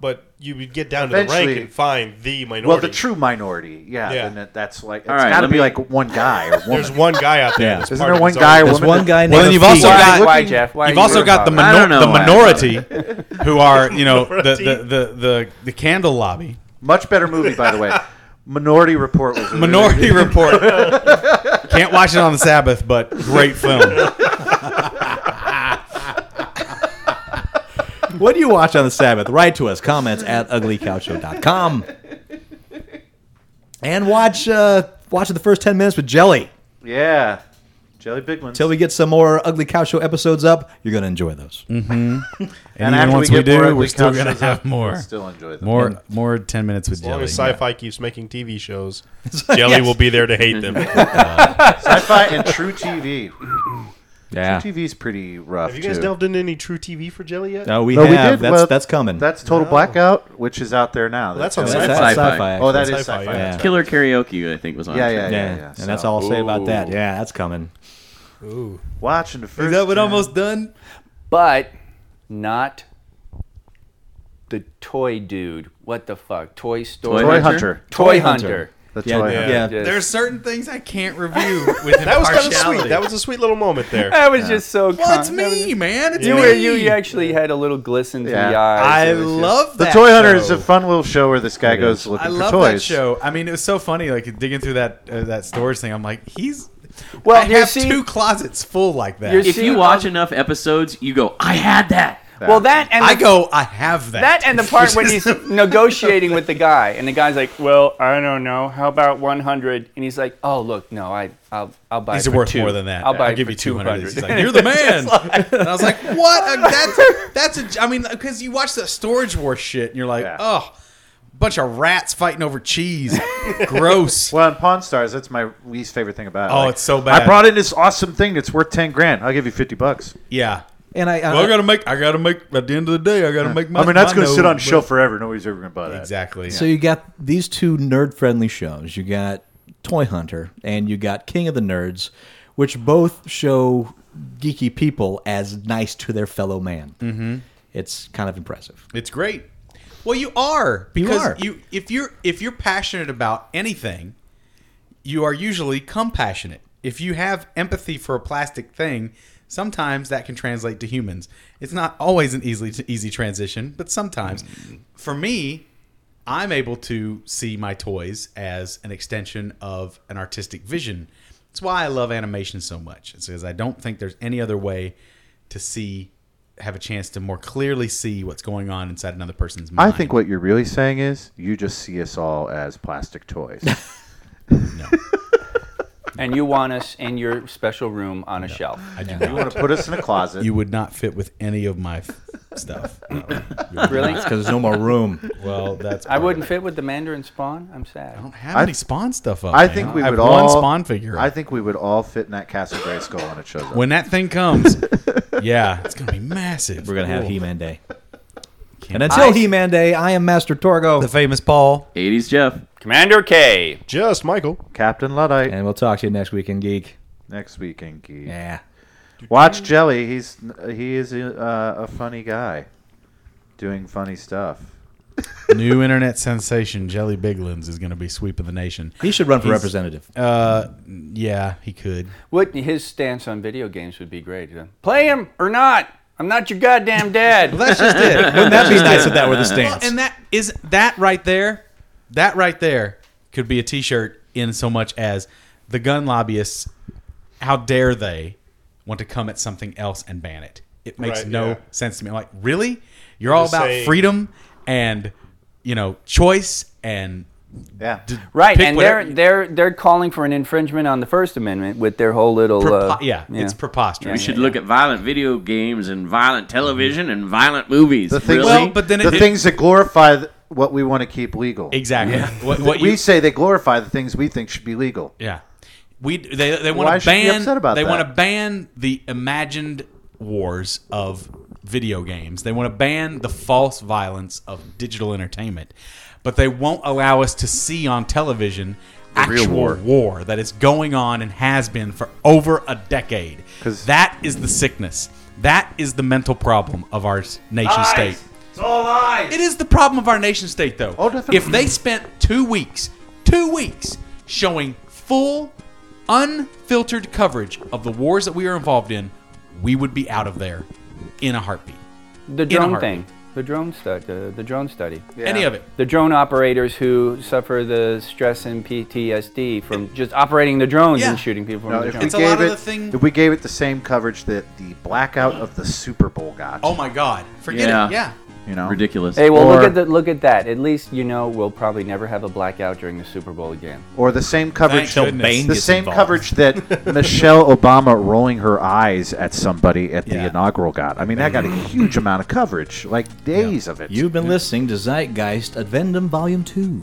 Speaker 5: but you would get down to the rank
Speaker 4: Eventually-
Speaker 5: and find the minority.
Speaker 4: well, the true minority, yeah.
Speaker 5: Yeah.
Speaker 4: Then that- that's like it's
Speaker 7: right,
Speaker 4: got to
Speaker 7: let
Speaker 4: be
Speaker 7: me-
Speaker 4: like one guy or woman.
Speaker 5: There's one guy out there.
Speaker 10: Yeah.
Speaker 5: that's
Speaker 4: Isn't
Speaker 5: part
Speaker 4: there
Speaker 5: of
Speaker 4: one
Speaker 5: his
Speaker 4: guy
Speaker 5: own-
Speaker 4: or
Speaker 10: There's
Speaker 4: woman
Speaker 10: one
Speaker 4: that-
Speaker 10: guy.
Speaker 3: Well,
Speaker 10: named
Speaker 3: then you've also
Speaker 6: Why,
Speaker 3: got
Speaker 6: why,
Speaker 4: looking-
Speaker 6: Jeff? Why
Speaker 3: You've
Speaker 6: are you
Speaker 3: also
Speaker 6: doing
Speaker 3: got the,
Speaker 7: I
Speaker 3: minor-
Speaker 7: don't know
Speaker 3: the
Speaker 7: why I
Speaker 3: minority who are, you know, the,
Speaker 5: Minority.
Speaker 3: the, the, the, the candle lobby.
Speaker 4: Much better movie, by
Speaker 3: *laughs*
Speaker 4: the way. Minority Report was a really-
Speaker 3: Minority
Speaker 4: *laughs*
Speaker 3: Report. Can't watch it on the Sabbath, but great film.
Speaker 10: What do you watch on the Sabbath? Write to us. Comments at uglycouchshow.com. And watch uh, watch the first 10 minutes with Jelly.
Speaker 4: Yeah, Jelly Big Ones.
Speaker 10: Till we get some more Ugly Cow Show episodes up, you're going to enjoy those.
Speaker 5: Mm.
Speaker 10: *laughs*
Speaker 3: And,
Speaker 4: after
Speaker 3: even
Speaker 4: we
Speaker 3: once we,
Speaker 4: get more
Speaker 3: do,
Speaker 4: ugly
Speaker 3: we're still going to
Speaker 4: couches
Speaker 3: have
Speaker 4: up,
Speaker 3: more.
Speaker 4: Still enjoy
Speaker 3: *laughs*
Speaker 4: them.
Speaker 3: More, more 10 minutes with
Speaker 5: As long
Speaker 3: Jelly.
Speaker 5: as sci-fi keeps making TV
Speaker 6: *laughs*
Speaker 5: shows, Jelly will be there to hate
Speaker 4: *laughs*
Speaker 5: them. Have
Speaker 4: sci-fi and True TV.
Speaker 10: Yeah.
Speaker 4: True TV's pretty rough
Speaker 5: you guys
Speaker 4: too.
Speaker 5: delved into any true TV for Jelly yet?
Speaker 10: No, we
Speaker 4: No,
Speaker 10: have.
Speaker 4: we did.
Speaker 10: That's,
Speaker 4: Well,
Speaker 10: that's coming.
Speaker 4: That's Total Blackout, which is out there now.
Speaker 5: that's on
Speaker 4: Jelly-
Speaker 10: that's
Speaker 5: sci-fi.
Speaker 10: that's
Speaker 7: Sci-fi.
Speaker 10: sci-fi.
Speaker 4: Oh, that
Speaker 10: actually.
Speaker 4: is
Speaker 5: Sci-fi,
Speaker 4: sci-fi.
Speaker 10: yeah.
Speaker 7: Killer karaoke, I think was on.
Speaker 4: Yeah, yeah, yeah.
Speaker 10: Yeah.
Speaker 4: yeah,
Speaker 10: And
Speaker 4: So,
Speaker 10: that's all I'll say about that. Yeah, that's coming.
Speaker 4: Watching the first.
Speaker 3: done?
Speaker 6: but not the toy dude. What the fuck? Toy Story.
Speaker 7: Toy
Speaker 4: Toy
Speaker 7: Hunter?
Speaker 4: Hunter.
Speaker 6: Toy
Speaker 10: Toy
Speaker 6: Hunter.
Speaker 10: Hunter.
Speaker 4: The
Speaker 10: Yeah,
Speaker 4: toy.
Speaker 10: yeah.
Speaker 4: hunter.
Speaker 6: Yes.
Speaker 3: There's certain things I can't review with
Speaker 5: That was kind of sweet. That was a sweet little moment there.
Speaker 6: That was just so.
Speaker 3: Well, it's
Speaker 6: con- that was-
Speaker 3: me, man. It's
Speaker 6: You
Speaker 3: me.
Speaker 6: were you. You actually had a little glisten to
Speaker 4: Yeah.
Speaker 6: the eyes.
Speaker 3: I
Speaker 6: It was just-
Speaker 3: love
Speaker 4: The
Speaker 3: that
Speaker 4: Toy Hunter is
Speaker 3: show.
Speaker 4: a fun little show where this guy goes looking
Speaker 3: I love
Speaker 4: for toys.
Speaker 3: that show. I mean, it was so funny. Like digging through that uh, that storage thing, I'm like, he's.
Speaker 6: Well,
Speaker 3: I
Speaker 6: Oh, you're
Speaker 3: have
Speaker 6: seeing-
Speaker 3: two closets full like that.
Speaker 6: You're
Speaker 7: If you
Speaker 6: See,
Speaker 7: watch
Speaker 6: um,
Speaker 7: enough episodes, you go, I had that.
Speaker 6: Well, that and
Speaker 3: I
Speaker 6: the-
Speaker 3: go, I have that.
Speaker 6: That and the part
Speaker 3: Which
Speaker 6: when
Speaker 3: is- *laughs*
Speaker 6: he's negotiating with the guy, and the guy's like, "Well, I don't know. How about 100?" And he's like, "Oh, look, no, I, I'll, I'll buy.
Speaker 3: These
Speaker 6: it
Speaker 3: are
Speaker 6: for
Speaker 3: worth
Speaker 6: two.
Speaker 3: more than that.
Speaker 6: I'll buy. it
Speaker 3: give
Speaker 6: for
Speaker 3: you 200. of these. He's
Speaker 6: 200.
Speaker 3: like, *laughs* You're the man. and I was like, what? A, that's that's a. I mean, because you watch the Storage War shit, and you're like,
Speaker 4: Yeah.
Speaker 3: oh, bunch of rats fighting over cheese. *laughs* Gross.
Speaker 4: Well, in Pawn Stars, that's my least favorite thing about it.
Speaker 3: Oh, it's so bad.
Speaker 4: I brought in this awesome thing that's worth ten grand. I'll give you fifty bucks.
Speaker 3: yeah.
Speaker 10: And I, uh, I,
Speaker 3: Well, I gotta make. I gotta make. At the end of the day, I gotta make my.
Speaker 4: I mean, that's
Speaker 3: my
Speaker 4: going to sit
Speaker 3: note,
Speaker 4: on a
Speaker 3: but-
Speaker 4: shelf forever. Nobody's ever going to buy that.
Speaker 3: Exactly.
Speaker 10: so you got these two nerd-friendly shows. You got Toy Hunter and you got King of the Nerds, which both show geeky people as nice to their fellow man. Mm-hmm. It's kind of impressive.
Speaker 3: It's great. Well, you are because you,
Speaker 10: are.
Speaker 3: if you're if you're passionate about anything, you are usually compassionate. If you have empathy for a plastic thing, sometimes that can translate to humans. It's not always an easily easy transition, but sometimes. For me, I'm able to see my toys as an extension of an artistic vision. That's why I love animation so much. It's because I don't think there's any other way to see, have a chance to more clearly see what's going on inside another person's
Speaker 4: I
Speaker 3: mind.
Speaker 4: think what you're really saying is you just see us all as
Speaker 3: *laughs*
Speaker 4: plastic toys.
Speaker 6: *laughs* And you want us in your special room on a shelf.
Speaker 3: I
Speaker 4: *laughs*
Speaker 3: do
Speaker 4: you
Speaker 3: not.
Speaker 4: want to put us in a closet.
Speaker 3: You would not fit with any of my f- stuff. No.
Speaker 6: Really?
Speaker 10: Because there's no more room.
Speaker 3: Well, *laughs* that's.
Speaker 6: I
Speaker 3: part
Speaker 6: wouldn't
Speaker 3: of
Speaker 6: fit with the Mandarin Spawn. I'm sad.
Speaker 3: it. I don't have any spawn stuff up.
Speaker 4: I
Speaker 3: man.
Speaker 4: think we
Speaker 3: I have
Speaker 4: would
Speaker 3: one
Speaker 4: all
Speaker 3: spawn figure.
Speaker 4: I think we would all fit in that Castle Gray skull when it shows up.
Speaker 3: when that thing comes, *laughs* yeah, it's gonna be massive.
Speaker 10: We're gonna have
Speaker 3: Cool.
Speaker 10: He-Man Day. And until He-Man Day, I am Master Torgo,
Speaker 3: the famous Paul.
Speaker 7: 80s Jeff.
Speaker 6: Commander K.
Speaker 5: Just Michael.
Speaker 4: Captain Luddite
Speaker 10: and we'll talk to you next week in Geek.
Speaker 4: next week, Inky.
Speaker 10: Yeah.
Speaker 4: Watch Jelly. He's he is uh, a funny guy, doing funny stuff.
Speaker 3: New internet sensation Jelly Biglins is going to be sweeping the nation.
Speaker 10: He should run for
Speaker 3: He's- *laughs*
Speaker 10: representative.
Speaker 3: Uh, yeah, he could.
Speaker 6: What his stance on video games would be great. huh? Play him or not. I'm not your goddamn dad.
Speaker 3: That's just it.
Speaker 10: Wouldn't that be nice if
Speaker 3: *laughs*
Speaker 10: that were the stance?
Speaker 3: and that is that right there. That right there could be a T-shirt in so much as the gun lobbyists. How dare they want to come at something else and ban it? It makes
Speaker 5: Right,
Speaker 3: no
Speaker 5: yeah.
Speaker 3: sense to me. I'm like, really? You're all
Speaker 5: Just
Speaker 3: about
Speaker 5: saying.
Speaker 3: freedom and you know choice and
Speaker 4: Yeah.
Speaker 3: d-
Speaker 6: Right,
Speaker 3: pick
Speaker 6: and
Speaker 3: whatever-
Speaker 6: they're they're they're calling for an infringement on the First Amendment with their whole little uh,
Speaker 3: Prepo- yeah, it's preposterous.
Speaker 7: We should look at violent video games and violent television and violent movies.
Speaker 4: The things,
Speaker 3: Well, but then
Speaker 4: the
Speaker 3: it-
Speaker 4: things that glorify th- what we want to keep legal.
Speaker 3: Exactly. What, what
Speaker 4: we
Speaker 3: you,
Speaker 4: say they glorify the things we think should be legal.
Speaker 3: yeah. We they they
Speaker 4: Why
Speaker 3: want to
Speaker 4: should we be
Speaker 3: ban
Speaker 4: upset about
Speaker 3: they
Speaker 4: that?
Speaker 3: want to ban the imagined wars of video games. They want to ban the false violence of digital entertainment. But they won't allow us to see on television actual war. that is going on and has been for over a decade.
Speaker 4: 'Cause-
Speaker 3: That is the sickness. That is the mental problem of our s- nation state. It is the problem of our nation state, though.
Speaker 4: Oh, definitely.
Speaker 3: If they spent two weeks, two weeks showing full, unfiltered coverage of the wars that we are involved in, we would be out of there in a heartbeat.
Speaker 6: the
Speaker 3: a
Speaker 6: drone
Speaker 3: heartbeat.
Speaker 6: thing, the drone study, the, the drone study,
Speaker 3: Any of it.
Speaker 6: the drone operators who suffer the stress and PTSD from just operating the drones
Speaker 3: Yeah.
Speaker 6: and shooting people from
Speaker 4: Now,
Speaker 6: the
Speaker 4: if
Speaker 6: drone.
Speaker 4: we
Speaker 3: It's a
Speaker 4: gave
Speaker 3: lot of
Speaker 4: it,
Speaker 3: the thing-
Speaker 4: if we gave it the same coverage that the blackout of the Super Bowl got,
Speaker 3: Oh my God! Forget
Speaker 7: Yeah.
Speaker 3: it. Yeah.
Speaker 4: you know,
Speaker 7: ridiculous.
Speaker 6: Hey, well, look
Speaker 4: Or-
Speaker 6: at that. Look at that. At least you know we'll probably never have a blackout during the Super Bowl again.
Speaker 4: or the same coverage,
Speaker 3: Thank goodness.
Speaker 4: the
Speaker 10: gets
Speaker 4: same
Speaker 10: involved.
Speaker 4: coverage *laughs* that Michelle Obama rolling her eyes at somebody at
Speaker 3: Yeah.
Speaker 4: the inaugural got. I mean, that got a huge amount of coverage, like days of it.
Speaker 10: You've been listening to Zeitgeist Advendum Volume 2.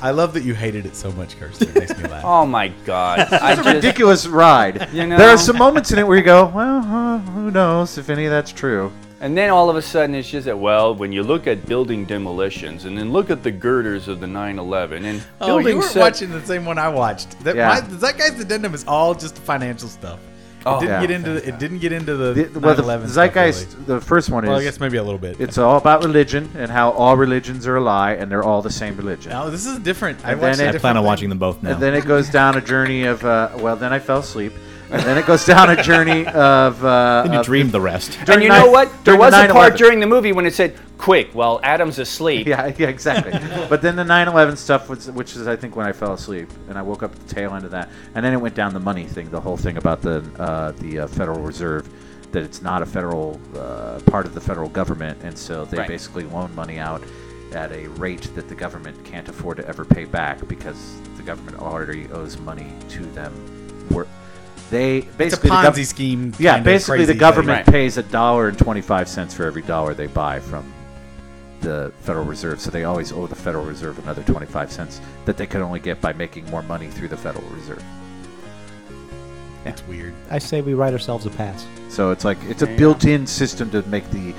Speaker 3: I love that you hated it so much, Kirsten. It makes me laugh.
Speaker 6: Oh my God! I
Speaker 4: it's a
Speaker 6: just-
Speaker 4: ridiculous *laughs* ride.
Speaker 6: You know-
Speaker 4: there are some moments in it where you go, well, huh, who knows if any of that's true.
Speaker 6: And then all of a sudden, it's just that, well, when you look at building demolitions and then look at the girders of the 9 11 and
Speaker 3: *laughs* Oh, you
Speaker 6: building
Speaker 3: were
Speaker 6: set-
Speaker 3: watching the same one I watched. That,
Speaker 4: Yeah.
Speaker 3: my- that guy's addendum is all just financial stuff. It
Speaker 6: Oh.
Speaker 3: didn't
Speaker 4: Yeah.
Speaker 3: get into the, it. Didn't get into the,
Speaker 4: The, well, the
Speaker 3: 9/11 stuff,
Speaker 4: zeitgeist,
Speaker 3: really.
Speaker 4: the first one is
Speaker 3: Well, I guess maybe a little bit.
Speaker 4: It's all about religion and how all religions are a lie and they're all the same religion.
Speaker 3: No, this is different. I
Speaker 4: And then
Speaker 3: watched
Speaker 4: it-
Speaker 3: a
Speaker 10: I plan
Speaker 3: different
Speaker 10: on
Speaker 3: thing.
Speaker 10: watching them both now.
Speaker 4: And then it goes down a journey of, uh, well, then I fell asleep. And then it goes down
Speaker 3: *laughs*
Speaker 4: a journey of. Uh,
Speaker 10: and you
Speaker 4: of-
Speaker 10: dreamed the rest.
Speaker 6: And you
Speaker 4: during
Speaker 6: know
Speaker 4: nine-
Speaker 6: what? There
Speaker 4: during
Speaker 6: was a part
Speaker 4: 9/11.
Speaker 6: during the movie when it said, quick, while Adam's
Speaker 4: *laughs*
Speaker 6: asleep.
Speaker 4: Yeah, yeah, exactly. but then the 9 11 stuff, was, which is, I think, when I fell asleep. And I woke up at the tail end of that. And then it went down the money thing, the whole thing about the, uh, the uh, Federal Reserve, that it's not a federal uh, part of the federal government. And so they
Speaker 6: Right.
Speaker 4: basically loan money out at a rate that the government can't afford to ever pay back because the government already owes money to them. Wor- They basically
Speaker 3: It's a
Speaker 4: the gov-
Speaker 3: Ponzi scheme.
Speaker 4: yeah,
Speaker 3: kinda
Speaker 4: basically
Speaker 3: crazy
Speaker 4: the government
Speaker 6: thing. Right.
Speaker 4: pays a dollar and twenty-five cents for every dollar they buy from the Federal Reserve, so they always owe the Federal Reserve another twenty-five cents that they could only get by making more money through the Federal Reserve.
Speaker 3: thing. It's weird.
Speaker 10: I say we write ourselves a pass.
Speaker 4: So it's like it's a built-in system to make the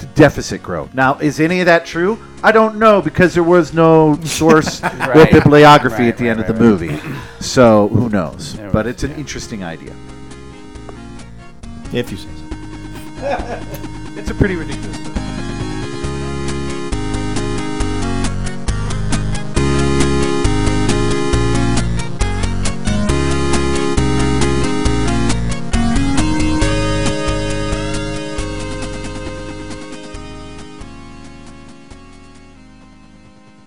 Speaker 4: the deficit grow. Now, is any of that true? I don't know because there was
Speaker 6: *laughs*
Speaker 4: no source or
Speaker 6: Right.
Speaker 4: bibliography
Speaker 6: Right,
Speaker 4: at the
Speaker 6: right,
Speaker 4: end of
Speaker 6: right,
Speaker 4: the movie, so who knows?
Speaker 6: There
Speaker 4: But
Speaker 6: was-
Speaker 4: it's an interesting idea.
Speaker 10: If you say so.
Speaker 4: It's a pretty ridiculous movie.